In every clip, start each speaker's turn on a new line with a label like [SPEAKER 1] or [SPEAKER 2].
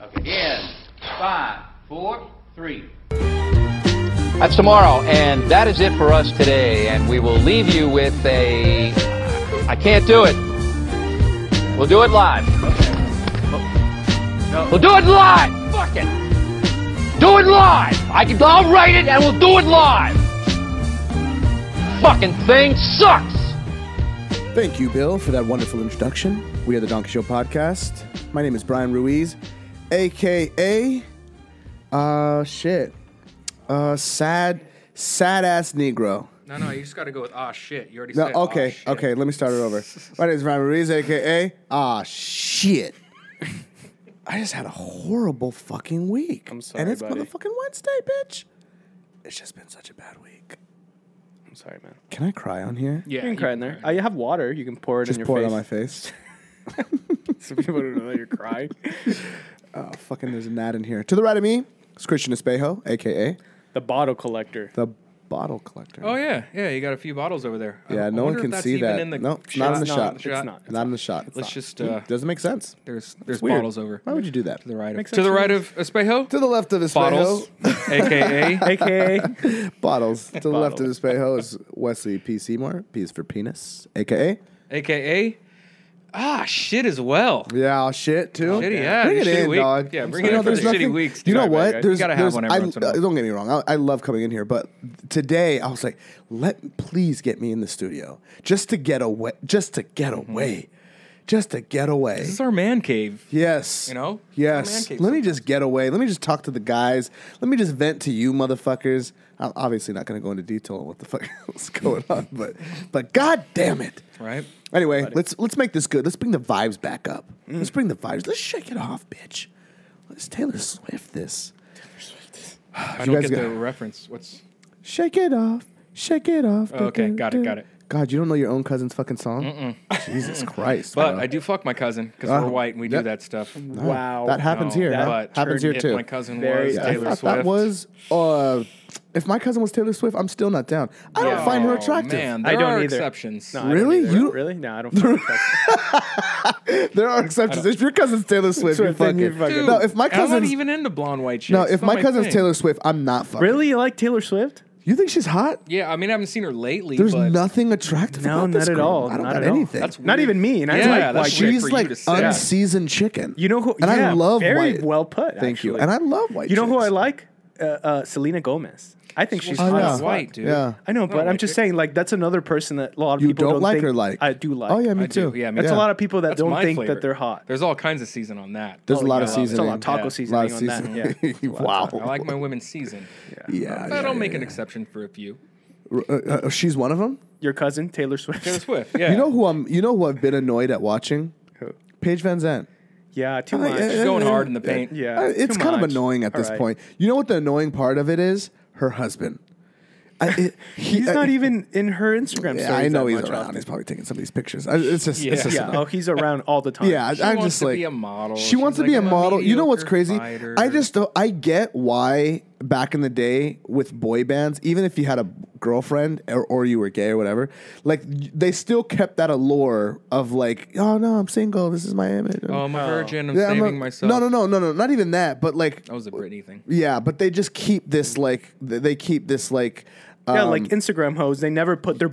[SPEAKER 1] Okay, in five, four, three.
[SPEAKER 2] That's tomorrow, and that is it for us today. And we will leave you with a. I can't do it. We'll do it live. We'll do it live. Fuck it. Do it live. I can, I'll write it, and we'll do it live. Fucking thing sucks.
[SPEAKER 3] Thank you, Bill, for that wonderful introduction. We are the Donkey Show Podcast. My name is Brian Ruiz, aka uh shit. Uh sad sad ass Negro.
[SPEAKER 4] No, no, you just got to go with ah shit. You already
[SPEAKER 3] No,
[SPEAKER 4] said "Ah,
[SPEAKER 3] okay,
[SPEAKER 4] shit."
[SPEAKER 3] okay, let me start it over. My name is Brian Ruiz, aka ah shit. I just had a horrible fucking week.
[SPEAKER 5] I'm sorry,
[SPEAKER 3] And it's
[SPEAKER 5] buddy.
[SPEAKER 3] motherfucking Wednesday, bitch. It's just been such a bad week.
[SPEAKER 5] I'm sorry, man.
[SPEAKER 3] Can I cry on here?
[SPEAKER 4] Yeah,
[SPEAKER 5] you can cry in there. Oh, you have water. You can pour it
[SPEAKER 3] Just
[SPEAKER 5] in your
[SPEAKER 3] pour
[SPEAKER 5] face.
[SPEAKER 3] it on my face.
[SPEAKER 5] so people don't know that you're crying.
[SPEAKER 3] Fucking there's an ad in here. To the right of me is Christian Espejo, aka
[SPEAKER 5] The bottle collector.
[SPEAKER 3] the bottle collector.
[SPEAKER 4] Oh yeah, yeah. You got a few bottles over there. I
[SPEAKER 3] Yeah,
[SPEAKER 4] w-
[SPEAKER 3] no
[SPEAKER 4] I
[SPEAKER 3] one
[SPEAKER 4] wonder if
[SPEAKER 3] can
[SPEAKER 4] that's
[SPEAKER 3] see
[SPEAKER 4] even
[SPEAKER 3] that.
[SPEAKER 4] In the
[SPEAKER 3] No, it's not in the
[SPEAKER 5] It's
[SPEAKER 3] shot.
[SPEAKER 5] not. It's
[SPEAKER 4] Shot.
[SPEAKER 5] not.
[SPEAKER 3] Not in the shot. It's
[SPEAKER 4] Let's
[SPEAKER 3] not.
[SPEAKER 4] just,
[SPEAKER 3] Mm,
[SPEAKER 4] uh,
[SPEAKER 3] doesn't make sense.
[SPEAKER 4] There's there's
[SPEAKER 3] weird.
[SPEAKER 4] bottles over.
[SPEAKER 3] Why would you do that?
[SPEAKER 4] to the right of
[SPEAKER 5] Makes
[SPEAKER 4] to the
[SPEAKER 5] sense.
[SPEAKER 4] right of Espejo.
[SPEAKER 3] To the left of
[SPEAKER 4] bottles,
[SPEAKER 3] Espejo,
[SPEAKER 4] aka
[SPEAKER 5] AKA.
[SPEAKER 3] bottles. To the left of
[SPEAKER 5] Bottles.
[SPEAKER 3] Espejo is Wesley P. Seymour. P is for penis, aka
[SPEAKER 4] aka ah shit as well.
[SPEAKER 3] yeah, I'll shit too.
[SPEAKER 4] Shitty, yeah,
[SPEAKER 3] bring it
[SPEAKER 4] shitty
[SPEAKER 3] in,
[SPEAKER 4] week.
[SPEAKER 3] dog.
[SPEAKER 4] Yeah,
[SPEAKER 3] I'm
[SPEAKER 4] bring
[SPEAKER 3] sorry.
[SPEAKER 4] it in for
[SPEAKER 3] there's
[SPEAKER 4] the shitty
[SPEAKER 3] nothing-
[SPEAKER 4] weeks.
[SPEAKER 3] You know
[SPEAKER 4] Sorry,
[SPEAKER 3] what?
[SPEAKER 4] man.
[SPEAKER 3] There's,
[SPEAKER 4] You gotta have
[SPEAKER 3] there's-
[SPEAKER 4] one every
[SPEAKER 3] I,
[SPEAKER 4] once in a
[SPEAKER 3] uh,
[SPEAKER 4] while.
[SPEAKER 3] don't get me wrong. I, I love coming in here, but today I was like, let please get me in the studio just to get away, just to get away, just to get away.
[SPEAKER 4] Mm-hmm. This is our man cave.
[SPEAKER 3] Yes.
[SPEAKER 4] You know? It's a man
[SPEAKER 3] Yes.
[SPEAKER 4] cave
[SPEAKER 3] Let me just get away. Let me just talk to the guys. Let me just vent to you, motherfuckers. I'm obviously not going to go into detail on what the fuck is going on, but but god damn it.
[SPEAKER 4] Right.
[SPEAKER 3] Anyway, let's let's make this good. Let's bring the vibes back up.
[SPEAKER 4] Mm.
[SPEAKER 3] Let's bring the vibes. Let's shake it off, bitch. Let's Taylor Swift this.
[SPEAKER 4] I
[SPEAKER 3] you
[SPEAKER 4] don't
[SPEAKER 3] guys
[SPEAKER 4] get the
[SPEAKER 3] got-
[SPEAKER 4] reference. What's
[SPEAKER 3] Shake it off. Shake it off.
[SPEAKER 4] Oh, okay. Got it, got it.
[SPEAKER 3] God, you don't know your own cousin's fucking song? Jesus Christ.
[SPEAKER 4] but
[SPEAKER 3] bro.
[SPEAKER 4] I do fuck my cousin because
[SPEAKER 3] Uh,
[SPEAKER 4] we're white and we
[SPEAKER 3] yeah.
[SPEAKER 4] do that stuff.
[SPEAKER 5] wow.
[SPEAKER 3] That happens
[SPEAKER 4] No,
[SPEAKER 3] here.
[SPEAKER 4] that-
[SPEAKER 3] huh?
[SPEAKER 4] but
[SPEAKER 3] happens here
[SPEAKER 4] if
[SPEAKER 3] too.
[SPEAKER 4] My cousin
[SPEAKER 5] Very-
[SPEAKER 4] was
[SPEAKER 5] Yeah, I
[SPEAKER 4] Taylor
[SPEAKER 3] I thought
[SPEAKER 4] Swift.
[SPEAKER 3] that was uh, if my cousin was Taylor Swift, I'm still not down. I don't find her
[SPEAKER 4] Oh,
[SPEAKER 3] attractive.
[SPEAKER 4] Man,
[SPEAKER 5] I
[SPEAKER 4] there
[SPEAKER 5] don't
[SPEAKER 4] are
[SPEAKER 5] either.
[SPEAKER 4] exceptions.
[SPEAKER 5] No, I don't
[SPEAKER 3] Really?
[SPEAKER 5] either.
[SPEAKER 3] You-
[SPEAKER 5] really? No, I don't. fucking fuck.
[SPEAKER 3] There are exceptions. If your cousin's Taylor Swift, you
[SPEAKER 5] Swift, then
[SPEAKER 3] fucking.
[SPEAKER 5] you fucking-
[SPEAKER 3] No, if my
[SPEAKER 4] and I'm
[SPEAKER 3] cousin's
[SPEAKER 4] not even into blonde white chicks.
[SPEAKER 3] no,
[SPEAKER 4] It's
[SPEAKER 3] if
[SPEAKER 4] not
[SPEAKER 3] my cousin's
[SPEAKER 4] thing.
[SPEAKER 3] Taylor Swift, I'm not fucking.
[SPEAKER 5] really? You like Taylor Swift?
[SPEAKER 3] You think she's hot?
[SPEAKER 4] Yeah, I mean, I haven't seen her lately.
[SPEAKER 3] There's
[SPEAKER 4] but
[SPEAKER 3] nothing attractive.
[SPEAKER 5] No,
[SPEAKER 3] about this
[SPEAKER 5] not at
[SPEAKER 3] girl.
[SPEAKER 5] all.
[SPEAKER 3] I don't
[SPEAKER 5] Not
[SPEAKER 3] got
[SPEAKER 5] at all.
[SPEAKER 3] anything.
[SPEAKER 4] That's
[SPEAKER 5] Not
[SPEAKER 4] weird.
[SPEAKER 5] even me. And I
[SPEAKER 4] Yeah,
[SPEAKER 5] like
[SPEAKER 4] that's
[SPEAKER 5] white
[SPEAKER 4] weird
[SPEAKER 5] chicks.
[SPEAKER 3] she's
[SPEAKER 4] for you
[SPEAKER 3] like
[SPEAKER 4] to say.
[SPEAKER 3] unseasoned chicken.
[SPEAKER 5] You know who?
[SPEAKER 3] And I
[SPEAKER 5] yeah,
[SPEAKER 3] love
[SPEAKER 5] very
[SPEAKER 3] white.
[SPEAKER 5] well put.
[SPEAKER 3] Thank you.
[SPEAKER 5] actually.
[SPEAKER 3] And I love white.
[SPEAKER 5] You know who
[SPEAKER 3] chicks.
[SPEAKER 5] I like? Uh, uh, Selena Gomez. I think she's
[SPEAKER 4] Oh,
[SPEAKER 5] hot
[SPEAKER 4] yeah.
[SPEAKER 5] as fuck.
[SPEAKER 4] white, dude.
[SPEAKER 3] Yeah.
[SPEAKER 5] I know, but I'm
[SPEAKER 4] like
[SPEAKER 5] just
[SPEAKER 4] it.
[SPEAKER 5] saying, like, that's another person that a lot of
[SPEAKER 3] You
[SPEAKER 5] people
[SPEAKER 3] don't like
[SPEAKER 5] think
[SPEAKER 3] or like?
[SPEAKER 5] I do like.
[SPEAKER 3] Oh yeah, me
[SPEAKER 4] I do.
[SPEAKER 3] too.
[SPEAKER 4] Yeah, me
[SPEAKER 5] That's
[SPEAKER 4] too.
[SPEAKER 5] a lot of people that
[SPEAKER 4] That's
[SPEAKER 5] don't
[SPEAKER 4] my
[SPEAKER 5] think
[SPEAKER 4] flavor.
[SPEAKER 5] that they're hot.
[SPEAKER 4] There's all kinds of season on that.
[SPEAKER 3] There's a lot of
[SPEAKER 5] yeah, it's a lot
[SPEAKER 3] seasoning.
[SPEAKER 5] of taco
[SPEAKER 4] Yeah.
[SPEAKER 3] A lot
[SPEAKER 5] seasoning
[SPEAKER 3] of
[SPEAKER 5] on that. Yeah.
[SPEAKER 3] seasoning. Wow.
[SPEAKER 4] Oh, I like my women seasoned.
[SPEAKER 3] Yeah.
[SPEAKER 4] I
[SPEAKER 3] yeah,
[SPEAKER 4] don't make
[SPEAKER 3] yeah,
[SPEAKER 4] an exception for a few.
[SPEAKER 3] yeah. Uh, uh, she's one of them.
[SPEAKER 5] Your cousin Taylor Swift.
[SPEAKER 4] Taylor Swift. Yeah.
[SPEAKER 3] You know who I'm. You know who I've been annoyed at watching? Paige Van Zandt.
[SPEAKER 5] yeah, too
[SPEAKER 3] I-
[SPEAKER 5] much.
[SPEAKER 3] I-
[SPEAKER 4] She's going hard in the paint.
[SPEAKER 3] Uh,
[SPEAKER 5] yeah,
[SPEAKER 3] it's
[SPEAKER 5] too
[SPEAKER 3] kind of
[SPEAKER 5] much.
[SPEAKER 3] annoying at
[SPEAKER 5] All
[SPEAKER 3] this
[SPEAKER 5] right.
[SPEAKER 3] point. You know what the annoying part of it is? Her husband. I, it- he- uh,
[SPEAKER 5] He's
[SPEAKER 3] I-
[SPEAKER 5] not even in her Instagram.
[SPEAKER 3] Yeah,
[SPEAKER 5] stories
[SPEAKER 3] I know
[SPEAKER 5] that
[SPEAKER 3] he's
[SPEAKER 5] much
[SPEAKER 3] around.
[SPEAKER 5] often.
[SPEAKER 3] He's probably taking somebody's pictures. I, it's just. It's
[SPEAKER 4] Yeah.
[SPEAKER 3] just
[SPEAKER 5] Yeah.
[SPEAKER 3] annoying.
[SPEAKER 5] Oh, he's around all the time.
[SPEAKER 3] Yeah, I,
[SPEAKER 4] She
[SPEAKER 3] I'm
[SPEAKER 4] wants
[SPEAKER 3] just
[SPEAKER 4] to
[SPEAKER 3] like
[SPEAKER 4] be a model.
[SPEAKER 3] She
[SPEAKER 4] She's
[SPEAKER 3] wants to
[SPEAKER 4] like
[SPEAKER 3] be a
[SPEAKER 4] a
[SPEAKER 3] model. You know what's
[SPEAKER 4] mediocre
[SPEAKER 3] crazy?
[SPEAKER 4] fighter.
[SPEAKER 3] I just don't, I get why back in the day with boy bands, even if you had a girlfriend or, or you were gay or whatever, like y- they still kept that allure of like, oh no, I'm single. This is my image.
[SPEAKER 4] Oh, I'm a virgin. I'm
[SPEAKER 3] Yeah,
[SPEAKER 4] saving
[SPEAKER 3] a-
[SPEAKER 4] myself. Oh.
[SPEAKER 3] No, no, no, no, no. Not even that. But like,
[SPEAKER 4] That was a Britney thing.
[SPEAKER 3] yeah, but they just keep this like th- they keep this like um,
[SPEAKER 5] yeah, like Instagram hoes. They never put their
[SPEAKER 3] yeah,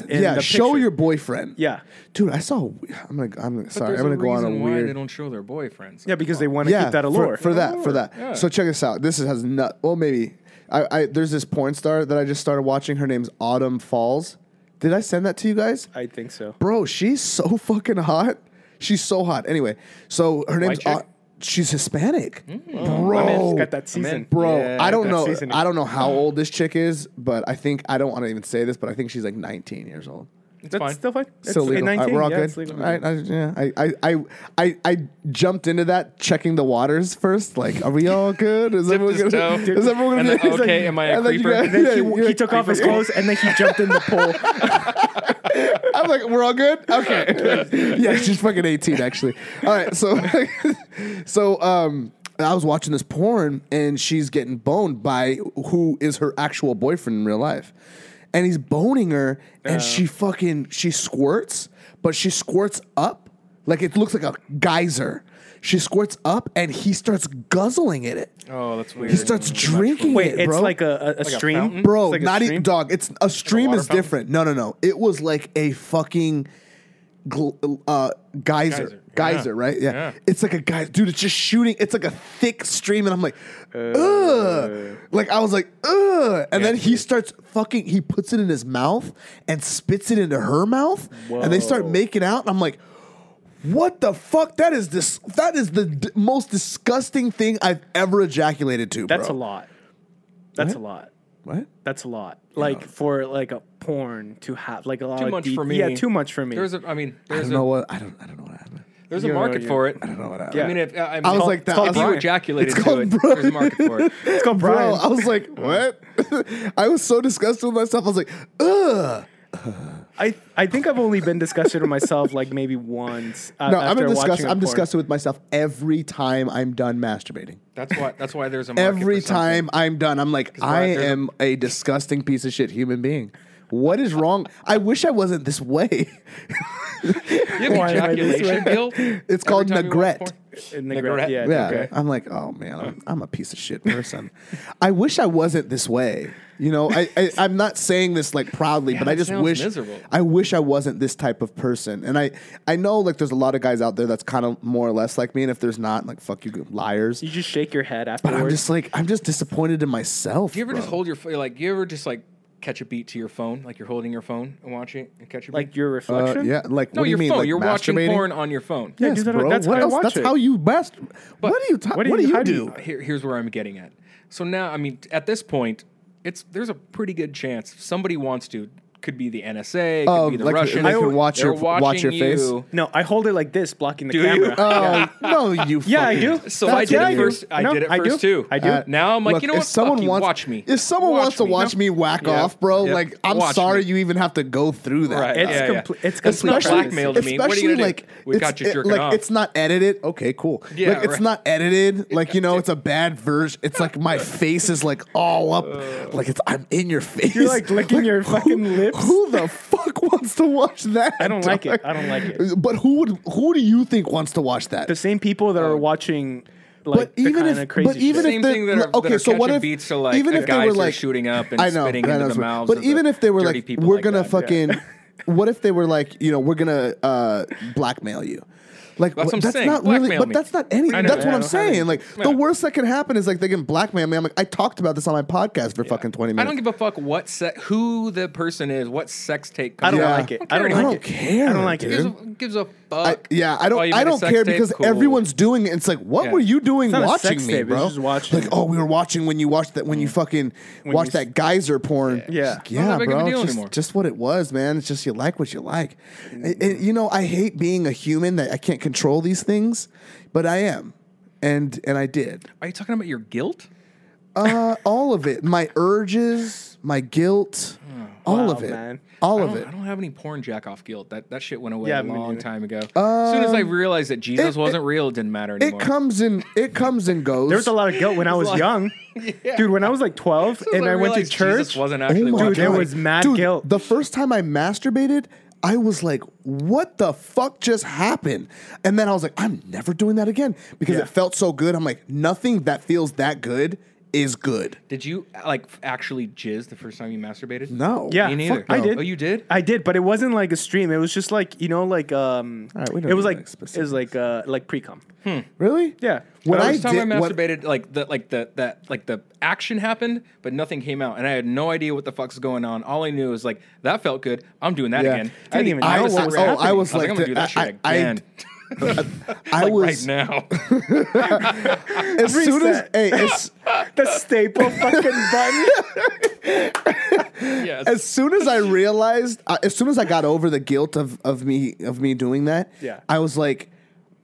[SPEAKER 5] boyfriends in
[SPEAKER 3] yeah.
[SPEAKER 5] the
[SPEAKER 3] show
[SPEAKER 5] picture.
[SPEAKER 3] your boyfriend.
[SPEAKER 5] Yeah,
[SPEAKER 3] dude, I saw. I'm gonna. I'm sorry. I'm
[SPEAKER 4] There's
[SPEAKER 3] gonna
[SPEAKER 4] a
[SPEAKER 3] go on a
[SPEAKER 4] reason Why they
[SPEAKER 3] weird.
[SPEAKER 4] don't show their boyfriends. Oh,
[SPEAKER 5] yeah, because they want to
[SPEAKER 3] Yeah,
[SPEAKER 5] keep that
[SPEAKER 3] for-
[SPEAKER 5] allure.
[SPEAKER 3] for, that. For that.
[SPEAKER 4] yeah.
[SPEAKER 3] So check this out. This is, has not. Well, maybe. I, I there's this porn star that I just started watching. Her name's Autumn Falls. Did I send that to you guys?
[SPEAKER 5] I think so.
[SPEAKER 3] Bro, she's so fucking hot. She's so hot. Anyway, so her name's.
[SPEAKER 5] chick? Mm.
[SPEAKER 3] Au- she's Hispanic.
[SPEAKER 5] I mean,
[SPEAKER 3] Bro,
[SPEAKER 5] she's got that season.
[SPEAKER 3] Bro,
[SPEAKER 5] Yeah,
[SPEAKER 3] I don't
[SPEAKER 5] that
[SPEAKER 3] know.
[SPEAKER 5] seasoning.
[SPEAKER 3] I don't know how old this chick is, but I think I don't want to even say this, but I think she's like 19 years old.
[SPEAKER 5] That's
[SPEAKER 4] fine.
[SPEAKER 5] still fine. It's
[SPEAKER 3] Still legal.
[SPEAKER 5] 19.
[SPEAKER 3] All right, we're all
[SPEAKER 5] yeah,
[SPEAKER 3] good.
[SPEAKER 5] it's legal.
[SPEAKER 3] All right, I, yeah, I, I, I, I, I jumped into that checking the waters first. Like, are we all good? Is everyone
[SPEAKER 4] his
[SPEAKER 3] gonna?
[SPEAKER 4] toe.
[SPEAKER 3] Is everyone
[SPEAKER 4] And
[SPEAKER 3] gonna?
[SPEAKER 4] then,
[SPEAKER 3] he's like-
[SPEAKER 4] okay, am I a
[SPEAKER 3] and then you
[SPEAKER 4] creeper?
[SPEAKER 3] guys-
[SPEAKER 4] And
[SPEAKER 5] Then
[SPEAKER 3] yeah,
[SPEAKER 5] he,
[SPEAKER 3] you're
[SPEAKER 5] he took off his clothes and then he jumped in the pool.
[SPEAKER 3] I'm like, we're all good. Okay. yeah, she's fucking 18 actually. All right, so so um I was watching this porn and she's getting boned by who is her actual boyfriend in real life. And he's boning her and she fucking she squirts, but she squirts up like it looks like a geyser. She squirts up and he starts guzzling at it.
[SPEAKER 4] Oh, that's weird.
[SPEAKER 3] He starts drinking
[SPEAKER 6] Wait,
[SPEAKER 3] it,
[SPEAKER 6] it's
[SPEAKER 3] bro.
[SPEAKER 6] like a, a, a stream,
[SPEAKER 4] fountain?
[SPEAKER 3] bro,
[SPEAKER 6] It's like a
[SPEAKER 3] not even
[SPEAKER 6] stream?
[SPEAKER 3] dog. It's a stream
[SPEAKER 4] water
[SPEAKER 3] is
[SPEAKER 4] fountain?
[SPEAKER 3] different. No, no, no. It was like a fucking gl- uh, geyser, geyser,
[SPEAKER 4] Geyser, yeah.
[SPEAKER 3] right? Yeah.
[SPEAKER 4] Yeah.
[SPEAKER 3] it's like a geyser, dude. It's just shooting. It's like a thick stream, and I'm like,
[SPEAKER 6] Uh.
[SPEAKER 3] ugh. Like I was like, ugh. And then he starts fucking. He puts it in his mouth and spits it into her mouth, and they start making out. And I'm like. What the fuck? That is this. That is the d- most disgusting thing I've ever ejaculated to.
[SPEAKER 6] That's
[SPEAKER 3] bro.
[SPEAKER 6] a lot. That's a lot.
[SPEAKER 3] What?
[SPEAKER 6] That's a lot. Like for like a porn to have like a lot
[SPEAKER 4] Too
[SPEAKER 6] of
[SPEAKER 4] much
[SPEAKER 6] deep-
[SPEAKER 4] for me.
[SPEAKER 6] Yeah, too much for me.
[SPEAKER 4] There's a, I mean,
[SPEAKER 3] I
[SPEAKER 4] there's
[SPEAKER 3] don't
[SPEAKER 4] a,
[SPEAKER 3] know what. I don't. I don't know what happened.
[SPEAKER 4] there's a
[SPEAKER 6] You're-
[SPEAKER 4] market
[SPEAKER 6] you're-
[SPEAKER 4] for it.
[SPEAKER 3] I don't know what happened.
[SPEAKER 4] I mean, if, uh, I, mean,
[SPEAKER 3] I was like that. I
[SPEAKER 4] If
[SPEAKER 3] was
[SPEAKER 4] you
[SPEAKER 3] like,
[SPEAKER 4] ejaculated
[SPEAKER 3] It's
[SPEAKER 4] to
[SPEAKER 3] called
[SPEAKER 4] it,
[SPEAKER 3] Brian.
[SPEAKER 4] there's a market for it.
[SPEAKER 6] it's called Brian.
[SPEAKER 3] Bro, I was like, what? I was so disgusted with myself. I was like, ugh.
[SPEAKER 6] I I think I've only been disgusted with myself like maybe once. Uh,
[SPEAKER 3] No, I'm
[SPEAKER 6] after watching
[SPEAKER 3] disgusted.
[SPEAKER 6] a
[SPEAKER 3] I'm
[SPEAKER 6] porn.
[SPEAKER 3] disgusted with myself every time I'm done masturbating.
[SPEAKER 4] That's why. That's why there's a market
[SPEAKER 3] Every
[SPEAKER 4] for something.
[SPEAKER 3] time I'm done, I'm like,
[SPEAKER 4] Brian,
[SPEAKER 3] I
[SPEAKER 4] there's a-
[SPEAKER 3] am a disgusting piece of shit human being. What is wrong? I wish I wasn't this way.
[SPEAKER 7] You have
[SPEAKER 6] am I this
[SPEAKER 7] ejaculation guilt.
[SPEAKER 3] It's called
[SPEAKER 4] time you watch
[SPEAKER 3] neglect.
[SPEAKER 4] porn?
[SPEAKER 6] In the gra- yeah,
[SPEAKER 3] Yeah,
[SPEAKER 6] okay.
[SPEAKER 3] I'm like, oh man, I'm, I'm a piece of shit person. I wish I wasn't this way. You know, I, I I'm not saying this like proudly, but I
[SPEAKER 7] that
[SPEAKER 3] just
[SPEAKER 7] sounds
[SPEAKER 3] wish
[SPEAKER 7] miserable.
[SPEAKER 3] I wish I wasn't this type of person. And I I know like there's a lot of guys out there that's kind of more or less like me. And if there's not, like fuck you, liars.
[SPEAKER 6] You just shake your head
[SPEAKER 3] But
[SPEAKER 6] afterwards.
[SPEAKER 3] I'm just like I'm just disappointed in myself.
[SPEAKER 4] Do you ever just
[SPEAKER 3] bro.
[SPEAKER 4] hold your ph- like? You ever just like catch a beat to your phone, like you're holding your phone and watching and catch your
[SPEAKER 6] like
[SPEAKER 4] beat?
[SPEAKER 6] your
[SPEAKER 3] Uh,
[SPEAKER 6] reflection.
[SPEAKER 3] yeah, like
[SPEAKER 4] no,
[SPEAKER 3] what do you
[SPEAKER 4] your
[SPEAKER 3] mean?
[SPEAKER 4] phone.
[SPEAKER 3] Like
[SPEAKER 4] you're watching
[SPEAKER 3] masturbating?
[SPEAKER 4] porn on your phone.
[SPEAKER 6] Yeah,
[SPEAKER 3] Yes,
[SPEAKER 6] dude, that-
[SPEAKER 3] bro.
[SPEAKER 6] that's
[SPEAKER 3] what
[SPEAKER 6] how I
[SPEAKER 3] else?
[SPEAKER 6] watch
[SPEAKER 3] That's
[SPEAKER 6] it.
[SPEAKER 3] how you best.
[SPEAKER 4] But
[SPEAKER 3] What do you? ta-
[SPEAKER 6] what do
[SPEAKER 3] What do
[SPEAKER 6] you-
[SPEAKER 3] you
[SPEAKER 6] how do
[SPEAKER 3] do?
[SPEAKER 6] you-
[SPEAKER 4] Here, here's where I'm getting at. So now, I mean, at this point, it's there's a pretty good chance somebody wants to. Could be the NSA. Could
[SPEAKER 3] Oh,
[SPEAKER 4] be the
[SPEAKER 3] like-
[SPEAKER 4] Russian.
[SPEAKER 3] like
[SPEAKER 6] you
[SPEAKER 3] watch
[SPEAKER 4] They're
[SPEAKER 3] your- watch your
[SPEAKER 4] watching
[SPEAKER 3] face?
[SPEAKER 4] you.
[SPEAKER 6] No, I hold it like this, blocking the
[SPEAKER 4] Do you?
[SPEAKER 6] camera.
[SPEAKER 3] Oh no, you.
[SPEAKER 6] yeah, I
[SPEAKER 3] fucking-
[SPEAKER 6] do.
[SPEAKER 4] So
[SPEAKER 6] That's-
[SPEAKER 4] I did
[SPEAKER 6] yeah,
[SPEAKER 4] it
[SPEAKER 6] do.
[SPEAKER 4] first. I
[SPEAKER 6] No,
[SPEAKER 4] did it
[SPEAKER 6] I do.
[SPEAKER 4] first too.
[SPEAKER 6] I do.
[SPEAKER 3] Uh,
[SPEAKER 4] now I'm like,
[SPEAKER 3] Look,
[SPEAKER 4] you know
[SPEAKER 3] if
[SPEAKER 4] what?
[SPEAKER 3] Someone
[SPEAKER 4] Fuck you,
[SPEAKER 3] wants,
[SPEAKER 4] watch me.
[SPEAKER 3] If someone
[SPEAKER 4] Watch
[SPEAKER 3] wants to
[SPEAKER 4] me.
[SPEAKER 3] watch me whack
[SPEAKER 4] Yeah.
[SPEAKER 3] off, bro,
[SPEAKER 4] Yep.
[SPEAKER 3] like I'm
[SPEAKER 4] Watch
[SPEAKER 3] sorry
[SPEAKER 4] me.
[SPEAKER 3] you even have to go through that.
[SPEAKER 4] Right.
[SPEAKER 6] It's
[SPEAKER 4] yeah, yeah.
[SPEAKER 6] complete- it's
[SPEAKER 4] That's not
[SPEAKER 6] complete
[SPEAKER 4] blackmail to me. What are you
[SPEAKER 3] especially
[SPEAKER 4] gonna
[SPEAKER 3] like
[SPEAKER 4] do? We
[SPEAKER 3] it's-
[SPEAKER 4] got you
[SPEAKER 3] it-
[SPEAKER 4] jerking
[SPEAKER 3] like
[SPEAKER 4] off.
[SPEAKER 3] it's not edited. Okay, cool.
[SPEAKER 4] Yeah,
[SPEAKER 3] like, it's
[SPEAKER 4] right.
[SPEAKER 3] not edited. Like you know, it's a bad version. It's like my face is like all up,
[SPEAKER 4] Uh.
[SPEAKER 3] like it's I'm in your face.
[SPEAKER 6] You're, like, licking your fucking
[SPEAKER 3] who-
[SPEAKER 6] lips.
[SPEAKER 3] Who the fuck wants to watch that?
[SPEAKER 6] I don't like
[SPEAKER 3] dog?
[SPEAKER 6] it. I don't like it.
[SPEAKER 3] But who would? Who do you think wants to watch that?
[SPEAKER 6] The same people that
[SPEAKER 4] Uh,
[SPEAKER 6] are watching,
[SPEAKER 3] But
[SPEAKER 6] like the
[SPEAKER 3] even
[SPEAKER 6] kind
[SPEAKER 3] if,
[SPEAKER 6] of crazy.
[SPEAKER 3] but even
[SPEAKER 6] shit.
[SPEAKER 4] Same
[SPEAKER 3] if they,
[SPEAKER 4] thing that are- that
[SPEAKER 3] okay,
[SPEAKER 4] are
[SPEAKER 3] so what
[SPEAKER 4] catching
[SPEAKER 3] if
[SPEAKER 4] beats to, like,
[SPEAKER 3] even
[SPEAKER 4] the
[SPEAKER 3] if they
[SPEAKER 4] guys
[SPEAKER 3] were
[SPEAKER 4] who are
[SPEAKER 3] like
[SPEAKER 4] shooting up and
[SPEAKER 3] I know,
[SPEAKER 4] spitting into
[SPEAKER 3] I know
[SPEAKER 4] the
[SPEAKER 3] that's what-
[SPEAKER 4] mouths
[SPEAKER 3] But
[SPEAKER 4] of the
[SPEAKER 3] even if they were
[SPEAKER 4] dirty
[SPEAKER 3] like,
[SPEAKER 4] people
[SPEAKER 3] we're
[SPEAKER 4] like
[SPEAKER 3] gonna
[SPEAKER 4] that, yeah.
[SPEAKER 3] fucking, what if they were like, you know, we're gonna uh, blackmail you. Like wha-
[SPEAKER 4] That's what I'm
[SPEAKER 3] that's
[SPEAKER 4] saying.
[SPEAKER 3] not really,
[SPEAKER 4] Blackmail
[SPEAKER 3] but
[SPEAKER 4] me.
[SPEAKER 3] that's not anything.
[SPEAKER 4] I know,
[SPEAKER 3] that's what
[SPEAKER 4] yeah, I
[SPEAKER 3] I'm
[SPEAKER 4] don't
[SPEAKER 6] have any-
[SPEAKER 3] saying. Like the worst that can happen is like they can blackmail me. I'm like, I talked about this on my podcast for fucking 20 minutes.
[SPEAKER 4] I don't give a fuck what se- who the person is, what sex tape.
[SPEAKER 6] I
[SPEAKER 4] Comes
[SPEAKER 6] don't
[SPEAKER 4] out.
[SPEAKER 6] like it. I
[SPEAKER 4] care
[SPEAKER 6] don't like
[SPEAKER 4] anymore.
[SPEAKER 6] it.
[SPEAKER 3] care.
[SPEAKER 6] I don't like it.
[SPEAKER 3] dude.
[SPEAKER 4] Gives a, gives a
[SPEAKER 3] I,
[SPEAKER 4] fuck.
[SPEAKER 3] yeah, I don't.
[SPEAKER 4] Oh, you made
[SPEAKER 3] I
[SPEAKER 4] a
[SPEAKER 3] don't
[SPEAKER 4] sex
[SPEAKER 3] care
[SPEAKER 4] tape?
[SPEAKER 3] because
[SPEAKER 4] Cool.
[SPEAKER 3] everyone's doing it. It's like, what
[SPEAKER 4] Yeah.
[SPEAKER 3] were you doing
[SPEAKER 6] not a
[SPEAKER 3] watching
[SPEAKER 6] sex
[SPEAKER 3] me,
[SPEAKER 6] tape, it's
[SPEAKER 3] bro?
[SPEAKER 6] just watching.
[SPEAKER 3] Like, oh, we were watching when you watched that when you fucking watched
[SPEAKER 6] you-
[SPEAKER 3] that geyser porn.
[SPEAKER 6] Yeah.
[SPEAKER 3] It's like, yeah,
[SPEAKER 4] Not that big of a
[SPEAKER 3] bro.
[SPEAKER 4] deal
[SPEAKER 3] It's
[SPEAKER 4] anymore.
[SPEAKER 3] just, just what it was, man. It's just you like what you like. And-
[SPEAKER 6] Mm.
[SPEAKER 3] and, you know, I hate being a human that I can't control these things, but I am, and and I did.
[SPEAKER 4] Are you talking about your guilt?
[SPEAKER 3] Uh, all of it, my urges, my guilt, all
[SPEAKER 6] Wow,
[SPEAKER 3] of it,
[SPEAKER 6] man.
[SPEAKER 3] all
[SPEAKER 4] Oh, I
[SPEAKER 3] of
[SPEAKER 4] don't-
[SPEAKER 3] it.
[SPEAKER 4] I don't have any porn jack off guilt. That that shit went away
[SPEAKER 6] Yeah,
[SPEAKER 4] a
[SPEAKER 6] me
[SPEAKER 4] long
[SPEAKER 6] neither.
[SPEAKER 4] time ago. as soon as I realized that Jesus
[SPEAKER 3] it-
[SPEAKER 4] wasn't real, it didn't matter
[SPEAKER 3] It
[SPEAKER 4] anymore.
[SPEAKER 3] comes and it comes and goes.
[SPEAKER 6] there was a lot of guilt when I was young, dude. When I was like 12
[SPEAKER 4] As soon as
[SPEAKER 6] and I, went to
[SPEAKER 4] realized Jesus
[SPEAKER 6] church,
[SPEAKER 4] wasn't actually
[SPEAKER 6] my
[SPEAKER 4] watching
[SPEAKER 6] Dude, there
[SPEAKER 4] it.
[SPEAKER 6] God. was mad
[SPEAKER 3] Oh Dude,
[SPEAKER 6] guilt.
[SPEAKER 3] The first time I masturbated, I was like, what the fuck just happened? And then I was like, I'm never doing that again because
[SPEAKER 6] Yeah.
[SPEAKER 3] it felt so good. I'm like, nothing that feels that good is good.
[SPEAKER 4] Did you like actually jizz the first time you masturbated?
[SPEAKER 3] No.
[SPEAKER 6] Yeah,
[SPEAKER 4] Me neither.
[SPEAKER 6] fuck I
[SPEAKER 4] no.
[SPEAKER 6] did.
[SPEAKER 4] Oh, you did?
[SPEAKER 6] I did, but it wasn't like a stream. It was just like you know, like um,
[SPEAKER 3] All right, we don't
[SPEAKER 6] it was
[SPEAKER 3] need,
[SPEAKER 6] like
[SPEAKER 3] like,
[SPEAKER 6] it was like uh, like pre cum.
[SPEAKER 3] Really?
[SPEAKER 6] Yeah.
[SPEAKER 3] When
[SPEAKER 4] the
[SPEAKER 3] I
[SPEAKER 4] first
[SPEAKER 3] did,
[SPEAKER 4] time I
[SPEAKER 3] when-
[SPEAKER 4] masturbated, like the like the that like the action happened, but nothing came out, and I had no idea what the fuck's going on. All I knew was like that felt good. I'm doing that
[SPEAKER 3] Yeah.
[SPEAKER 4] again.
[SPEAKER 3] Didn't
[SPEAKER 4] I
[SPEAKER 6] even
[SPEAKER 4] I
[SPEAKER 6] know
[SPEAKER 4] was,
[SPEAKER 6] what was
[SPEAKER 4] oh, I
[SPEAKER 3] happening.
[SPEAKER 4] was like, I'm gonna do that
[SPEAKER 3] I-
[SPEAKER 4] shit
[SPEAKER 3] I- I-
[SPEAKER 4] again
[SPEAKER 3] I was
[SPEAKER 4] right now.
[SPEAKER 3] as soon as hey, as,
[SPEAKER 6] The staple fucking button.
[SPEAKER 4] yes.
[SPEAKER 3] as soon as I realized, uh, as soon as I got over the guilt of of me of me doing that,
[SPEAKER 6] Yeah.
[SPEAKER 3] I was like,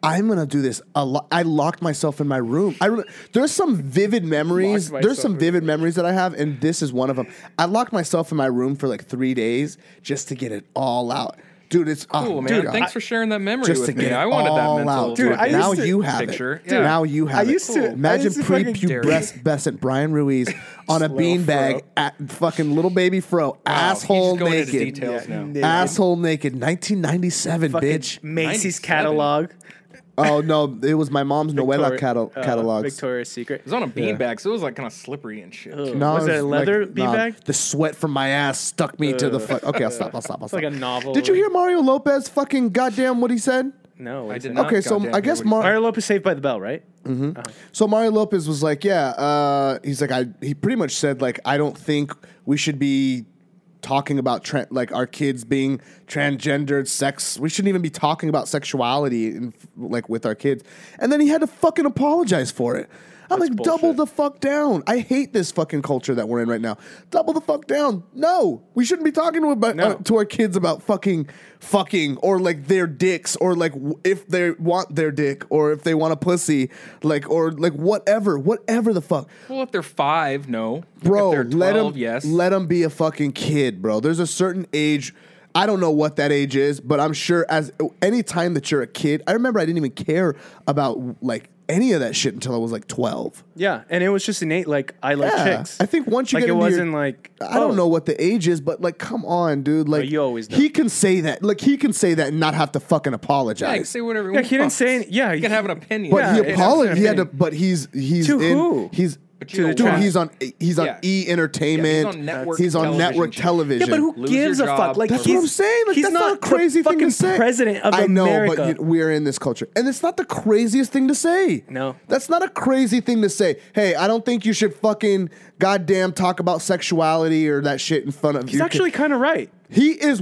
[SPEAKER 3] I'm gonna do this. A lo- I locked myself in my room. I re- there's some vivid memories.
[SPEAKER 6] Locked
[SPEAKER 3] There's
[SPEAKER 6] myself
[SPEAKER 3] some
[SPEAKER 6] in
[SPEAKER 3] vivid memories that I have, and this is one of them. I locked myself in my room for like three days just to get it all out, dude. It's
[SPEAKER 4] cool,
[SPEAKER 3] oh,
[SPEAKER 4] man.
[SPEAKER 3] God.
[SPEAKER 4] Thanks for sharing that memory
[SPEAKER 3] just to
[SPEAKER 4] with
[SPEAKER 3] get
[SPEAKER 4] me.
[SPEAKER 3] it
[SPEAKER 4] I wanted that
[SPEAKER 3] all
[SPEAKER 4] mental
[SPEAKER 3] out. Dude,
[SPEAKER 6] I
[SPEAKER 3] now
[SPEAKER 6] used to-
[SPEAKER 3] you have
[SPEAKER 4] picture.
[SPEAKER 3] it.
[SPEAKER 4] Yeah.
[SPEAKER 3] Now you have
[SPEAKER 6] I used
[SPEAKER 3] it.
[SPEAKER 6] to- I
[SPEAKER 3] Imagine
[SPEAKER 6] used to fucking
[SPEAKER 3] prepubescent Brian Ruiz on a beanbag, at fucking little baby fro, asshole
[SPEAKER 4] he's going
[SPEAKER 3] naked,
[SPEAKER 4] into details now.
[SPEAKER 6] naked.
[SPEAKER 3] asshole naked, 1997,
[SPEAKER 6] fucking
[SPEAKER 3] bitch.
[SPEAKER 6] Macy's
[SPEAKER 4] 97.
[SPEAKER 6] catalog.
[SPEAKER 3] Oh no, it was my mom's Noella
[SPEAKER 5] Victoria-
[SPEAKER 3] catalog.
[SPEAKER 5] uh,
[SPEAKER 3] catalogs.
[SPEAKER 5] Victoria's Secret.
[SPEAKER 4] was on a beanbag, so it was like kind of slippery and shit.
[SPEAKER 5] Ugh.
[SPEAKER 3] No,
[SPEAKER 5] was it a
[SPEAKER 3] like-
[SPEAKER 5] leather
[SPEAKER 3] no,
[SPEAKER 5] beanbag?
[SPEAKER 3] The sweat from my ass stuck me to the
[SPEAKER 5] Ugh.
[SPEAKER 3] fuck. Okay, I'll stop. I'll stop. I'll
[SPEAKER 5] It's
[SPEAKER 3] stop.
[SPEAKER 5] like a novel.
[SPEAKER 3] Did you hear Mario Lopez fucking goddamn what he said?
[SPEAKER 5] No, I
[SPEAKER 4] did
[SPEAKER 5] didn't.
[SPEAKER 4] not.
[SPEAKER 5] Okay.
[SPEAKER 3] Okay, so
[SPEAKER 4] goddamn
[SPEAKER 3] I
[SPEAKER 4] hear
[SPEAKER 3] guess
[SPEAKER 4] what he
[SPEAKER 3] Mar-
[SPEAKER 5] Mario Lopez Saved by the Bell, right?
[SPEAKER 3] So Mario Lopez was like, yeah, uh, he's like, I, he pretty much said like, I don't think we should be talking about tran like our kids being transgendered sex. We shouldn't even be talking about sexuality in, like with our kids. And then he had to fucking apologize for it. I'm like, double
[SPEAKER 5] bullshit.
[SPEAKER 3] the fuck down. I hate this fucking culture that we're in right now. Double the fuck down. No, we shouldn't be talking to about uh, to our kids about fucking fucking or like their dicks or like w- if they want their dick or if they want a pussy like or like whatever, whatever the fuck.
[SPEAKER 4] Well, if they're five, no.
[SPEAKER 3] Bro,
[SPEAKER 4] if they're 12,
[SPEAKER 3] let him
[SPEAKER 4] yes.
[SPEAKER 3] let him be a fucking kid, bro. There's a certain age I don't know what that age is, but I'm sure as any time that you're a kid, I remember I didn't even care about like any of that shit until I was like 12.
[SPEAKER 5] Yeah, and it was just innate. Like I like
[SPEAKER 3] Yeah.
[SPEAKER 5] chicks.
[SPEAKER 3] I think once you
[SPEAKER 5] like
[SPEAKER 3] get
[SPEAKER 5] it
[SPEAKER 3] into your-
[SPEAKER 5] wasn't like
[SPEAKER 3] I don't
[SPEAKER 5] oh,
[SPEAKER 3] know what the age is, but like, come on, dude. Like,
[SPEAKER 5] you always know.
[SPEAKER 3] he can say that. Like, he can say that and not have to fucking
[SPEAKER 4] yeah, you can
[SPEAKER 3] apologize.
[SPEAKER 4] say whatever.
[SPEAKER 5] Yeah, he didn't say. Any, yeah,
[SPEAKER 4] You can have an opinion.
[SPEAKER 3] but
[SPEAKER 5] yeah,
[SPEAKER 3] he
[SPEAKER 5] it-
[SPEAKER 3] apologized. He had to.
[SPEAKER 5] that's-
[SPEAKER 3] But he's he's
[SPEAKER 5] To
[SPEAKER 3] in,
[SPEAKER 5] who?
[SPEAKER 3] He's
[SPEAKER 4] But you know
[SPEAKER 3] dude.
[SPEAKER 4] why.
[SPEAKER 3] He's on. He's on
[SPEAKER 4] Yeah.
[SPEAKER 3] E Entertainment.
[SPEAKER 4] Yeah, he's on network
[SPEAKER 3] He's on
[SPEAKER 4] television
[SPEAKER 3] network
[SPEAKER 4] channel.
[SPEAKER 3] television.
[SPEAKER 5] Yeah, but who
[SPEAKER 4] Lose your
[SPEAKER 5] gives a fuck?
[SPEAKER 4] job.
[SPEAKER 5] Like
[SPEAKER 3] That's
[SPEAKER 5] he's,
[SPEAKER 3] what I'm saying. Like,
[SPEAKER 5] he's
[SPEAKER 3] that's not, a
[SPEAKER 5] the
[SPEAKER 3] crazy thing to
[SPEAKER 5] fucking
[SPEAKER 3] say.
[SPEAKER 5] President of
[SPEAKER 3] I know,
[SPEAKER 5] America.
[SPEAKER 3] but you, we're in this culture, and it's not the craziest thing to say.
[SPEAKER 5] No.
[SPEAKER 3] that's not a crazy thing to say. Hey, I don't think you should fucking goddamn talk about sexuality or that shit in front of.
[SPEAKER 5] he's actually kind of right.
[SPEAKER 3] He is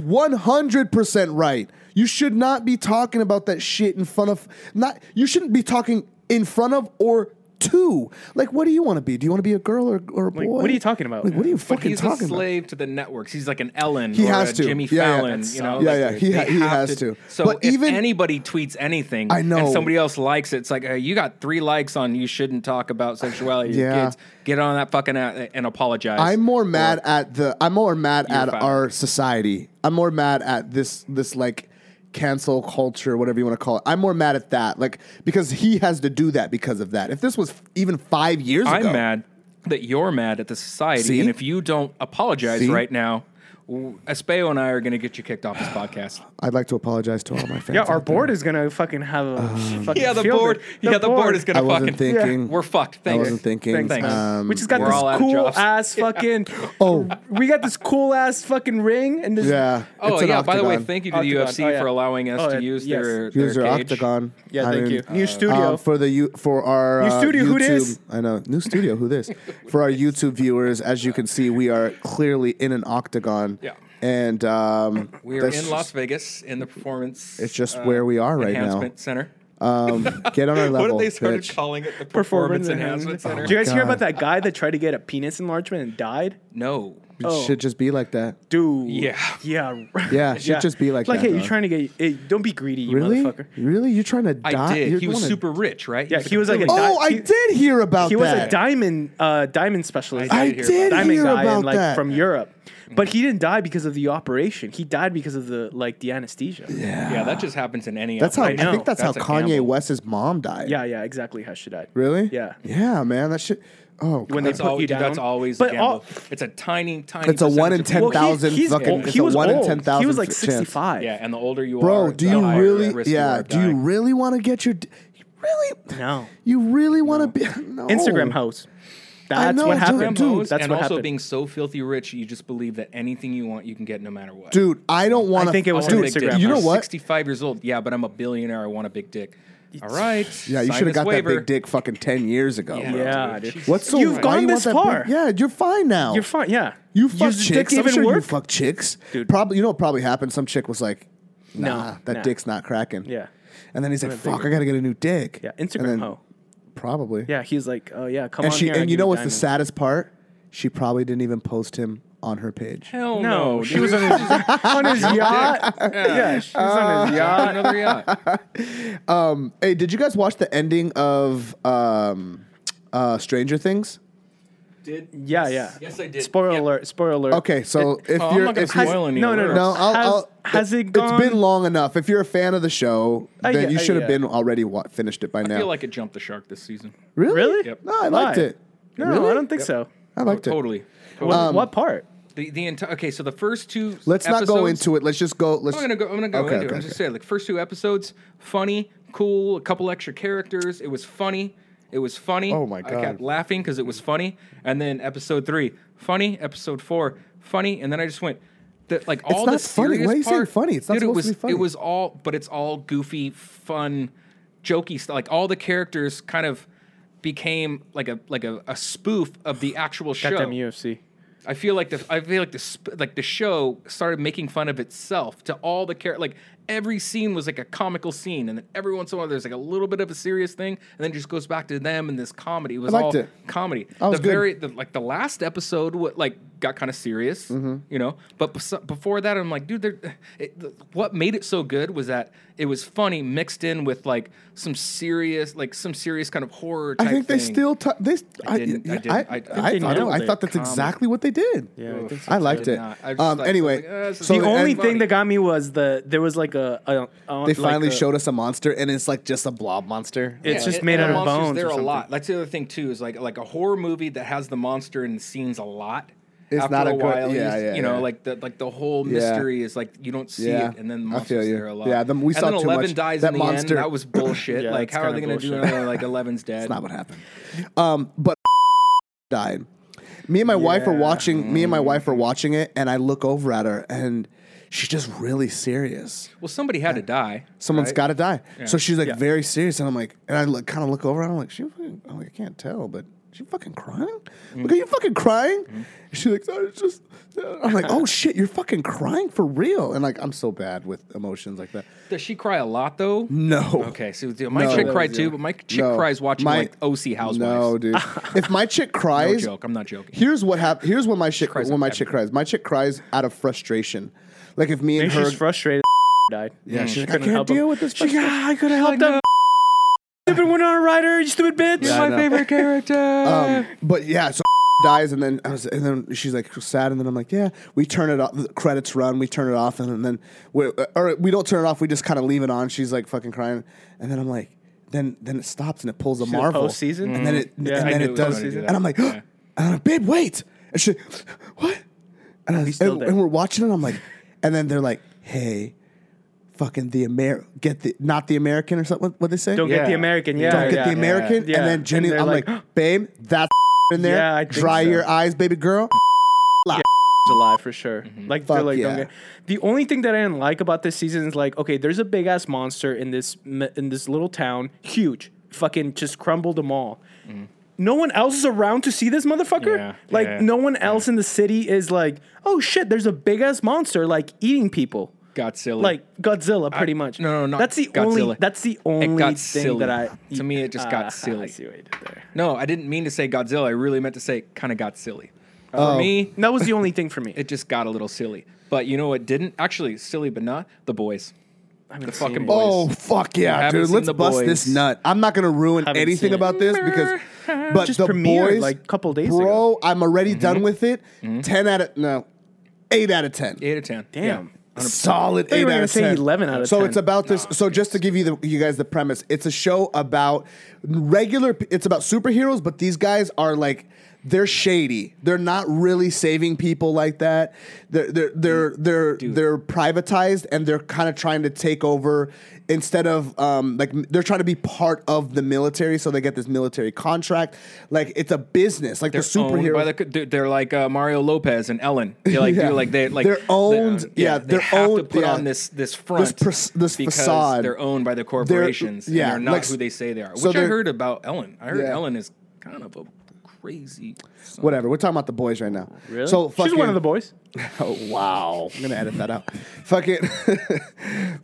[SPEAKER 3] 100% right. You should not be talking about that shit in front of not you shouldn't be talking in front of or to. Like what do you want to be? Do you want to be a girl or, or a boy?
[SPEAKER 5] Like, what are you talking about?
[SPEAKER 3] Like what are you
[SPEAKER 5] But
[SPEAKER 4] But
[SPEAKER 3] fucking
[SPEAKER 4] he's a
[SPEAKER 3] talking about?
[SPEAKER 4] slave to the networks. He's like an Ellen.
[SPEAKER 3] He
[SPEAKER 4] or
[SPEAKER 3] has
[SPEAKER 4] a
[SPEAKER 3] to.
[SPEAKER 4] Jimmy
[SPEAKER 3] Yeah, yeah.
[SPEAKER 4] Fallon.
[SPEAKER 3] That's
[SPEAKER 4] You know.
[SPEAKER 3] so- Yeah,
[SPEAKER 4] like,
[SPEAKER 3] yeah, he
[SPEAKER 4] they
[SPEAKER 3] ha- he
[SPEAKER 4] have
[SPEAKER 3] has to.
[SPEAKER 4] So
[SPEAKER 3] But
[SPEAKER 4] if
[SPEAKER 3] even-
[SPEAKER 4] anybody tweets anything,
[SPEAKER 3] I know.
[SPEAKER 4] and somebody else likes it, it's like, hey, you got three likes on. You shouldn't talk about sexuality. to
[SPEAKER 3] Yeah.
[SPEAKER 4] Your kids, get on that fucking app and apologize.
[SPEAKER 3] I'm more mad at the. I'm more mad at
[SPEAKER 4] fired.
[SPEAKER 3] our society. I'm more mad at this. This like cancel culture, whatever you want to call it. I'm more mad at that. Like because he has to do that because of that. If this was even five years
[SPEAKER 4] I'm
[SPEAKER 3] ago,
[SPEAKER 4] mad that you're mad at the society,
[SPEAKER 3] See?
[SPEAKER 4] and if you don't apologize
[SPEAKER 3] See?
[SPEAKER 4] right now, w- Espeo and I are going to get you kicked off this podcast.
[SPEAKER 3] I'd like to apologize to all my fans.
[SPEAKER 5] Yeah, our
[SPEAKER 3] out there.
[SPEAKER 5] board is gonna fucking have a
[SPEAKER 3] Um,
[SPEAKER 5] fucking
[SPEAKER 4] Yeah, the
[SPEAKER 5] field
[SPEAKER 4] board.
[SPEAKER 5] day.
[SPEAKER 4] Yeah, the board is going
[SPEAKER 3] I
[SPEAKER 4] to
[SPEAKER 3] wasn't
[SPEAKER 4] fucking.
[SPEAKER 3] thinking.
[SPEAKER 4] We're fucked. Thanks.
[SPEAKER 3] I wasn't thinking.
[SPEAKER 4] Thanks.
[SPEAKER 3] Um,
[SPEAKER 5] we just got
[SPEAKER 4] We're all out
[SPEAKER 5] this
[SPEAKER 4] of
[SPEAKER 5] cool
[SPEAKER 4] jobs.
[SPEAKER 5] ass fucking.
[SPEAKER 3] Oh.
[SPEAKER 5] we got this cool ass fucking ring and this.
[SPEAKER 3] yeah.
[SPEAKER 4] Oh
[SPEAKER 3] it's an
[SPEAKER 4] yeah! By the way,
[SPEAKER 3] octagon.
[SPEAKER 4] thank you to
[SPEAKER 5] Octagon.
[SPEAKER 4] the UFC
[SPEAKER 5] Oh, yeah.
[SPEAKER 4] for allowing us
[SPEAKER 5] Oh,
[SPEAKER 4] to
[SPEAKER 5] yeah.
[SPEAKER 4] use
[SPEAKER 5] Yes.
[SPEAKER 4] their,
[SPEAKER 3] Use
[SPEAKER 4] their
[SPEAKER 3] your
[SPEAKER 4] cage.
[SPEAKER 3] octagon.
[SPEAKER 5] Yeah,
[SPEAKER 3] I
[SPEAKER 5] thank
[SPEAKER 3] mean,
[SPEAKER 5] you. New studio.
[SPEAKER 3] um, for the you for our
[SPEAKER 5] New
[SPEAKER 3] uh,
[SPEAKER 5] studio, who
[SPEAKER 3] YouTube-
[SPEAKER 5] dis?
[SPEAKER 3] I know new studio. Who this? For our YouTube viewers, as you can see, we are clearly in an octagon.
[SPEAKER 4] Yeah.
[SPEAKER 3] And um,
[SPEAKER 4] We are
[SPEAKER 3] that's
[SPEAKER 4] in
[SPEAKER 3] just-
[SPEAKER 4] Las Vegas in the performance. uh,
[SPEAKER 3] It's just where we are right now.
[SPEAKER 4] enhancement Center.
[SPEAKER 3] Um, get on our level.
[SPEAKER 4] what did they started
[SPEAKER 3] bitch.
[SPEAKER 4] calling it? The performance,
[SPEAKER 5] Performance
[SPEAKER 4] enhancement
[SPEAKER 5] enhancement.
[SPEAKER 4] center.
[SPEAKER 5] Do you guys hear
[SPEAKER 3] God.
[SPEAKER 5] about that guy that tried to get a penis enlargement and died?
[SPEAKER 4] no.
[SPEAKER 3] It
[SPEAKER 5] Oh.
[SPEAKER 3] should just be like that.
[SPEAKER 5] Dude.
[SPEAKER 4] Yeah.
[SPEAKER 5] Yeah.
[SPEAKER 3] Yeah, it should just be like
[SPEAKER 5] Like,
[SPEAKER 3] that,
[SPEAKER 5] hey, you're
[SPEAKER 3] dog.
[SPEAKER 5] trying to get. Hey, don't be greedy, you
[SPEAKER 3] Really?
[SPEAKER 5] motherfucker.
[SPEAKER 3] Really? You're trying to
[SPEAKER 4] I
[SPEAKER 3] die?
[SPEAKER 4] did.
[SPEAKER 3] You're
[SPEAKER 4] he was
[SPEAKER 3] wanna-
[SPEAKER 4] super rich, right?
[SPEAKER 5] Yeah, he was like a
[SPEAKER 3] Oh, I
[SPEAKER 5] He-
[SPEAKER 3] did hear about
[SPEAKER 5] He was
[SPEAKER 3] that.
[SPEAKER 5] a diamond uh, diamond specialist.
[SPEAKER 3] I
[SPEAKER 4] I did hear
[SPEAKER 3] did
[SPEAKER 5] diamond
[SPEAKER 3] hear
[SPEAKER 5] guy
[SPEAKER 3] about
[SPEAKER 5] and, like
[SPEAKER 3] that.
[SPEAKER 5] from Europe. But he didn't die because of the operation. He died because of the like the anesthesia. Yeah,
[SPEAKER 4] yeah, that just happens in any.
[SPEAKER 3] that's how I,
[SPEAKER 4] outfit.
[SPEAKER 5] know.
[SPEAKER 3] think that's,
[SPEAKER 4] That's
[SPEAKER 3] how
[SPEAKER 4] a
[SPEAKER 3] Kanye
[SPEAKER 4] gamble.
[SPEAKER 3] West's mom died.
[SPEAKER 5] yeah, exactly how she died.
[SPEAKER 3] Really?
[SPEAKER 5] Yeah.
[SPEAKER 3] Yeah, man. That shit. Oh,
[SPEAKER 5] When
[SPEAKER 3] God.
[SPEAKER 5] they
[SPEAKER 4] That's,
[SPEAKER 5] put
[SPEAKER 4] all,
[SPEAKER 5] you down.
[SPEAKER 4] that's always a
[SPEAKER 5] But
[SPEAKER 4] gamble.
[SPEAKER 5] all-
[SPEAKER 4] it's a tiny, tiny.
[SPEAKER 3] It's a one in
[SPEAKER 4] percentage of people-
[SPEAKER 3] 10,000
[SPEAKER 5] he's
[SPEAKER 3] fucking-
[SPEAKER 5] old.
[SPEAKER 3] it's
[SPEAKER 5] He
[SPEAKER 3] a
[SPEAKER 5] was
[SPEAKER 3] one in
[SPEAKER 5] old. He
[SPEAKER 3] 10,000
[SPEAKER 5] was like
[SPEAKER 3] chance.
[SPEAKER 5] 65.
[SPEAKER 4] Yeah, and the older you are,
[SPEAKER 3] bro, do
[SPEAKER 4] the
[SPEAKER 3] you
[SPEAKER 4] higher
[SPEAKER 3] really?
[SPEAKER 4] risk you
[SPEAKER 3] Yeah,
[SPEAKER 4] are
[SPEAKER 3] do you
[SPEAKER 4] dying.
[SPEAKER 3] really want to get your? d- you Really?
[SPEAKER 5] No.
[SPEAKER 3] You really want to be? No.
[SPEAKER 5] Instagram hoes. That's
[SPEAKER 3] know,
[SPEAKER 5] what
[SPEAKER 3] dude,
[SPEAKER 5] happened.
[SPEAKER 3] dude.
[SPEAKER 5] that's
[SPEAKER 4] and
[SPEAKER 5] what
[SPEAKER 4] also
[SPEAKER 5] happened.
[SPEAKER 4] being so filthy rich, you just believe that anything you want, you can get no matter what.
[SPEAKER 3] Dude, I don't want to.
[SPEAKER 5] think it was
[SPEAKER 3] dude,
[SPEAKER 5] on Instagram.
[SPEAKER 3] You know
[SPEAKER 4] I'm
[SPEAKER 3] what?
[SPEAKER 4] 65 years old. Yeah, but I'm a billionaire. I want a big dick. All right.
[SPEAKER 3] Yeah, you
[SPEAKER 4] sign
[SPEAKER 3] should have
[SPEAKER 4] this
[SPEAKER 3] got
[SPEAKER 4] waiver.
[SPEAKER 3] that big dick fucking ten years ago.
[SPEAKER 4] Yeah,
[SPEAKER 3] bro.
[SPEAKER 5] Yeah,
[SPEAKER 4] dude.
[SPEAKER 5] dude.
[SPEAKER 4] Jesus
[SPEAKER 3] What's so?
[SPEAKER 5] You've
[SPEAKER 3] why
[SPEAKER 5] gone
[SPEAKER 3] you want
[SPEAKER 5] this
[SPEAKER 3] that
[SPEAKER 5] far.
[SPEAKER 3] Big, yeah, you're fine now.
[SPEAKER 5] You're fine. Yeah.
[SPEAKER 3] You
[SPEAKER 5] Does
[SPEAKER 3] fuck
[SPEAKER 5] the
[SPEAKER 3] chicks.
[SPEAKER 5] dick
[SPEAKER 3] I'm
[SPEAKER 5] even
[SPEAKER 3] sure you
[SPEAKER 5] work?
[SPEAKER 3] fuck chicks.
[SPEAKER 5] Dude.
[SPEAKER 3] Probably. You know what probably happened? Some chick was like,
[SPEAKER 5] No,
[SPEAKER 3] Nah, that
[SPEAKER 5] nah.
[SPEAKER 3] dick's not cracking.
[SPEAKER 5] Yeah.
[SPEAKER 3] And then he's like,
[SPEAKER 5] bigger.
[SPEAKER 3] "Fuck, I gotta get a new dick."
[SPEAKER 5] Yeah.
[SPEAKER 3] And
[SPEAKER 5] Instagram
[SPEAKER 3] then-
[SPEAKER 5] hoe.
[SPEAKER 3] Probably.
[SPEAKER 5] Yeah. He's like, oh yeah, come
[SPEAKER 3] And
[SPEAKER 5] on
[SPEAKER 3] she
[SPEAKER 5] here. I'll
[SPEAKER 3] and you
[SPEAKER 5] give
[SPEAKER 3] know what's the
[SPEAKER 5] diamonds.
[SPEAKER 3] saddest part? She probably didn't even post him on her page.
[SPEAKER 4] Hell no.
[SPEAKER 5] No, she was on his, on his yacht. Yeah, she was on
[SPEAKER 3] Uh,
[SPEAKER 5] his yacht.
[SPEAKER 4] Yeah, another yacht.
[SPEAKER 3] Hey, did you guys watch the ending of um, uh, Stranger Things?
[SPEAKER 4] Did
[SPEAKER 5] Yeah, yeah.
[SPEAKER 4] Yes, I did.
[SPEAKER 5] Spoiler
[SPEAKER 4] Yeah.
[SPEAKER 5] alert! Spoiler alert!
[SPEAKER 3] Okay, so if
[SPEAKER 4] oh, I'm
[SPEAKER 3] you're
[SPEAKER 4] not gonna
[SPEAKER 3] if you-
[SPEAKER 4] spoil any
[SPEAKER 5] no, no,
[SPEAKER 4] alert.
[SPEAKER 5] no,
[SPEAKER 3] No, I'll,
[SPEAKER 5] has,
[SPEAKER 3] I'll,
[SPEAKER 5] has it gone?
[SPEAKER 3] It's been long enough. If you're a fan of the show,
[SPEAKER 5] Uh,
[SPEAKER 3] then
[SPEAKER 5] yeah,
[SPEAKER 3] you
[SPEAKER 5] uh,
[SPEAKER 3] should have
[SPEAKER 5] yeah.
[SPEAKER 3] been already wa- finished it by now.
[SPEAKER 4] I feel like it jumped the shark this season.
[SPEAKER 3] really?
[SPEAKER 5] Really?
[SPEAKER 3] No, I liked
[SPEAKER 5] Why?
[SPEAKER 3] it. Um,
[SPEAKER 5] No,
[SPEAKER 3] Really?
[SPEAKER 5] I don't think so.
[SPEAKER 3] I liked it.
[SPEAKER 4] Totally.
[SPEAKER 5] What,
[SPEAKER 4] Totally.
[SPEAKER 5] what part?
[SPEAKER 4] The the entire okay. So the first two.
[SPEAKER 3] Let's not go
[SPEAKER 4] episodes-
[SPEAKER 3] into it. Let's just go. Let's.
[SPEAKER 4] I'm gonna go. I'm gonna go
[SPEAKER 3] Okay,
[SPEAKER 4] into it.
[SPEAKER 3] okay,
[SPEAKER 4] I'm just saying, like first two episodes, funny, cool, a couple extra characters. It was funny. It was funny.
[SPEAKER 3] Oh my
[SPEAKER 4] I kept
[SPEAKER 3] God.
[SPEAKER 4] laughing because it was funny. And then episode three, funny. Episode four, funny. And then I just went. That like all
[SPEAKER 3] not
[SPEAKER 4] the
[SPEAKER 3] funny.
[SPEAKER 4] serious
[SPEAKER 3] Why are you saying
[SPEAKER 4] part-
[SPEAKER 3] funny? It's not
[SPEAKER 4] dude, it
[SPEAKER 3] supposed to
[SPEAKER 4] was,
[SPEAKER 3] be funny.
[SPEAKER 4] It was all, but it's all goofy, fun, jokey stuff. Like all the characters kind of became like a like a, a spoof of the actual show.
[SPEAKER 6] Goddamn UFC.
[SPEAKER 4] I feel like the I feel like the sp- like the show started making fun of itself to all the characters. Like every scene was like a comical scene, and then every once in a while there's like a little bit of a serious thing, and then just goes back to them and this comedy. It was
[SPEAKER 3] liked
[SPEAKER 4] all
[SPEAKER 3] it.
[SPEAKER 4] comedy.
[SPEAKER 3] That was
[SPEAKER 4] the
[SPEAKER 3] good.
[SPEAKER 4] very the, like the last episode what like got kind of serious,
[SPEAKER 3] Mm-hmm.
[SPEAKER 4] you know. But bes- before that, I'm like, dude, there- it, th- what made it so good was that it was funny mixed in with like some serious like some serious kind of horror. Type
[SPEAKER 3] I think they
[SPEAKER 4] thing.
[SPEAKER 3] still. T- they. I.
[SPEAKER 4] didn't- I
[SPEAKER 3] I,
[SPEAKER 4] didn't-
[SPEAKER 3] I,
[SPEAKER 4] I- I think
[SPEAKER 6] they
[SPEAKER 3] thought. it-
[SPEAKER 6] nailed
[SPEAKER 3] I
[SPEAKER 6] it.
[SPEAKER 3] thought that's
[SPEAKER 4] Comedy.
[SPEAKER 3] exactly what they did.
[SPEAKER 6] Yeah, I think so.
[SPEAKER 3] I liked
[SPEAKER 4] did
[SPEAKER 3] it.
[SPEAKER 4] not. I just
[SPEAKER 3] Um,
[SPEAKER 4] like-
[SPEAKER 3] anyway,
[SPEAKER 4] like, uh, this is
[SPEAKER 3] so
[SPEAKER 4] the
[SPEAKER 6] the only
[SPEAKER 4] and-
[SPEAKER 6] thing that got me was the there was like a, a, a
[SPEAKER 3] they finally
[SPEAKER 5] uh,
[SPEAKER 6] like a-
[SPEAKER 3] showed us a monster, and it's like just a blob monster.
[SPEAKER 4] Yeah,
[SPEAKER 6] It's just
[SPEAKER 4] and-
[SPEAKER 6] made
[SPEAKER 4] and
[SPEAKER 6] out
[SPEAKER 4] the
[SPEAKER 6] of
[SPEAKER 4] monsters
[SPEAKER 6] bones.
[SPEAKER 4] There
[SPEAKER 6] or
[SPEAKER 4] a
[SPEAKER 6] something.
[SPEAKER 4] lot. That's the other thing too is like like a horror movie that has the monster in the scenes a lot.
[SPEAKER 3] It's
[SPEAKER 4] After
[SPEAKER 3] not
[SPEAKER 4] a,
[SPEAKER 3] a good-
[SPEAKER 4] while, you,
[SPEAKER 3] yeah,
[SPEAKER 4] just-
[SPEAKER 3] yeah,
[SPEAKER 4] you know,
[SPEAKER 3] yeah.
[SPEAKER 4] like the like the whole
[SPEAKER 3] Yeah.
[SPEAKER 4] mystery is like you don't see
[SPEAKER 3] Yeah.
[SPEAKER 4] it, and then the
[SPEAKER 3] I
[SPEAKER 4] monster's
[SPEAKER 3] feel you.
[SPEAKER 4] there a lot.
[SPEAKER 3] Yeah, then we
[SPEAKER 4] and
[SPEAKER 3] saw
[SPEAKER 4] then
[SPEAKER 3] too
[SPEAKER 4] Eleven
[SPEAKER 3] much.
[SPEAKER 4] dies
[SPEAKER 3] That
[SPEAKER 4] in the
[SPEAKER 3] monster-
[SPEAKER 4] end. That was bullshit.
[SPEAKER 6] Yeah,
[SPEAKER 4] like
[SPEAKER 6] that's
[SPEAKER 4] how are
[SPEAKER 6] kinda
[SPEAKER 4] they gonna do
[SPEAKER 6] bullshit.
[SPEAKER 4] another like Eleven's dead?
[SPEAKER 3] That's not what happened. Um, but died. Me and my wife are watching. Me and my wife are watching it, and I look over at her, and she's just really serious.
[SPEAKER 4] well, somebody had to die.
[SPEAKER 3] Someone's
[SPEAKER 4] right?
[SPEAKER 3] got to die. So she's like very serious, and I'm like, and I look, kind of look over, and I'm like, she, fucking, I'm like, I can't tell, but she fucking crying.
[SPEAKER 4] Mm-hmm.
[SPEAKER 3] Look, are you fucking crying? She's like, "No, it's just. I'm like, oh shit, you're fucking crying for real, and like, I'm so bad with emotions like that.
[SPEAKER 4] Does she cry a lot though?
[SPEAKER 3] No.
[SPEAKER 4] Okay, so dude, my
[SPEAKER 3] No.
[SPEAKER 4] chick cried too, but my chick
[SPEAKER 3] No.
[SPEAKER 4] cries watching
[SPEAKER 3] My-
[SPEAKER 4] like OC Housewives.
[SPEAKER 3] No, dude. if my chick
[SPEAKER 4] no
[SPEAKER 3] cries,
[SPEAKER 4] joke. I'm not joking.
[SPEAKER 3] here's what hap- Here's when my chick
[SPEAKER 4] cries
[SPEAKER 3] when my
[SPEAKER 4] at
[SPEAKER 3] chick cries. My chick cries out of frustration. Like if me and
[SPEAKER 6] Maybe she's
[SPEAKER 3] her,
[SPEAKER 6] frustrated. died.
[SPEAKER 3] yeah, she's like, I
[SPEAKER 6] couldn't
[SPEAKER 3] can't
[SPEAKER 6] help him.
[SPEAKER 3] deal with this.
[SPEAKER 6] She, yeah, I could have helped
[SPEAKER 7] no.
[SPEAKER 6] them. Stupid Winona Ryder, you stupid bitch.
[SPEAKER 3] Yeah, I know.
[SPEAKER 7] favorite character.
[SPEAKER 3] Um, but yeah, so dies, and then I was, and then she's like sad, and then I'm like, yeah, we turn it off. The credits run, we turn it off, and then we or we don't turn it off. We just kind of leave it on. She's like fucking crying, and then I'm like, then then it stops and it pulls a
[SPEAKER 6] the
[SPEAKER 3] Marvel
[SPEAKER 6] postseason? Mm-hmm.
[SPEAKER 3] and then it
[SPEAKER 6] Yeah,
[SPEAKER 3] and
[SPEAKER 6] I
[SPEAKER 3] then
[SPEAKER 6] knew
[SPEAKER 3] it
[SPEAKER 6] it was
[SPEAKER 3] does,
[SPEAKER 4] gonna do that.
[SPEAKER 3] and I'm like,
[SPEAKER 4] Yeah.
[SPEAKER 3] and I'm like, babe, wait, and she, what? And, I was,
[SPEAKER 6] still
[SPEAKER 3] and,
[SPEAKER 6] there.
[SPEAKER 3] and we're watching it. and I'm like, and then they're like, hey. Fucking the Amer, get the not the American or something. What they say?
[SPEAKER 6] Don't get the
[SPEAKER 4] Yeah.
[SPEAKER 6] American. Yeah,
[SPEAKER 3] don't get
[SPEAKER 6] yeah.
[SPEAKER 3] the American.
[SPEAKER 6] Yeah.
[SPEAKER 3] And then Jenny,
[SPEAKER 6] And they're
[SPEAKER 3] I'm like,
[SPEAKER 6] like,
[SPEAKER 3] babe, that's in there.
[SPEAKER 6] Yeah, I think
[SPEAKER 3] Dry
[SPEAKER 6] so.
[SPEAKER 3] your eyes, baby girl.
[SPEAKER 6] July for sure.
[SPEAKER 4] Mm-hmm.
[SPEAKER 6] Like they're
[SPEAKER 3] Fuck
[SPEAKER 6] like
[SPEAKER 3] yeah.
[SPEAKER 6] don't get. The only thing that I didn't like about this season is like okay, there's a big ass monster in this m- in this little town, huge, fucking just crumbled them all. No one else is around to see this motherfucker.
[SPEAKER 4] Mm-hmm. Yeah,
[SPEAKER 6] like
[SPEAKER 4] yeah,
[SPEAKER 6] no one else in the city is like, oh shit, there's a big ass monster like eating people.
[SPEAKER 4] Got silly.
[SPEAKER 6] Like Godzilla, pretty much.
[SPEAKER 4] no, no, not
[SPEAKER 6] That's the only.
[SPEAKER 4] Godzilla.
[SPEAKER 6] That's the only
[SPEAKER 4] got
[SPEAKER 6] thing
[SPEAKER 4] silly.
[SPEAKER 6] that I.
[SPEAKER 4] To me, it just got
[SPEAKER 6] Ah, I
[SPEAKER 4] silly.
[SPEAKER 6] see what you did there.
[SPEAKER 4] no, I didn't mean to say Godzilla. I really meant to say kind of got silly. For
[SPEAKER 3] Oh.
[SPEAKER 4] me,
[SPEAKER 6] And that was the only thing for me.
[SPEAKER 4] it just got a little silly. But you know what didn't? Actually, silly but not the boys.
[SPEAKER 6] I haven't
[SPEAKER 4] the
[SPEAKER 6] seen
[SPEAKER 4] fucking
[SPEAKER 6] it.
[SPEAKER 4] boy-
[SPEAKER 3] Oh fuck yeah,
[SPEAKER 4] Haven't
[SPEAKER 3] dude!
[SPEAKER 4] seen
[SPEAKER 3] Let's
[SPEAKER 4] the
[SPEAKER 3] bust this
[SPEAKER 4] boys.
[SPEAKER 3] nut. I'm not gonna ruin
[SPEAKER 6] Haven't
[SPEAKER 3] anything
[SPEAKER 6] seen it.
[SPEAKER 3] about this because, but
[SPEAKER 6] Just
[SPEAKER 3] the
[SPEAKER 6] premiered,
[SPEAKER 3] boys,
[SPEAKER 6] like, couple days
[SPEAKER 3] bro,
[SPEAKER 6] ago. Mm-hmm.
[SPEAKER 3] I'm already done with it. Ten out of no, eight out of ten.
[SPEAKER 4] Eight out of ten.
[SPEAKER 6] Damn.
[SPEAKER 3] Solid
[SPEAKER 6] thought you
[SPEAKER 3] eight
[SPEAKER 6] were
[SPEAKER 3] out
[SPEAKER 6] gonna
[SPEAKER 3] of
[SPEAKER 6] say
[SPEAKER 3] ten.
[SPEAKER 6] 11 out of
[SPEAKER 3] so
[SPEAKER 6] 10.
[SPEAKER 3] it's about this. so just to give you the you guys the premise, it's a show about regular. p- It's about superheroes, but these guys are like they're shady. They're not really saving people like that. They're they're they're they're they're privatized and they're kind of trying to take over instead of um like m- they're trying to be part of the military. So they get this military contract. Like it's a business. Like
[SPEAKER 4] They're
[SPEAKER 3] the superhero.
[SPEAKER 4] owned by the co- they're- they're like uh, Mario Lopez and Ellen. They're like
[SPEAKER 3] Yeah.
[SPEAKER 4] they're like they like
[SPEAKER 3] They're owned- yeah,
[SPEAKER 4] they
[SPEAKER 3] they're
[SPEAKER 4] have to
[SPEAKER 3] owned-
[SPEAKER 4] put
[SPEAKER 3] yeah.
[SPEAKER 4] on this this front
[SPEAKER 3] pers- this
[SPEAKER 4] because
[SPEAKER 3] facade.
[SPEAKER 4] They're owned by the corporations. and They're,
[SPEAKER 3] yeah,
[SPEAKER 4] not
[SPEAKER 3] like-
[SPEAKER 4] who they say they are. Which
[SPEAKER 3] so
[SPEAKER 4] I
[SPEAKER 3] they're-
[SPEAKER 4] heard about Ellen. I heard
[SPEAKER 3] Yeah.
[SPEAKER 4] Ellen is kind of a crazy. son.
[SPEAKER 3] whatever. We're talking about the boys right now.
[SPEAKER 6] Really?
[SPEAKER 3] So
[SPEAKER 6] she's one
[SPEAKER 3] fucking-
[SPEAKER 6] of the boys.
[SPEAKER 3] Oh, wow. I'm going to edit that out. Fuck it.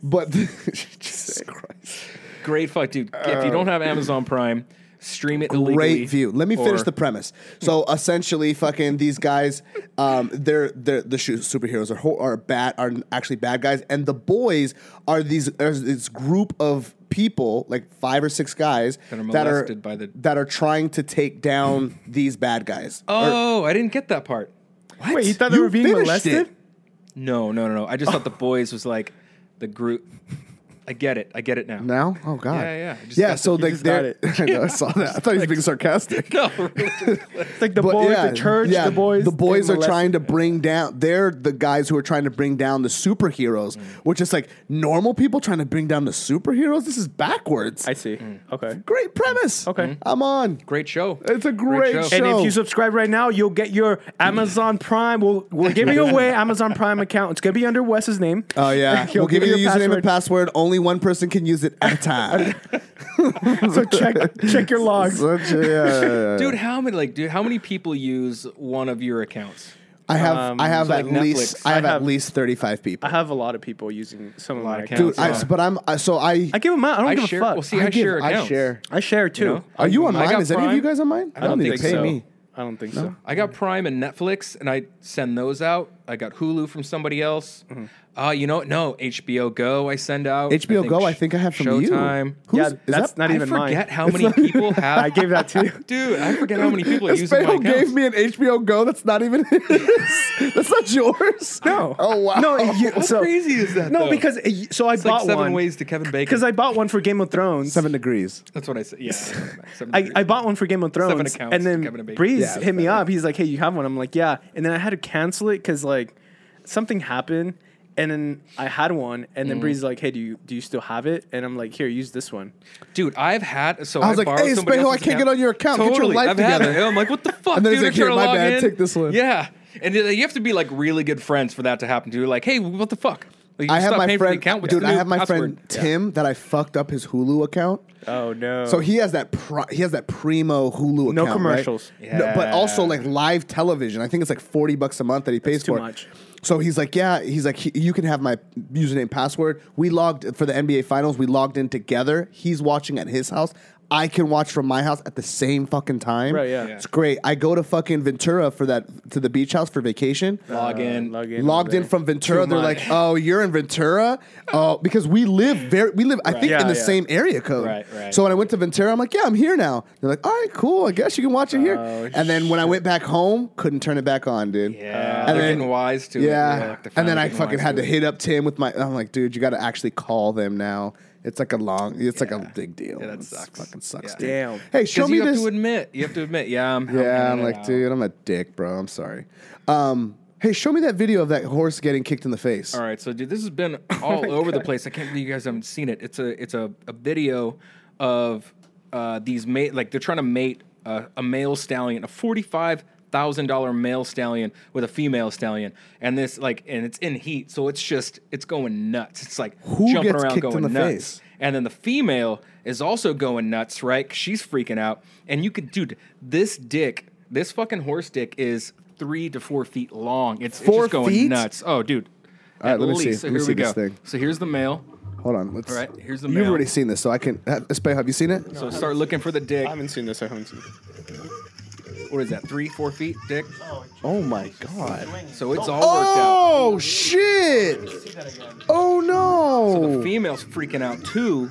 [SPEAKER 3] but Jesus Christ.
[SPEAKER 4] Great fuck, dude. if you don't have Amazon Prime, stream it illegally.
[SPEAKER 3] Uh, Great view. Let me finish
[SPEAKER 4] or-
[SPEAKER 3] the premise. So essentially, fucking these guys, um, they're they're the shu- superheroes are ho- are bad are actually bad guys, and the boys are these are this group of people like five or six guys
[SPEAKER 4] That are molested by the-
[SPEAKER 3] that are trying to take down these bad guys.
[SPEAKER 4] Oh, I didn't get that part.
[SPEAKER 6] Wait, you thought they
[SPEAKER 3] You
[SPEAKER 6] were being
[SPEAKER 3] finished
[SPEAKER 6] molested?
[SPEAKER 3] it.
[SPEAKER 4] No, no, no, no. I just thought the boys was like the group. I get it. I get it now.
[SPEAKER 3] Now? Oh God.
[SPEAKER 4] Yeah, yeah. I just
[SPEAKER 3] yeah.
[SPEAKER 4] got
[SPEAKER 3] So
[SPEAKER 4] the-
[SPEAKER 3] they,
[SPEAKER 5] just
[SPEAKER 3] they're-
[SPEAKER 5] got
[SPEAKER 3] I know. I saw that. I thought he was being sarcastic.
[SPEAKER 4] No, really.
[SPEAKER 5] It's like the boys, the church,
[SPEAKER 3] yeah,
[SPEAKER 5] the boys.
[SPEAKER 3] The boys are
[SPEAKER 5] getting molested.
[SPEAKER 3] trying to bring down. They're the guys who are trying to bring down the
[SPEAKER 5] Mm.
[SPEAKER 3] superheroes, which is like normal people trying to bring down the superheroes. This is backwards.
[SPEAKER 5] I see. Mm. Okay.
[SPEAKER 3] great premise. Mm-hmm.
[SPEAKER 5] Okay. Mhm.
[SPEAKER 3] I'm on.
[SPEAKER 4] great show.
[SPEAKER 3] It's a great,
[SPEAKER 4] show.
[SPEAKER 3] show.
[SPEAKER 5] And if you subscribe right now, you'll get your Amazon Prime. We'll, we're giving away Amazon Prime account. It's gonna be under Wes's name.
[SPEAKER 3] oh yeah,
[SPEAKER 5] He'll
[SPEAKER 3] we'll give
[SPEAKER 5] give
[SPEAKER 3] you the
[SPEAKER 5] you a
[SPEAKER 3] username and password. Only one person can use it at a time.
[SPEAKER 5] So check check your logs.
[SPEAKER 3] Such a- yeah, yeah, yeah.
[SPEAKER 4] Dude, how many like dude, how many people use one of your accounts?
[SPEAKER 3] I have
[SPEAKER 5] Um,
[SPEAKER 3] I have
[SPEAKER 4] it's
[SPEAKER 3] at
[SPEAKER 4] like
[SPEAKER 3] least
[SPEAKER 4] Netflix.
[SPEAKER 3] I have,
[SPEAKER 5] I
[SPEAKER 3] at
[SPEAKER 5] have-
[SPEAKER 3] least thirty five people.
[SPEAKER 5] I have a lot of people using some of my
[SPEAKER 4] of
[SPEAKER 5] accounts.
[SPEAKER 3] Dude, I,
[SPEAKER 4] Yeah.
[SPEAKER 3] but I'm I- so I
[SPEAKER 5] I give them out. I don't give
[SPEAKER 4] share.
[SPEAKER 5] a fuck.
[SPEAKER 4] Well, see,
[SPEAKER 3] I
[SPEAKER 4] I,
[SPEAKER 3] give-
[SPEAKER 4] share
[SPEAKER 3] I
[SPEAKER 4] accounts.
[SPEAKER 3] share.
[SPEAKER 5] I share too.
[SPEAKER 4] know?
[SPEAKER 3] Are you on
[SPEAKER 4] I
[SPEAKER 3] mine?
[SPEAKER 4] got
[SPEAKER 3] Is any of you
[SPEAKER 4] Prime.
[SPEAKER 3] guys on mine?
[SPEAKER 5] I don't
[SPEAKER 3] need to
[SPEAKER 5] think
[SPEAKER 3] pay
[SPEAKER 5] so.
[SPEAKER 3] me.
[SPEAKER 5] I don't think so.
[SPEAKER 4] I got Prime and Netflix, and I send those out. I got Hulu from somebody else.
[SPEAKER 3] Mm-hmm.
[SPEAKER 4] Uh, you know what? No, HBO Go I send out.
[SPEAKER 3] HBO Go, I think I have from you.
[SPEAKER 4] Showtime.
[SPEAKER 3] Who's-
[SPEAKER 5] yeah,
[SPEAKER 3] is
[SPEAKER 5] that's
[SPEAKER 3] that-
[SPEAKER 5] not even
[SPEAKER 4] I forget
[SPEAKER 5] mine.
[SPEAKER 4] how many people have.
[SPEAKER 5] I gave that to you.
[SPEAKER 4] Dude, I forget how many people are using my
[SPEAKER 3] Espejo
[SPEAKER 4] account.
[SPEAKER 3] gave me an HBO Go. That's not even his. that's not yours.
[SPEAKER 5] No.
[SPEAKER 3] Oh wow.
[SPEAKER 5] No. You,
[SPEAKER 4] how
[SPEAKER 5] so,
[SPEAKER 4] crazy is that?
[SPEAKER 5] no,
[SPEAKER 4] though?
[SPEAKER 5] because uh, so I
[SPEAKER 4] it's
[SPEAKER 5] bought
[SPEAKER 4] like seven
[SPEAKER 5] one
[SPEAKER 4] ways to Kevin Bacon.
[SPEAKER 5] because I bought one for Game of Thrones.
[SPEAKER 3] Seven degrees.
[SPEAKER 4] that's what I said. Yeah, seven
[SPEAKER 5] I,
[SPEAKER 4] degrees.
[SPEAKER 5] I bought one for Game of Thrones,
[SPEAKER 4] accounts,
[SPEAKER 5] and then
[SPEAKER 4] Kevin and Bacon.
[SPEAKER 5] Breeze
[SPEAKER 3] Yeah,
[SPEAKER 5] hit me
[SPEAKER 3] seven.
[SPEAKER 5] up. He's like, "Hey, you have one?" I'm like, "Yeah," and then I had to cancel it because like something happened, and then I had one, and
[SPEAKER 4] Mm.
[SPEAKER 5] then Breeze is like, "Hey, do you do you still have it?" And I'm like, "Here, use this one."
[SPEAKER 4] dude, I've had. So
[SPEAKER 3] I was like,
[SPEAKER 4] borrowed
[SPEAKER 3] "Hey,
[SPEAKER 4] somebody
[SPEAKER 3] Espejo,
[SPEAKER 4] else's
[SPEAKER 3] I can't get on your account. Get your
[SPEAKER 4] Totally,
[SPEAKER 3] life
[SPEAKER 4] I've had
[SPEAKER 3] together.
[SPEAKER 4] it. I'm like, what the fuck?
[SPEAKER 3] And then he's like, "Here,
[SPEAKER 4] dude, I'm trying to
[SPEAKER 3] my
[SPEAKER 4] log
[SPEAKER 3] bad,
[SPEAKER 4] in."
[SPEAKER 3] take this one.
[SPEAKER 4] Yeah, and then you have to be like really good friends for that to happen to you. Like, hey, what the fuck? Like, you
[SPEAKER 3] I have
[SPEAKER 4] stop
[SPEAKER 3] my
[SPEAKER 4] paying for the
[SPEAKER 3] friend,
[SPEAKER 4] account. What's
[SPEAKER 3] dude.
[SPEAKER 4] the
[SPEAKER 3] I
[SPEAKER 4] new
[SPEAKER 3] have my friend
[SPEAKER 4] password?
[SPEAKER 3] Tim that I fucked up his Hulu account.
[SPEAKER 5] Oh no!
[SPEAKER 3] So he has that pri he has that primo Hulu account.
[SPEAKER 5] No
[SPEAKER 3] right?
[SPEAKER 5] commercials.
[SPEAKER 3] No, but
[SPEAKER 4] Yeah.
[SPEAKER 3] also like live television. I think it's like forty bucks a month that he pays
[SPEAKER 5] too
[SPEAKER 3] for.
[SPEAKER 5] much.
[SPEAKER 3] So he's like, yeah, he's like, he, you can have my username password. We logged for the NBA finals. We logged in together. He's watching at his house. I can watch from my house at the same fucking time.
[SPEAKER 5] Right, yeah. Yeah.
[SPEAKER 3] It's great. I go to fucking Ventura for that to the beach house for vacation
[SPEAKER 4] Log in.
[SPEAKER 5] log in.
[SPEAKER 3] logged in
[SPEAKER 5] there.
[SPEAKER 3] from Ventura.
[SPEAKER 4] Too
[SPEAKER 3] They're like,
[SPEAKER 4] much.
[SPEAKER 3] "Oh, you're in Ventura." Oh, because we live very, we live, I think,
[SPEAKER 5] Yeah,
[SPEAKER 3] in the
[SPEAKER 5] yeah.
[SPEAKER 3] same area code.
[SPEAKER 4] Right, right.
[SPEAKER 3] So when I went to Ventura, I'm like, "Yeah, I'm here now." They're like, "All right, cool. I guess you can watch it here." and then when I went back home, couldn't turn it back on, dude.
[SPEAKER 4] Oh, Yeah,
[SPEAKER 3] And
[SPEAKER 4] Uh, they're
[SPEAKER 3] then-
[SPEAKER 4] getting wise to it.
[SPEAKER 3] Yeah.
[SPEAKER 4] They're, like, they're
[SPEAKER 3] and then
[SPEAKER 4] finally
[SPEAKER 3] I
[SPEAKER 4] getting
[SPEAKER 3] fucking
[SPEAKER 4] wise
[SPEAKER 3] had to
[SPEAKER 4] it.
[SPEAKER 3] hit up Tim with my. I'm like, dude, you got to actually call them now. It's like a long. It's like a big deal.
[SPEAKER 4] Yeah, that
[SPEAKER 3] It's
[SPEAKER 4] sucks.
[SPEAKER 3] Fucking sucks.
[SPEAKER 4] Yeah.
[SPEAKER 3] dude.
[SPEAKER 5] Damn.
[SPEAKER 3] Hey, show
[SPEAKER 4] Because
[SPEAKER 3] me
[SPEAKER 4] you have
[SPEAKER 3] this.
[SPEAKER 4] to admit. You have to admit. Yeah, I'm.
[SPEAKER 3] Yeah, I'm
[SPEAKER 4] helping
[SPEAKER 3] like,
[SPEAKER 4] out.
[SPEAKER 3] dude, I'm a dick, bro. I'm sorry. Um, hey, show me that video of that horse getting kicked in the face.
[SPEAKER 4] All right, so dude, this has been
[SPEAKER 3] Oh
[SPEAKER 4] all over the place. I can't believe you guys haven't seen it. It's a it's a, a video of uh, these mate like they're trying to mate uh, a male stallion, a forty five thousand dollar male stallion with a female stallion, and this like and it's in heat, so it's just it's going nuts. It's like
[SPEAKER 3] Who
[SPEAKER 4] jumping
[SPEAKER 3] gets
[SPEAKER 4] around
[SPEAKER 3] kicked in
[SPEAKER 4] going
[SPEAKER 3] the
[SPEAKER 4] nuts.
[SPEAKER 3] face?
[SPEAKER 4] And then the female is also going nuts, right? 'Cause She's freaking out. And you could, dude, this dick, this fucking horse dick is three to four feet long. It's, it's
[SPEAKER 3] Four
[SPEAKER 4] just going
[SPEAKER 3] feet?
[SPEAKER 4] nuts. Oh, dude.
[SPEAKER 3] All right,
[SPEAKER 4] At
[SPEAKER 3] let me see.
[SPEAKER 4] least. So
[SPEAKER 3] Let me
[SPEAKER 4] here
[SPEAKER 3] see
[SPEAKER 4] we
[SPEAKER 3] this
[SPEAKER 4] go.
[SPEAKER 3] thing.
[SPEAKER 4] So here's the male.
[SPEAKER 3] Hold on. Let's,
[SPEAKER 4] All right, here's the
[SPEAKER 3] You've
[SPEAKER 4] mail.
[SPEAKER 3] already seen this, so I can. Uh, Espejo, have you seen it?
[SPEAKER 4] So start looking for the dick.
[SPEAKER 5] I haven't seen this. I haven't seen. It.
[SPEAKER 4] What is that? Three, four feet dick.
[SPEAKER 3] Oh my god.
[SPEAKER 4] So it's all worked out.
[SPEAKER 3] Oh shit. Oh
[SPEAKER 4] So the
[SPEAKER 3] no.
[SPEAKER 4] female's freaking out too,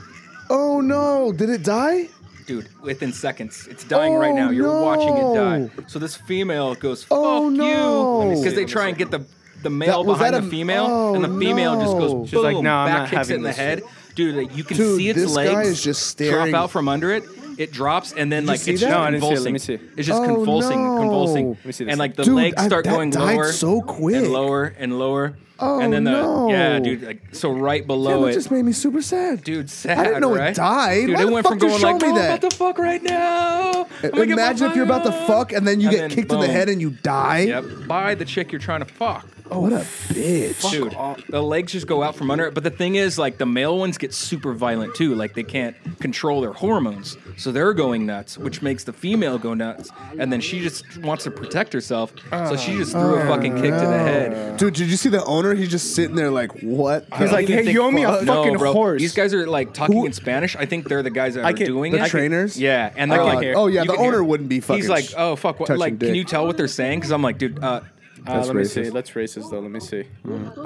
[SPEAKER 3] Oh no. Did it die?
[SPEAKER 4] dude. Within seconds, it's dying right
[SPEAKER 3] Oh,
[SPEAKER 4] now. You're watching
[SPEAKER 3] no.
[SPEAKER 4] it die. So this female goes, "Fuck
[SPEAKER 3] Oh, no. Let me
[SPEAKER 4] you,"
[SPEAKER 3] see,
[SPEAKER 4] because they
[SPEAKER 3] let me
[SPEAKER 4] try and get the the male
[SPEAKER 3] That- was
[SPEAKER 4] behind
[SPEAKER 3] that
[SPEAKER 4] the
[SPEAKER 3] a-
[SPEAKER 4] female, and
[SPEAKER 3] oh,
[SPEAKER 4] the female just
[SPEAKER 3] no.
[SPEAKER 4] goes,
[SPEAKER 3] She's
[SPEAKER 4] boom,
[SPEAKER 5] like, "No, I'm
[SPEAKER 4] back
[SPEAKER 5] not
[SPEAKER 4] kicks
[SPEAKER 5] having
[SPEAKER 4] it in the
[SPEAKER 5] this."
[SPEAKER 4] head, dude. like, you can
[SPEAKER 3] Dude,
[SPEAKER 4] see its
[SPEAKER 3] this guy
[SPEAKER 4] legs
[SPEAKER 3] is just staring.
[SPEAKER 4] drop out from under it. It drops and then like
[SPEAKER 3] see
[SPEAKER 4] it's
[SPEAKER 3] that?
[SPEAKER 4] just
[SPEAKER 3] No,
[SPEAKER 5] I didn't see it. Let
[SPEAKER 4] convulsing.
[SPEAKER 5] me see.
[SPEAKER 4] It's just
[SPEAKER 3] Oh,
[SPEAKER 4] convulsing,
[SPEAKER 3] no.
[SPEAKER 4] convulsing,
[SPEAKER 3] Let
[SPEAKER 5] me see this.
[SPEAKER 4] and like the
[SPEAKER 3] Dude,
[SPEAKER 4] legs
[SPEAKER 3] I-
[SPEAKER 4] start
[SPEAKER 3] that
[SPEAKER 4] going
[SPEAKER 3] died
[SPEAKER 4] lower,
[SPEAKER 3] so quick.
[SPEAKER 4] and lower and lower.
[SPEAKER 3] Oh,
[SPEAKER 4] and then the
[SPEAKER 3] no.
[SPEAKER 4] yeah, dude. Like, so right
[SPEAKER 3] Damn,
[SPEAKER 4] below
[SPEAKER 3] it
[SPEAKER 4] it,
[SPEAKER 3] just made me super sad.
[SPEAKER 4] Oh, dude. Sad.
[SPEAKER 3] I didn't know
[SPEAKER 4] right?
[SPEAKER 3] it died.
[SPEAKER 4] Dude,
[SPEAKER 3] Why
[SPEAKER 4] it
[SPEAKER 3] the
[SPEAKER 4] went
[SPEAKER 3] fuck
[SPEAKER 4] from
[SPEAKER 3] did you
[SPEAKER 4] going
[SPEAKER 3] show
[SPEAKER 4] like,
[SPEAKER 3] me
[SPEAKER 4] "Oh,
[SPEAKER 3] that?"
[SPEAKER 4] what the fuck right now?" I'm gonna get my
[SPEAKER 3] Imagine if you're about to
[SPEAKER 4] fire
[SPEAKER 3] fuck eh? and then you
[SPEAKER 4] on."
[SPEAKER 3] get
[SPEAKER 4] And then
[SPEAKER 3] kicked in the
[SPEAKER 4] boom.
[SPEAKER 3] head and you die.
[SPEAKER 4] Yep, by the chick you're trying to fuck.
[SPEAKER 3] Oh, what a bitch.
[SPEAKER 4] Dude, the legs just go out from under it. But the thing is, like, the male ones get super violent too. Like, they can't control their hormones. So they're going nuts, which makes the female go nuts. And then she just wants to protect herself. So she just threw
[SPEAKER 3] Oh,
[SPEAKER 4] a fucking kick to the head.
[SPEAKER 3] Dude, did you see the owner? He's just sitting there like, what?
[SPEAKER 5] He's like, "Hey, you owe me a fucking
[SPEAKER 4] no, bro.
[SPEAKER 5] horse."
[SPEAKER 4] These guys are like talking in Spanish. I think they're the guys that
[SPEAKER 5] I
[SPEAKER 4] are
[SPEAKER 5] can-
[SPEAKER 4] doing
[SPEAKER 3] the
[SPEAKER 4] it.
[SPEAKER 3] trainers?
[SPEAKER 4] yeah, and
[SPEAKER 3] I
[SPEAKER 4] they're
[SPEAKER 3] can
[SPEAKER 4] like,
[SPEAKER 3] hear. Oh, yeah,
[SPEAKER 4] you
[SPEAKER 3] the
[SPEAKER 4] can hear.
[SPEAKER 3] owner wouldn't be fucking
[SPEAKER 4] He's like,
[SPEAKER 3] sh-
[SPEAKER 4] oh fuck, what?
[SPEAKER 3] touching
[SPEAKER 4] Like,
[SPEAKER 3] dick.
[SPEAKER 4] can you tell what they're saying? Because I'm like, dude, uh,
[SPEAKER 5] Uh,
[SPEAKER 3] That's
[SPEAKER 5] let me
[SPEAKER 3] racist.
[SPEAKER 5] see. Let's racist though. Let me see.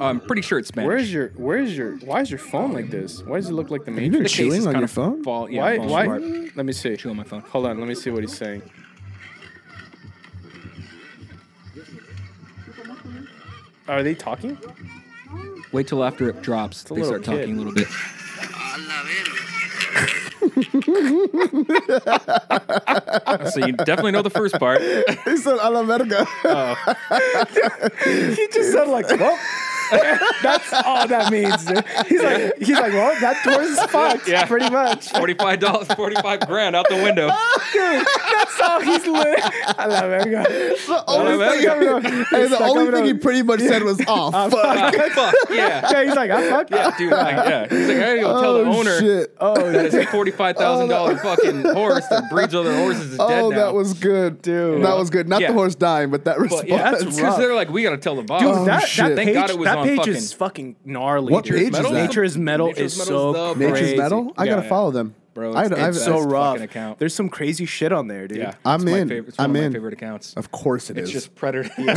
[SPEAKER 4] I'm pretty sure it's Spanish.
[SPEAKER 5] Where is your? Where is your? Why is your phone like this? Why does it look like the
[SPEAKER 3] been
[SPEAKER 4] the
[SPEAKER 5] Matrix?
[SPEAKER 4] case
[SPEAKER 3] chewing
[SPEAKER 4] is
[SPEAKER 3] on
[SPEAKER 4] kind
[SPEAKER 3] your
[SPEAKER 4] of
[SPEAKER 3] phone?
[SPEAKER 4] Fall, yeah,
[SPEAKER 5] Why?
[SPEAKER 4] phone
[SPEAKER 5] Why?
[SPEAKER 4] smart.
[SPEAKER 5] Let me see.
[SPEAKER 4] Chew on my phone.
[SPEAKER 5] Hold on. Let me see what he's saying. Are they talking?
[SPEAKER 4] Wait till after it drops. They
[SPEAKER 5] little
[SPEAKER 4] start
[SPEAKER 5] kid.
[SPEAKER 4] talking a little bit. So you definitely know the first part.
[SPEAKER 3] He said a la verga.
[SPEAKER 5] He just said like, well, that's all that means. dude. He's like, he's like, well, that horse is fucked, pretty much.
[SPEAKER 4] Forty-five dollars, forty-five grand out the window.
[SPEAKER 5] Dude, that's all he's lit. I love it. God.
[SPEAKER 3] the only
[SPEAKER 4] la
[SPEAKER 3] thing,
[SPEAKER 5] verga.
[SPEAKER 3] and the
[SPEAKER 5] Stuck
[SPEAKER 3] only
[SPEAKER 5] up
[SPEAKER 3] thing he
[SPEAKER 5] nose.
[SPEAKER 3] pretty much said was, "Oh fuck."
[SPEAKER 4] Fuck yeah,
[SPEAKER 5] Yeah, he's like, I fucked.
[SPEAKER 4] yeah, dude. Like, yeah, he's like, I gotta go tell the
[SPEAKER 3] Oh,
[SPEAKER 4] owner
[SPEAKER 3] shit.
[SPEAKER 5] Oh,
[SPEAKER 4] that it's a forty-five thousand dollar fucking horse that breeds other horses is dead
[SPEAKER 3] Oh,
[SPEAKER 4] now.
[SPEAKER 3] that was good, dude. That was good. Not
[SPEAKER 4] Yeah.
[SPEAKER 3] the horse dying, but that response.
[SPEAKER 4] But yeah,
[SPEAKER 5] that's
[SPEAKER 4] because
[SPEAKER 5] rough.
[SPEAKER 4] they're like, we gotta tell the boss.
[SPEAKER 3] Dude,
[SPEAKER 5] Oh,
[SPEAKER 6] that,
[SPEAKER 3] Oh, shit.
[SPEAKER 6] that
[SPEAKER 4] Thank
[SPEAKER 6] page,
[SPEAKER 4] God it was
[SPEAKER 6] that
[SPEAKER 4] on
[SPEAKER 6] page
[SPEAKER 4] fucking-
[SPEAKER 6] is fucking gnarly.
[SPEAKER 3] What
[SPEAKER 6] dude.
[SPEAKER 3] page is
[SPEAKER 6] Nature's
[SPEAKER 3] that?
[SPEAKER 6] Nature's metal
[SPEAKER 4] Nature's
[SPEAKER 6] is
[SPEAKER 4] Metal is
[SPEAKER 6] so
[SPEAKER 4] the
[SPEAKER 3] Nature's
[SPEAKER 6] crazy.
[SPEAKER 3] metal. I gotta
[SPEAKER 4] Yeah.
[SPEAKER 3] follow them,
[SPEAKER 4] Bro,
[SPEAKER 3] I,
[SPEAKER 4] it's-
[SPEAKER 3] I've-
[SPEAKER 6] It's
[SPEAKER 4] That's
[SPEAKER 6] so
[SPEAKER 4] fucking
[SPEAKER 6] rough.
[SPEAKER 4] account.
[SPEAKER 6] There's some crazy shit on there, dude.
[SPEAKER 4] Yeah,
[SPEAKER 3] I'm
[SPEAKER 4] it's my
[SPEAKER 3] in.
[SPEAKER 4] favorite- it's one
[SPEAKER 3] I'm
[SPEAKER 4] of my
[SPEAKER 3] in.
[SPEAKER 4] favorite accounts.
[SPEAKER 3] Of course it
[SPEAKER 4] It's
[SPEAKER 3] is.
[SPEAKER 4] just predator.
[SPEAKER 6] yeah,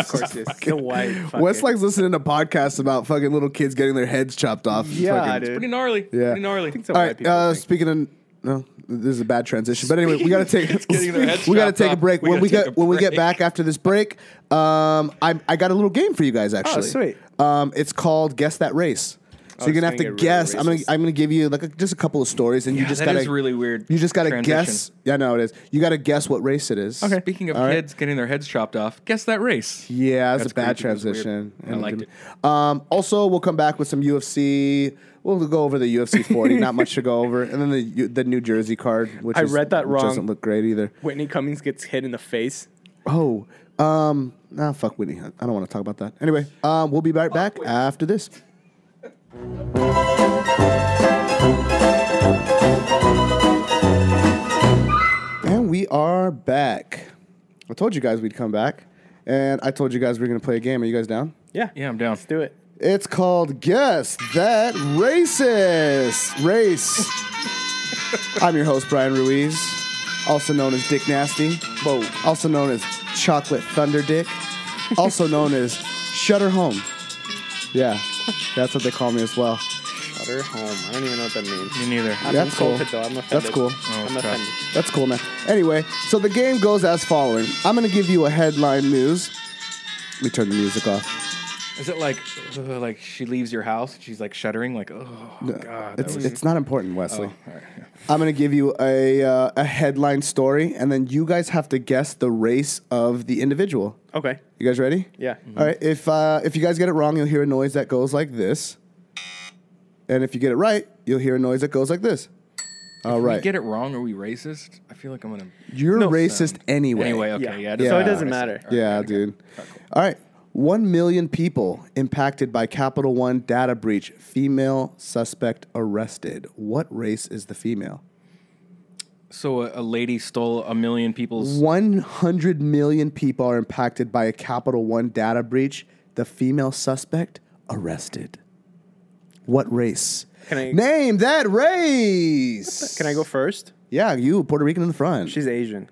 [SPEAKER 6] of course it is. The white. fucker.
[SPEAKER 3] Westlake's listening to podcasts about fucking little kids getting their heads chopped off. It's
[SPEAKER 6] Yeah,
[SPEAKER 3] fucking-
[SPEAKER 6] dude.
[SPEAKER 4] Pretty gnarly.
[SPEAKER 3] Yeah.
[SPEAKER 4] Pretty gnarly.
[SPEAKER 6] so.
[SPEAKER 3] All
[SPEAKER 6] white
[SPEAKER 3] right.
[SPEAKER 6] people
[SPEAKER 3] Uh,
[SPEAKER 6] think.
[SPEAKER 3] speaking of no, this is a bad transition. But anyway, we gotta take
[SPEAKER 4] getting their heads
[SPEAKER 3] we gotta
[SPEAKER 4] chopped
[SPEAKER 3] take a
[SPEAKER 4] off.
[SPEAKER 3] break.
[SPEAKER 4] We
[SPEAKER 3] when
[SPEAKER 4] gotta
[SPEAKER 3] we
[SPEAKER 4] take
[SPEAKER 3] get
[SPEAKER 4] a
[SPEAKER 3] when we get
[SPEAKER 4] break.
[SPEAKER 3] back after this break, um, I I got a little game for you guys actually.
[SPEAKER 6] sweet.
[SPEAKER 3] Um, it's called guess that race. So you're
[SPEAKER 6] it's
[SPEAKER 3] gonna
[SPEAKER 6] gonna
[SPEAKER 3] have to
[SPEAKER 6] get really
[SPEAKER 3] guess. I'm gonna
[SPEAKER 6] racist.
[SPEAKER 3] I'm gonna give you like a, just a couple of stories, and you
[SPEAKER 4] Yeah,
[SPEAKER 3] just
[SPEAKER 4] that
[SPEAKER 3] gotta
[SPEAKER 4] is really weird
[SPEAKER 3] You just gotta
[SPEAKER 4] transition.
[SPEAKER 3] guess. Yeah, no, it is. You gotta guess what race it is. Okay.
[SPEAKER 4] Speaking of
[SPEAKER 3] All right.
[SPEAKER 4] kids getting their heads chopped off, guess that race.
[SPEAKER 3] Yeah, that's,
[SPEAKER 4] That's
[SPEAKER 3] a bad
[SPEAKER 4] crazy. That's
[SPEAKER 3] transition.
[SPEAKER 4] weird. I liked it.
[SPEAKER 3] Um, also, we'll come back with some UFC. We'll go over the UFC 40. not much to go over, and then the U- the New Jersey card, which
[SPEAKER 6] I
[SPEAKER 3] is-
[SPEAKER 6] read that
[SPEAKER 3] which
[SPEAKER 6] wrong.
[SPEAKER 3] Doesn't look great either.
[SPEAKER 6] Whitney Cummings gets hit in the face.
[SPEAKER 3] Oh, um, nah, fuck Whitney. I don't want to talk about that. Anyway, um, we'll be right back after this. And we are back. I told you guys we'd come back, and I told you guys we are gonna play a game. Are you guys down?
[SPEAKER 6] Yeah.
[SPEAKER 4] Yeah, I'm down.
[SPEAKER 6] Let's do it.
[SPEAKER 3] It's called Guess That Racist Race. I'm your host, Brian Ruiz, also known as Dick Nasty. Whoa. Also known as Chocolate Thunder Dick. Also known as Shutter Home. Yeah, that's what they call me as well.
[SPEAKER 5] Shutter home. I don't even know what that means.
[SPEAKER 4] Me neither.
[SPEAKER 5] I'm
[SPEAKER 3] That's cool.
[SPEAKER 5] insulted, though. I'm offended.
[SPEAKER 3] That's cool.
[SPEAKER 5] I'm offended.
[SPEAKER 3] That's cool, man. Anyway, so the game goes as following. I'm gonna give you a headline news. Let me turn the music off.
[SPEAKER 4] Is it like, uh, like she leaves your house? and She's like shuddering, like, oh god.
[SPEAKER 3] It's, it's not important, Wesley.
[SPEAKER 4] Oh, All right.
[SPEAKER 3] I'm gonna give you a uh, a headline story, and then you guys have to guess the race of the individual.
[SPEAKER 6] Okay.
[SPEAKER 3] You guys ready?
[SPEAKER 6] Yeah.
[SPEAKER 3] All right. If uh, if you guys get it wrong, you'll hear a noise that goes like this, and if you get it right, you'll hear a noise that goes like this. All
[SPEAKER 4] Right.
[SPEAKER 3] right.
[SPEAKER 4] We get it wrong? Are we racist? I feel like I'm gonna.
[SPEAKER 3] You're racist anyway.
[SPEAKER 4] Anyway, okay,
[SPEAKER 6] Yeah.
[SPEAKER 4] yeah.
[SPEAKER 6] So it
[SPEAKER 3] Yeah.
[SPEAKER 6] doesn't matter.
[SPEAKER 3] yeah, dude. All right. One million people impacted by Capital One data breach. Female suspect arrested. What race is the female?
[SPEAKER 4] So a, a lady stole a million people's.
[SPEAKER 3] 100 million people are impacted by a Capital One data breach. The female suspect arrested. What race?
[SPEAKER 6] Can I-
[SPEAKER 3] Name that race.
[SPEAKER 6] Can I go first?
[SPEAKER 3] Yeah, you Puerto Rican in the front.
[SPEAKER 6] She's Asian.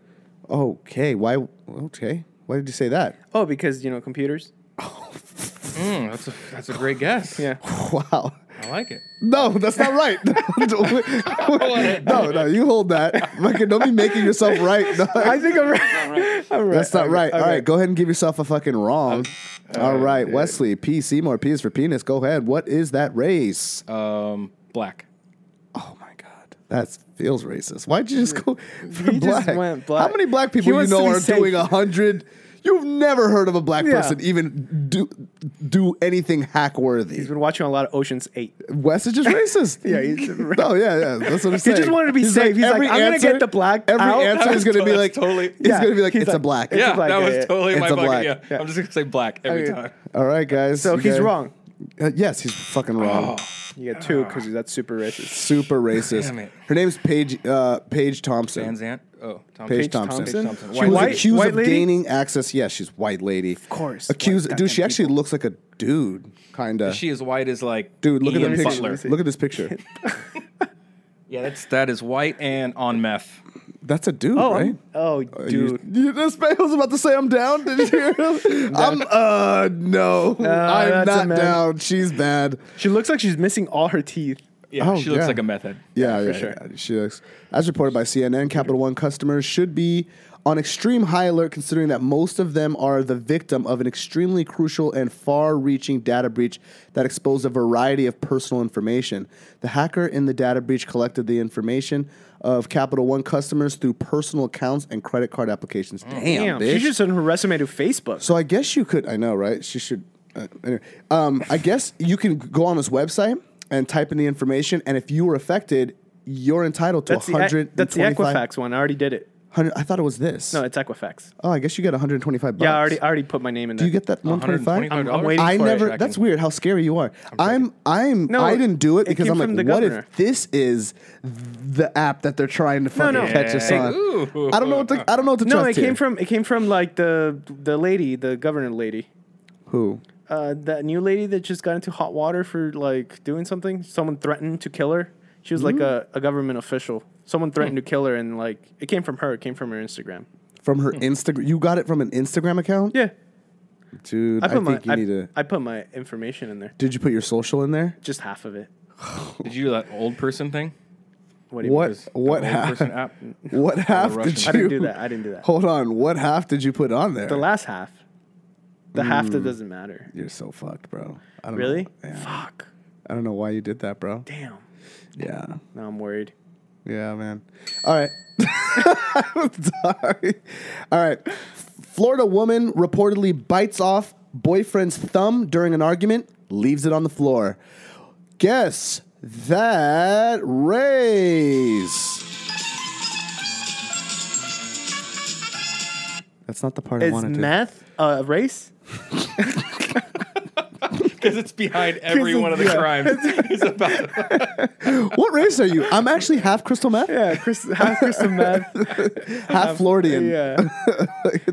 [SPEAKER 3] okay. Why? Okay. Why did you say that?
[SPEAKER 6] Oh, because you know computers.
[SPEAKER 4] Mm, that's a that's a great guess.
[SPEAKER 6] Yeah.
[SPEAKER 3] Wow.
[SPEAKER 4] I like it.
[SPEAKER 3] No, that's not right. no, no, you hold that. Fucking don't be making yourself right. No.
[SPEAKER 6] I think I'm right. I'm right.
[SPEAKER 3] That's not
[SPEAKER 6] Okay,
[SPEAKER 3] right. All
[SPEAKER 6] okay.
[SPEAKER 3] right, go ahead and give yourself a fucking wrong. All right, Wesley, P. Seymour, P is for penis. Go ahead. What is that race?
[SPEAKER 6] Oh,
[SPEAKER 4] Um, black.
[SPEAKER 3] oh my God. That feels racist. Why'd you just go for
[SPEAKER 6] He
[SPEAKER 3] black?
[SPEAKER 6] just went black.
[SPEAKER 3] How many black
[SPEAKER 6] He
[SPEAKER 3] people you
[SPEAKER 6] wants to
[SPEAKER 3] know
[SPEAKER 6] be
[SPEAKER 3] are
[SPEAKER 6] safe.
[SPEAKER 3] doing a hundred? You've never heard of a black
[SPEAKER 6] Yeah.
[SPEAKER 3] person even do do anything hack worthy.
[SPEAKER 6] He's been watching a lot of Ocean's Eight.
[SPEAKER 3] Wes is just racist. yeah,
[SPEAKER 6] he's-
[SPEAKER 3] oh yeah, yeah. That's what I'm
[SPEAKER 6] He
[SPEAKER 3] saying.
[SPEAKER 6] just wanted to be safe. he's like,
[SPEAKER 3] every
[SPEAKER 6] I'm gonna get the black
[SPEAKER 3] Every
[SPEAKER 6] out.
[SPEAKER 3] answer is gonna be
[SPEAKER 4] That's
[SPEAKER 3] like
[SPEAKER 4] totally-
[SPEAKER 3] It's
[SPEAKER 6] Yeah.
[SPEAKER 3] gonna be like
[SPEAKER 6] He's
[SPEAKER 3] it's a
[SPEAKER 6] like-
[SPEAKER 3] black.
[SPEAKER 6] It's
[SPEAKER 4] Yeah,
[SPEAKER 6] a black
[SPEAKER 4] that
[SPEAKER 6] guy,
[SPEAKER 4] was
[SPEAKER 6] yeah.
[SPEAKER 4] totally
[SPEAKER 3] It's
[SPEAKER 4] my
[SPEAKER 3] a
[SPEAKER 4] fucking-
[SPEAKER 3] black.
[SPEAKER 4] Yeah. I'm just gonna say black every time.
[SPEAKER 3] All right, guys.
[SPEAKER 6] So
[SPEAKER 3] you
[SPEAKER 6] he's
[SPEAKER 3] guys-
[SPEAKER 6] wrong.
[SPEAKER 3] Uh, yes, he's fucking wrong.
[SPEAKER 6] You get two because that's super racist.
[SPEAKER 3] Super racist.
[SPEAKER 4] Oh, Damn it.
[SPEAKER 3] Her name's Paige uh, Paige Thompson.
[SPEAKER 4] Van Zant. Oh, Tom
[SPEAKER 3] Paige
[SPEAKER 4] Paige
[SPEAKER 3] Thompson.
[SPEAKER 6] Thompson?
[SPEAKER 4] Thompson.
[SPEAKER 3] She
[SPEAKER 4] White
[SPEAKER 3] was
[SPEAKER 6] lady?
[SPEAKER 3] accused
[SPEAKER 6] White
[SPEAKER 3] of
[SPEAKER 6] lady?
[SPEAKER 3] gaining access. Yeah, she's white lady. Of
[SPEAKER 6] course.
[SPEAKER 3] Accused.
[SPEAKER 6] White
[SPEAKER 3] dude, she
[SPEAKER 6] goddamn
[SPEAKER 3] actually
[SPEAKER 6] people.
[SPEAKER 3] looks like a dude, kinda.
[SPEAKER 4] She is white as like
[SPEAKER 3] dude, look at the
[SPEAKER 4] Ian
[SPEAKER 3] picture.
[SPEAKER 4] Butler.
[SPEAKER 3] Look at this picture.
[SPEAKER 4] Yeah, that's that is white and on meth.
[SPEAKER 3] That's a dude,
[SPEAKER 6] Oh,
[SPEAKER 3] right?
[SPEAKER 6] I'm- oh,
[SPEAKER 3] You,
[SPEAKER 6] dude.
[SPEAKER 3] you, this man was about to say I'm down. Did you hear him? I'm uh no, I'm
[SPEAKER 6] that's a
[SPEAKER 3] not
[SPEAKER 6] man.
[SPEAKER 3] down. She's bad.
[SPEAKER 6] She looks like she's missing all her teeth.
[SPEAKER 4] Yeah,
[SPEAKER 3] Oh,
[SPEAKER 4] she looks
[SPEAKER 3] yeah.
[SPEAKER 4] like a meth head.
[SPEAKER 3] Yeah, yeah, yeah. She looks, as reported by CNN, Capital One customers should be on extreme high alert considering that most of them are the victim of an extremely crucial and far reaching data breach that exposed a variety of personal information. The hacker in the data breach collected the information of Capital One customers through personal accounts and credit card applications. Damn,
[SPEAKER 6] Damn,
[SPEAKER 3] bitch.
[SPEAKER 6] she just sent her resume to Facebook.
[SPEAKER 3] So I guess you could. I know, right? She should. Uh, anyway, um, I guess you can go on this website and type in the information, and if you were affected, you're entitled to
[SPEAKER 6] that's the, Ac-
[SPEAKER 3] 125.
[SPEAKER 6] that's the Equifax one. I already did it.
[SPEAKER 3] 100 I thought it was this.
[SPEAKER 6] No, it's Equifax.
[SPEAKER 3] oh, I guess you get 125 bucks.
[SPEAKER 6] Yeah, I already I already put my name in
[SPEAKER 3] Do
[SPEAKER 6] there.
[SPEAKER 3] you get that 125?
[SPEAKER 4] $125?
[SPEAKER 6] I'm waiting
[SPEAKER 3] I
[SPEAKER 6] for
[SPEAKER 3] never.
[SPEAKER 6] it.
[SPEAKER 3] That's weird. How scary you are. I'm. I'm.
[SPEAKER 6] No,
[SPEAKER 3] I didn't do it
[SPEAKER 6] it
[SPEAKER 3] because
[SPEAKER 6] came
[SPEAKER 3] I'm like,
[SPEAKER 6] from the
[SPEAKER 3] what
[SPEAKER 6] governor.
[SPEAKER 3] if this is the app that they're trying to fucking
[SPEAKER 6] no.
[SPEAKER 3] catch us
[SPEAKER 6] Yeah.
[SPEAKER 3] on? I don't know what to. I don't know what to
[SPEAKER 6] No,
[SPEAKER 3] trust
[SPEAKER 6] it came
[SPEAKER 3] here.
[SPEAKER 6] from it came from like the the lady, the governor lady.
[SPEAKER 3] who?
[SPEAKER 6] Uh, that new lady that just got into hot water for like doing something. Someone threatened to kill her. She was
[SPEAKER 3] Hmm?
[SPEAKER 6] like a, a government official. Someone threatened to kill her, and like it came from her. It came from her Instagram.
[SPEAKER 3] From
[SPEAKER 6] Hmm.
[SPEAKER 3] her Instagram. You got it from an Instagram account,
[SPEAKER 6] Yeah,
[SPEAKER 3] dude. I,
[SPEAKER 6] I put
[SPEAKER 3] think you
[SPEAKER 6] my I,
[SPEAKER 3] need to.
[SPEAKER 6] I put my information in there.
[SPEAKER 3] Did you put your social in there?
[SPEAKER 6] Just half of it.
[SPEAKER 4] Did you do that old person thing?
[SPEAKER 6] What? Do you
[SPEAKER 3] What
[SPEAKER 6] mean?
[SPEAKER 3] what
[SPEAKER 4] Old
[SPEAKER 3] half?
[SPEAKER 4] person app.
[SPEAKER 3] What half did you?
[SPEAKER 6] I didn't do that. I didn't do that.
[SPEAKER 3] Hold on. What half did you put on there?
[SPEAKER 6] The last half, the half
[SPEAKER 3] Hmm.
[SPEAKER 6] that doesn't matter.
[SPEAKER 3] You're so fucked, bro. I don't
[SPEAKER 6] Really?
[SPEAKER 3] Know. Yeah.
[SPEAKER 6] Fuck.
[SPEAKER 3] I don't know why you did that, bro.
[SPEAKER 6] Damn.
[SPEAKER 3] Yeah.
[SPEAKER 6] Now I'm worried.
[SPEAKER 3] Yeah, man. All right. Sorry. All right. Florida woman reportedly bites off boyfriend's thumb during an argument, leaves it on the floor. Guess that raise. That's not the part I
[SPEAKER 6] Is
[SPEAKER 3] wanted to.
[SPEAKER 6] meth a race?
[SPEAKER 4] Because it's behind every one of the crimes. It's about
[SPEAKER 3] What race are you? I'm actually half crystal meth,
[SPEAKER 6] Yeah, Chris, half crystal meth.
[SPEAKER 3] half Floridian.
[SPEAKER 6] Yeah.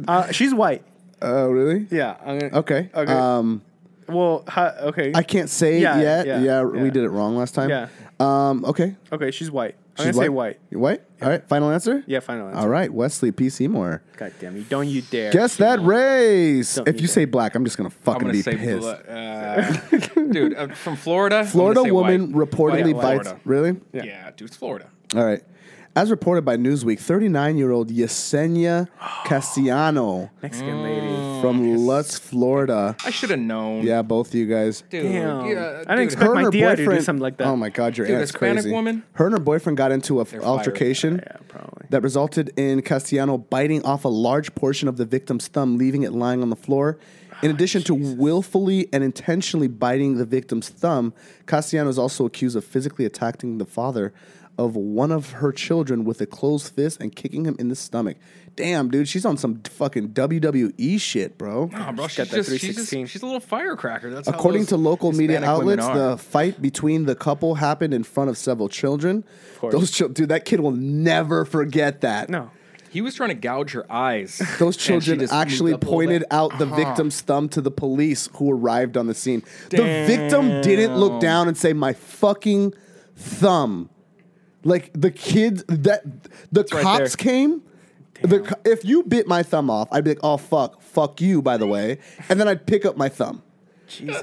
[SPEAKER 6] uh, she's white.
[SPEAKER 3] Oh, really?
[SPEAKER 6] Yeah. I'm gonna,
[SPEAKER 3] Okay.
[SPEAKER 6] Okay.
[SPEAKER 3] Um,
[SPEAKER 6] Well, ha, okay.
[SPEAKER 3] I can't say
[SPEAKER 6] Yeah,
[SPEAKER 3] yet. Yeah,
[SPEAKER 6] yeah,
[SPEAKER 3] we
[SPEAKER 6] yeah.
[SPEAKER 3] did it wrong last time.
[SPEAKER 6] Yeah.
[SPEAKER 3] Um, okay.
[SPEAKER 6] okay, she's white. I'm
[SPEAKER 3] She's
[SPEAKER 6] gonna say white.
[SPEAKER 3] You white? All right. Final answer?
[SPEAKER 6] Yeah, final answer.
[SPEAKER 3] All right. Wesley P. Seymour.
[SPEAKER 6] God damn you! Don't you dare.
[SPEAKER 3] Guess that race.
[SPEAKER 6] Don't
[SPEAKER 3] if
[SPEAKER 6] need
[SPEAKER 3] you
[SPEAKER 6] that.
[SPEAKER 3] say black, I'm just going to
[SPEAKER 4] I'm
[SPEAKER 3] fucking
[SPEAKER 4] gonna
[SPEAKER 3] be
[SPEAKER 4] say
[SPEAKER 3] pissed.
[SPEAKER 4] blo- uh, dude uh, from Florida. I'm gonna
[SPEAKER 3] Florida
[SPEAKER 4] say
[SPEAKER 3] woman
[SPEAKER 4] white.
[SPEAKER 3] reportedly
[SPEAKER 4] White
[SPEAKER 3] bites.
[SPEAKER 4] Florida.
[SPEAKER 3] Really?
[SPEAKER 4] Yeah. dude, it's Florida.
[SPEAKER 3] All right. As reported by Newsweek, 39 year old Yesenia Castellano
[SPEAKER 6] Mexican lady.
[SPEAKER 3] from Lutz, Florida.
[SPEAKER 4] I should have known.
[SPEAKER 3] Yeah, both of you guys.
[SPEAKER 4] dude.
[SPEAKER 6] Damn.
[SPEAKER 4] yeah,
[SPEAKER 6] I didn't
[SPEAKER 4] dude,
[SPEAKER 6] expect- my tia to do something like that.
[SPEAKER 3] Oh my god, your
[SPEAKER 4] Dude,
[SPEAKER 3] aunt's
[SPEAKER 4] Hispanic
[SPEAKER 3] crazy.
[SPEAKER 4] woman?
[SPEAKER 3] Her and her boyfriend got into an
[SPEAKER 4] fire.
[SPEAKER 3] altercation
[SPEAKER 6] Yeah, probably.
[SPEAKER 3] that resulted in Castellano biting off a large portion of the victim's thumb, leaving it lying on the floor. In
[SPEAKER 6] Ah,
[SPEAKER 3] addition to willfully and intentionally biting the victim's thumb, Castellano is also accused of physically attacking the father of one of her children with a closed fist and kicking him in the stomach. Damn, dude, she's on some fucking WWE shit, bro.
[SPEAKER 4] Nah, Oh, bro, she's,
[SPEAKER 6] got that
[SPEAKER 4] just, she's, just,
[SPEAKER 6] 316.
[SPEAKER 4] she's a little firecracker. That's how
[SPEAKER 3] According
[SPEAKER 4] those
[SPEAKER 3] to local media
[SPEAKER 4] Hispanic women
[SPEAKER 3] outlets,
[SPEAKER 4] are.
[SPEAKER 3] the fight between the couple happened in front of several children. Those chil- dude, that kid will never forget that.
[SPEAKER 6] No.
[SPEAKER 4] He was trying to gouge her eyes.
[SPEAKER 3] Those
[SPEAKER 4] and she
[SPEAKER 3] children
[SPEAKER 4] just moved
[SPEAKER 3] actually
[SPEAKER 4] up Uh-huh. a little
[SPEAKER 3] pointed
[SPEAKER 4] bit.
[SPEAKER 3] out the victim's thumb to the police who arrived on the scene. The victim didn't look down and say, "My fucking thumb." Like the kids that the
[SPEAKER 4] right
[SPEAKER 3] cops
[SPEAKER 4] there.
[SPEAKER 3] came. The, co- if you bit my thumb off, I'd be like, "Oh fuck, fuck you." By the way, and then I'd pick up my thumb.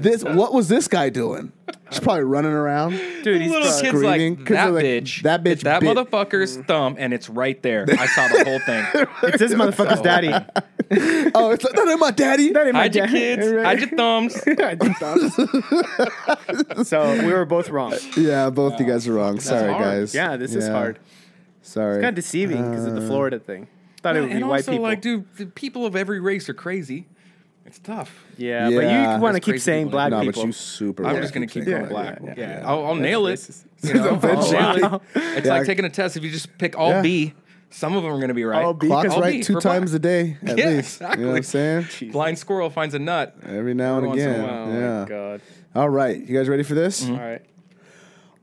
[SPEAKER 3] This what was this guy doing? He's probably running around.
[SPEAKER 6] Dude, he's
[SPEAKER 4] little
[SPEAKER 6] probably-
[SPEAKER 4] kid's
[SPEAKER 3] screaming,
[SPEAKER 4] like
[SPEAKER 3] 'cause they're
[SPEAKER 4] that
[SPEAKER 3] like,
[SPEAKER 4] bitch.
[SPEAKER 3] "That bitch
[SPEAKER 4] bit That
[SPEAKER 3] bit."
[SPEAKER 4] motherfucker's
[SPEAKER 6] Mm.
[SPEAKER 4] thumb, and it's right there. I saw the whole thing.
[SPEAKER 6] it's this motherfucker's daddy.
[SPEAKER 3] Oh, it's like, that ain't my daddy.
[SPEAKER 6] That ain't my
[SPEAKER 4] Hide your
[SPEAKER 6] dad.
[SPEAKER 4] kids. Hide your thumbs.
[SPEAKER 6] so we were both wrong.
[SPEAKER 3] Yeah, both you guys are wrong. Sorry,
[SPEAKER 4] hard.
[SPEAKER 3] guys.
[SPEAKER 6] Yeah, this is
[SPEAKER 3] Yeah, Uh,
[SPEAKER 6] hard.
[SPEAKER 3] Sorry.
[SPEAKER 6] Kind of deceiving because of the Florida thing. Thought it would be
[SPEAKER 4] and
[SPEAKER 6] white
[SPEAKER 4] also,
[SPEAKER 6] people.
[SPEAKER 4] like, dude, the people of every race are crazy. It's tough.
[SPEAKER 6] yeah,
[SPEAKER 3] Yeah.
[SPEAKER 6] but you want to
[SPEAKER 4] There's
[SPEAKER 6] keep
[SPEAKER 4] crazy
[SPEAKER 6] saying
[SPEAKER 4] people.
[SPEAKER 6] black
[SPEAKER 3] no,
[SPEAKER 6] people.
[SPEAKER 3] but you super.
[SPEAKER 4] I'm
[SPEAKER 3] right.
[SPEAKER 4] just gonna keep
[SPEAKER 3] saying
[SPEAKER 4] going black.
[SPEAKER 3] black.
[SPEAKER 4] Yeah, I'll, I'll nail it. You know?
[SPEAKER 3] Eventually.
[SPEAKER 4] I'll nail it. It's
[SPEAKER 3] Yeah.
[SPEAKER 4] like taking a test. If you just pick all
[SPEAKER 3] Yeah.
[SPEAKER 4] B, some of them are gonna be right.
[SPEAKER 6] All B.
[SPEAKER 3] Clock's
[SPEAKER 6] Because-
[SPEAKER 4] I'll
[SPEAKER 3] right
[SPEAKER 4] be
[SPEAKER 3] two
[SPEAKER 4] for
[SPEAKER 3] times
[SPEAKER 4] black.
[SPEAKER 3] a day at
[SPEAKER 4] Yeah,
[SPEAKER 3] least. You know what I'm saying?
[SPEAKER 4] Blind squirrel finds a nut.
[SPEAKER 3] Every now and
[SPEAKER 4] Every once in a
[SPEAKER 3] again.
[SPEAKER 4] while.
[SPEAKER 3] yeah.
[SPEAKER 6] Oh my god.
[SPEAKER 3] All right, you guys ready for this?
[SPEAKER 6] All right.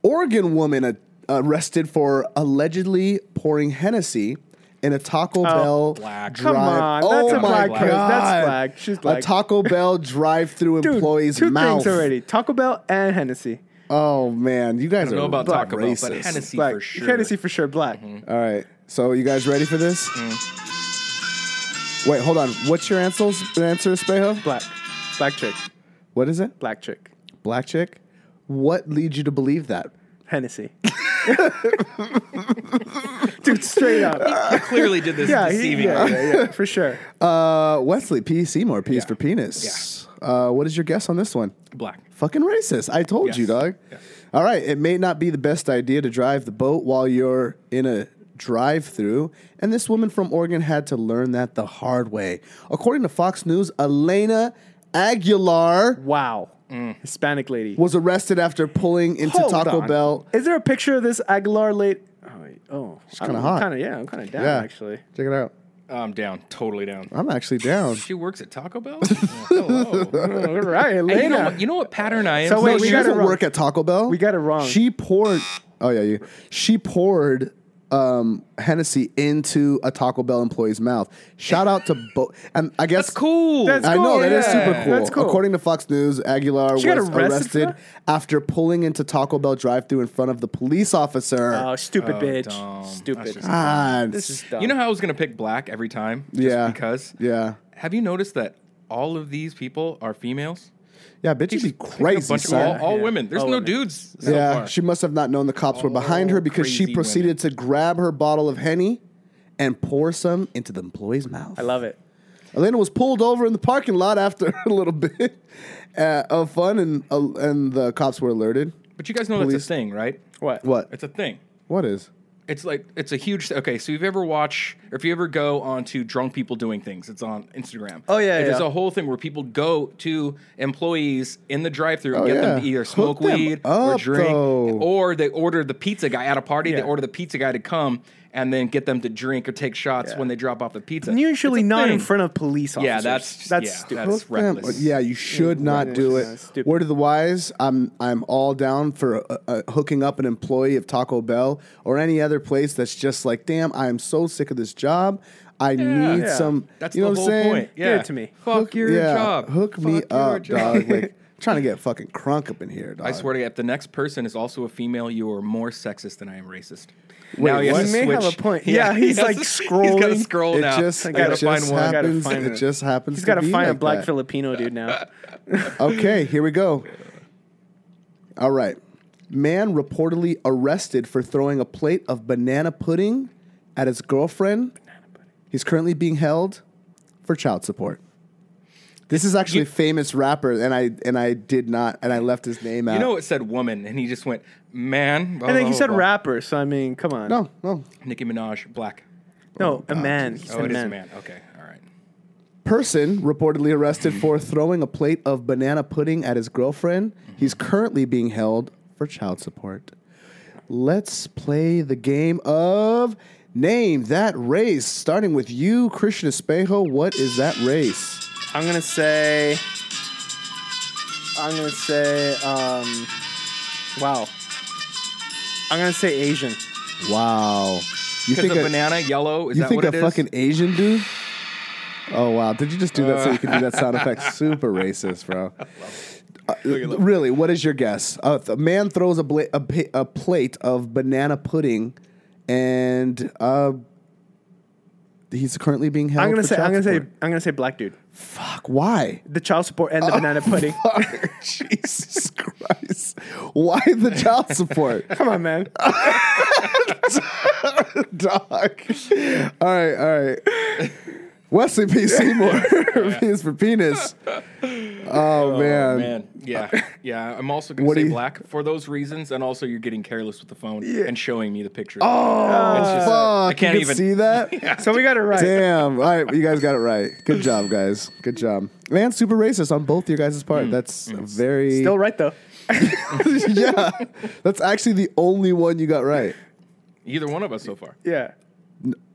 [SPEAKER 3] Oregon woman a- arrested for allegedly pouring Hennessy in a Taco Bell
[SPEAKER 4] black.
[SPEAKER 3] drive.
[SPEAKER 6] Oh, Come on,
[SPEAKER 3] oh
[SPEAKER 6] that's a
[SPEAKER 3] my
[SPEAKER 6] black
[SPEAKER 3] god,
[SPEAKER 6] person. That's black. She's
[SPEAKER 3] a
[SPEAKER 6] black.
[SPEAKER 3] Taco Bell drive-through
[SPEAKER 6] Dude,
[SPEAKER 3] employee's
[SPEAKER 6] two
[SPEAKER 3] mouth.
[SPEAKER 6] things already: Taco Bell and Hennessy.
[SPEAKER 3] Oh man, you guys
[SPEAKER 4] I don't know
[SPEAKER 3] are
[SPEAKER 4] about
[SPEAKER 3] black
[SPEAKER 4] Taco Bell,
[SPEAKER 3] racist.
[SPEAKER 4] but Hennessy
[SPEAKER 6] Black.
[SPEAKER 4] for sure. Mm-hmm.
[SPEAKER 6] Hennessy for sure. Black.
[SPEAKER 3] All right, so you guys ready for this? Wait, hold on. What's your answer, answer Spejo?
[SPEAKER 6] Black. Black chick.
[SPEAKER 3] What is it?
[SPEAKER 6] Black chick.
[SPEAKER 3] Black chick? What leads you to believe that?
[SPEAKER 6] Hennessy. Dude, straight up.
[SPEAKER 7] Clearly did this
[SPEAKER 6] Yeah, he-
[SPEAKER 7] deceiving.
[SPEAKER 6] yeah, yeah, yeah, for sure.
[SPEAKER 3] Uh, Wesley P. Seymour, P is for penis. Uh, what is your guess on this one?
[SPEAKER 4] Black.
[SPEAKER 3] Fucking racist. I told you, dog. All right. It may not be the best idea to drive the boat while you're in a drive through. And this woman from Oregon had to learn that the hard way. According to Fox News, Elena Aguilar
[SPEAKER 6] Wow.
[SPEAKER 4] Mm.
[SPEAKER 6] Hispanic lady.
[SPEAKER 3] was arrested after pulling into
[SPEAKER 6] Hold
[SPEAKER 3] Taco
[SPEAKER 6] on.
[SPEAKER 3] Bell.
[SPEAKER 6] Is there a picture of this Aguilar late? Oh, wait. oh. She's
[SPEAKER 3] kinda hot.
[SPEAKER 6] Kind of, yeah, I'm kind of down,
[SPEAKER 3] Yeah.
[SPEAKER 6] actually.
[SPEAKER 3] Check it out.
[SPEAKER 4] I'm down. Totally down.
[SPEAKER 6] Uh,
[SPEAKER 3] I'm actually down.
[SPEAKER 4] She works at Taco Bell? Oh, Hello.
[SPEAKER 6] All right,
[SPEAKER 4] Hey, you, know
[SPEAKER 6] Elena.
[SPEAKER 4] what, you know what pattern I am?
[SPEAKER 6] So wait,
[SPEAKER 3] No,
[SPEAKER 6] we
[SPEAKER 3] she
[SPEAKER 6] got it
[SPEAKER 3] doesn't
[SPEAKER 6] wrong.
[SPEAKER 3] work at Taco Bell.
[SPEAKER 6] We got it wrong.
[SPEAKER 3] She poured. Oh yeah, you. She poured um, Hennessy into a Taco Bell employee's mouth. Shout out to both. And I guess
[SPEAKER 4] cool.
[SPEAKER 6] That's
[SPEAKER 3] I know
[SPEAKER 6] cool,
[SPEAKER 3] that is
[SPEAKER 6] yeah.
[SPEAKER 3] super cool.
[SPEAKER 6] That's cool.
[SPEAKER 3] According to Fox News, Aguilar
[SPEAKER 6] She got
[SPEAKER 3] was
[SPEAKER 6] arrested for
[SPEAKER 3] arrested
[SPEAKER 6] that?
[SPEAKER 3] after pulling into Taco Bell drive-through in front of the police officer.
[SPEAKER 6] Oh, stupid bitch.
[SPEAKER 4] dumb.
[SPEAKER 6] Stupid.
[SPEAKER 4] That's just-
[SPEAKER 3] God.
[SPEAKER 6] this is dumb.
[SPEAKER 4] you know how I was going to pick black every time? Just
[SPEAKER 3] yeah,
[SPEAKER 4] Because?
[SPEAKER 3] yeah,
[SPEAKER 4] Have you noticed that all of these people are females?
[SPEAKER 3] yeah. Bitches be
[SPEAKER 4] Like
[SPEAKER 3] crazy.
[SPEAKER 4] a bunch of
[SPEAKER 3] son.
[SPEAKER 4] all, all women. There's
[SPEAKER 6] All
[SPEAKER 4] no
[SPEAKER 6] women.
[SPEAKER 4] dudes so
[SPEAKER 3] yeah,
[SPEAKER 4] far.
[SPEAKER 3] she must have not known the cops were behind
[SPEAKER 4] Oh,
[SPEAKER 3] her because she
[SPEAKER 4] crazy
[SPEAKER 3] proceeded to grab her bottle of Henny and pour some into the employee's mouth.
[SPEAKER 6] I love it.
[SPEAKER 3] Elena was pulled over in the parking lot after a little bit uh, of fun, and uh, and the cops were alerted.
[SPEAKER 4] but you guys know
[SPEAKER 3] Police.
[SPEAKER 4] that's a thing, right?
[SPEAKER 6] What?
[SPEAKER 3] What?
[SPEAKER 4] It's a thing.
[SPEAKER 3] What is?
[SPEAKER 4] It's like it's a huge. Okay, so if you ever watch, or if you ever go onto drunk people doing things, it's on Instagram.
[SPEAKER 6] Oh, yeah,
[SPEAKER 4] There's
[SPEAKER 6] yeah.
[SPEAKER 4] a whole thing where people go to employees in the drive-through and
[SPEAKER 3] Oh,
[SPEAKER 4] get
[SPEAKER 3] yeah.
[SPEAKER 4] them to either
[SPEAKER 3] Hook
[SPEAKER 4] smoke
[SPEAKER 3] them
[SPEAKER 4] weed
[SPEAKER 3] up,
[SPEAKER 4] or drink,
[SPEAKER 3] though.
[SPEAKER 4] or they order the pizza guy at a party.
[SPEAKER 6] Yeah.
[SPEAKER 4] They order the pizza guy to come and then get them to drink or take shots when they drop off the pizza.
[SPEAKER 6] Usually
[SPEAKER 4] It's a
[SPEAKER 6] not in
[SPEAKER 4] thing.
[SPEAKER 6] front of police officers.
[SPEAKER 4] Yeah, that's
[SPEAKER 6] that's
[SPEAKER 4] yeah,
[SPEAKER 6] stupid.
[SPEAKER 4] That's
[SPEAKER 3] Damn,
[SPEAKER 4] reckless.
[SPEAKER 3] Yeah, you should not do
[SPEAKER 6] Yeah,
[SPEAKER 3] it.
[SPEAKER 6] stupid.
[SPEAKER 3] Word of the wise, I'm I'm all down for uh, uh, hooking up an employee of Taco Bell or any other place that's just like, damn, I am so sick of this job. I need
[SPEAKER 6] Yeah.
[SPEAKER 3] some.
[SPEAKER 4] That's
[SPEAKER 3] you know what I'm
[SPEAKER 4] the whole
[SPEAKER 3] saying?
[SPEAKER 4] point.
[SPEAKER 6] Give
[SPEAKER 4] Yeah.
[SPEAKER 6] it to me.
[SPEAKER 4] Fuck your
[SPEAKER 3] yeah,
[SPEAKER 4] job.
[SPEAKER 3] Hook
[SPEAKER 4] Fuck
[SPEAKER 3] me
[SPEAKER 4] your
[SPEAKER 3] up,
[SPEAKER 4] job.
[SPEAKER 3] dog. Like trying to get fucking crunk up in here, dog.
[SPEAKER 4] I swear to you, if the next person is also a female, you are more sexist than I am racist.
[SPEAKER 3] Wait,
[SPEAKER 4] now he has
[SPEAKER 3] what?
[SPEAKER 4] to
[SPEAKER 6] You may have
[SPEAKER 4] switch.
[SPEAKER 6] a point. Yeah, he's
[SPEAKER 4] he has
[SPEAKER 6] like
[SPEAKER 4] to- He's got to
[SPEAKER 6] scrolling.
[SPEAKER 4] scroll
[SPEAKER 3] It
[SPEAKER 4] now.
[SPEAKER 3] just,
[SPEAKER 6] I gotta
[SPEAKER 3] it
[SPEAKER 6] find
[SPEAKER 3] just
[SPEAKER 6] one. I gotta
[SPEAKER 3] happens.
[SPEAKER 6] find
[SPEAKER 3] It
[SPEAKER 6] it.
[SPEAKER 3] just happens.
[SPEAKER 6] He's
[SPEAKER 3] got to be
[SPEAKER 6] find a
[SPEAKER 3] like
[SPEAKER 6] black
[SPEAKER 3] that.
[SPEAKER 6] Filipino dude now.
[SPEAKER 3] Okay, here we go. All right. Man reportedly arrested for throwing a plate of banana pudding at his girlfriend. He's currently being held for child support. This is actually a famous rapper, and I and I did not, and I left his name out.
[SPEAKER 4] You know, it said woman, and he just went man.
[SPEAKER 6] I think he said
[SPEAKER 4] blah, blah,
[SPEAKER 6] rapper, so I mean, come on.
[SPEAKER 3] no, no.
[SPEAKER 4] blah. Nicki Minaj, black.
[SPEAKER 6] no, a man. He said
[SPEAKER 4] Oh, it is
[SPEAKER 6] man.
[SPEAKER 4] a man. Okay, all right.
[SPEAKER 3] Person reportedly arrested for throwing a plate of banana pudding at his girlfriend. He's currently being held for child support. Let's play the game of name that race, starting with you, Christian Espejo. What is that race?
[SPEAKER 6] I'm gonna say. I'm gonna say. Um, wow. I'm gonna say Asian.
[SPEAKER 3] Wow, you
[SPEAKER 4] Because
[SPEAKER 3] think
[SPEAKER 4] the
[SPEAKER 3] a,
[SPEAKER 4] banana yellow is
[SPEAKER 3] you
[SPEAKER 4] that
[SPEAKER 3] think
[SPEAKER 4] what
[SPEAKER 3] a
[SPEAKER 4] it is?
[SPEAKER 3] fucking Asian dude? Oh wow, did you just do that so you could do that sound effect? Super racist, bro. Uh, really, what is your guess? Uh, a man throws a, bla- a, pa- a plate of banana pudding, and uh, he's currently being held.
[SPEAKER 6] I'm gonna
[SPEAKER 3] for
[SPEAKER 6] say.
[SPEAKER 3] child
[SPEAKER 6] I'm gonna say.
[SPEAKER 3] support.
[SPEAKER 6] I'm gonna say black dude.
[SPEAKER 3] fuck. Why?
[SPEAKER 6] The child support
[SPEAKER 3] Oh.
[SPEAKER 6] and the banana pudding.
[SPEAKER 3] Fuck, Jesus Christ! Why the child support?
[SPEAKER 6] Come on, man.
[SPEAKER 3] dog. All right, all right. Wesley P. Seymour. P is for penis. Oh, man.
[SPEAKER 4] Man, yeah, yeah. I'm also gonna
[SPEAKER 3] um, What do
[SPEAKER 4] say
[SPEAKER 3] you-
[SPEAKER 4] black for those reasons, and also you're getting careless with the phone and showing me the picture.
[SPEAKER 3] Oh, fuck.
[SPEAKER 4] I can't
[SPEAKER 3] you can
[SPEAKER 4] even-
[SPEAKER 3] see that?
[SPEAKER 6] So we got it right.
[SPEAKER 3] Damn. All right, you guys got it right. Good job, guys. Good job. Man, super racist on both your guys' part. That's very.
[SPEAKER 6] Still right though.
[SPEAKER 3] yeah. That's actually the only one you got right.
[SPEAKER 4] either one of us so far.
[SPEAKER 6] Yeah.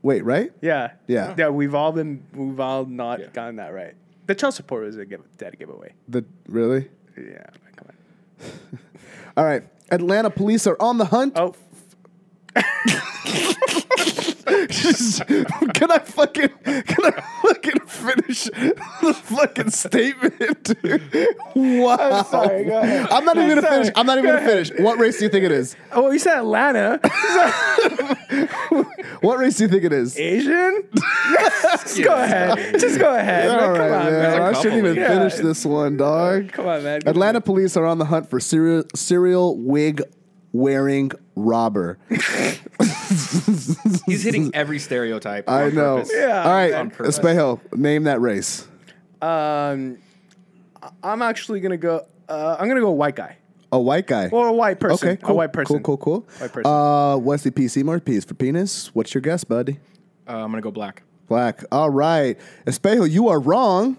[SPEAKER 3] Wait, right?
[SPEAKER 6] Yeah.
[SPEAKER 3] Yeah.
[SPEAKER 6] Yeah. We've all been. We've all not
[SPEAKER 4] Yeah.
[SPEAKER 6] gotten that right. The child support was a give, dead giveaway.
[SPEAKER 3] The Really?
[SPEAKER 6] Yeah. man, Come on.
[SPEAKER 3] All right. Atlanta police are on the hunt.
[SPEAKER 6] Oh.
[SPEAKER 3] Just- can I fucking can I fucking finish the fucking statement? dude? Wow. I'm,
[SPEAKER 6] sorry, go ahead.
[SPEAKER 3] not even gonna
[SPEAKER 6] sorry.
[SPEAKER 3] finish. I'm not even gonna finish. What race do you think it is?
[SPEAKER 6] Oh, you said Atlanta.
[SPEAKER 3] What race do you think it is?
[SPEAKER 6] Asian. Just go ahead. Just go ahead. man,
[SPEAKER 3] All
[SPEAKER 6] Come
[SPEAKER 3] right,
[SPEAKER 6] on,
[SPEAKER 3] man.
[SPEAKER 6] man.
[SPEAKER 3] I
[SPEAKER 4] couple
[SPEAKER 3] shouldn't even
[SPEAKER 4] here.
[SPEAKER 3] finish this one, dog.
[SPEAKER 6] Come on, man.
[SPEAKER 3] Atlanta police are on the hunt for serial serial wig wearing robber.
[SPEAKER 4] He's hitting every stereotype.
[SPEAKER 3] I
[SPEAKER 4] on
[SPEAKER 3] know.
[SPEAKER 4] purpose.
[SPEAKER 3] All
[SPEAKER 4] On
[SPEAKER 3] right,
[SPEAKER 4] purpose.
[SPEAKER 3] Espejo, name that race.
[SPEAKER 6] Um, I- I'm actually gonna go. Uh, I'm gonna go white guy
[SPEAKER 3] A white guy.
[SPEAKER 6] or a white person.
[SPEAKER 3] okay, cool.
[SPEAKER 6] A white person.
[SPEAKER 3] Cool, cool, cool.
[SPEAKER 6] White person.
[SPEAKER 3] Uh, Wesley P. Seymour, P is for penis. What's your guess, buddy?
[SPEAKER 4] Uh, I'm gonna go black.
[SPEAKER 3] Black. All right. Espejo, you are wrong.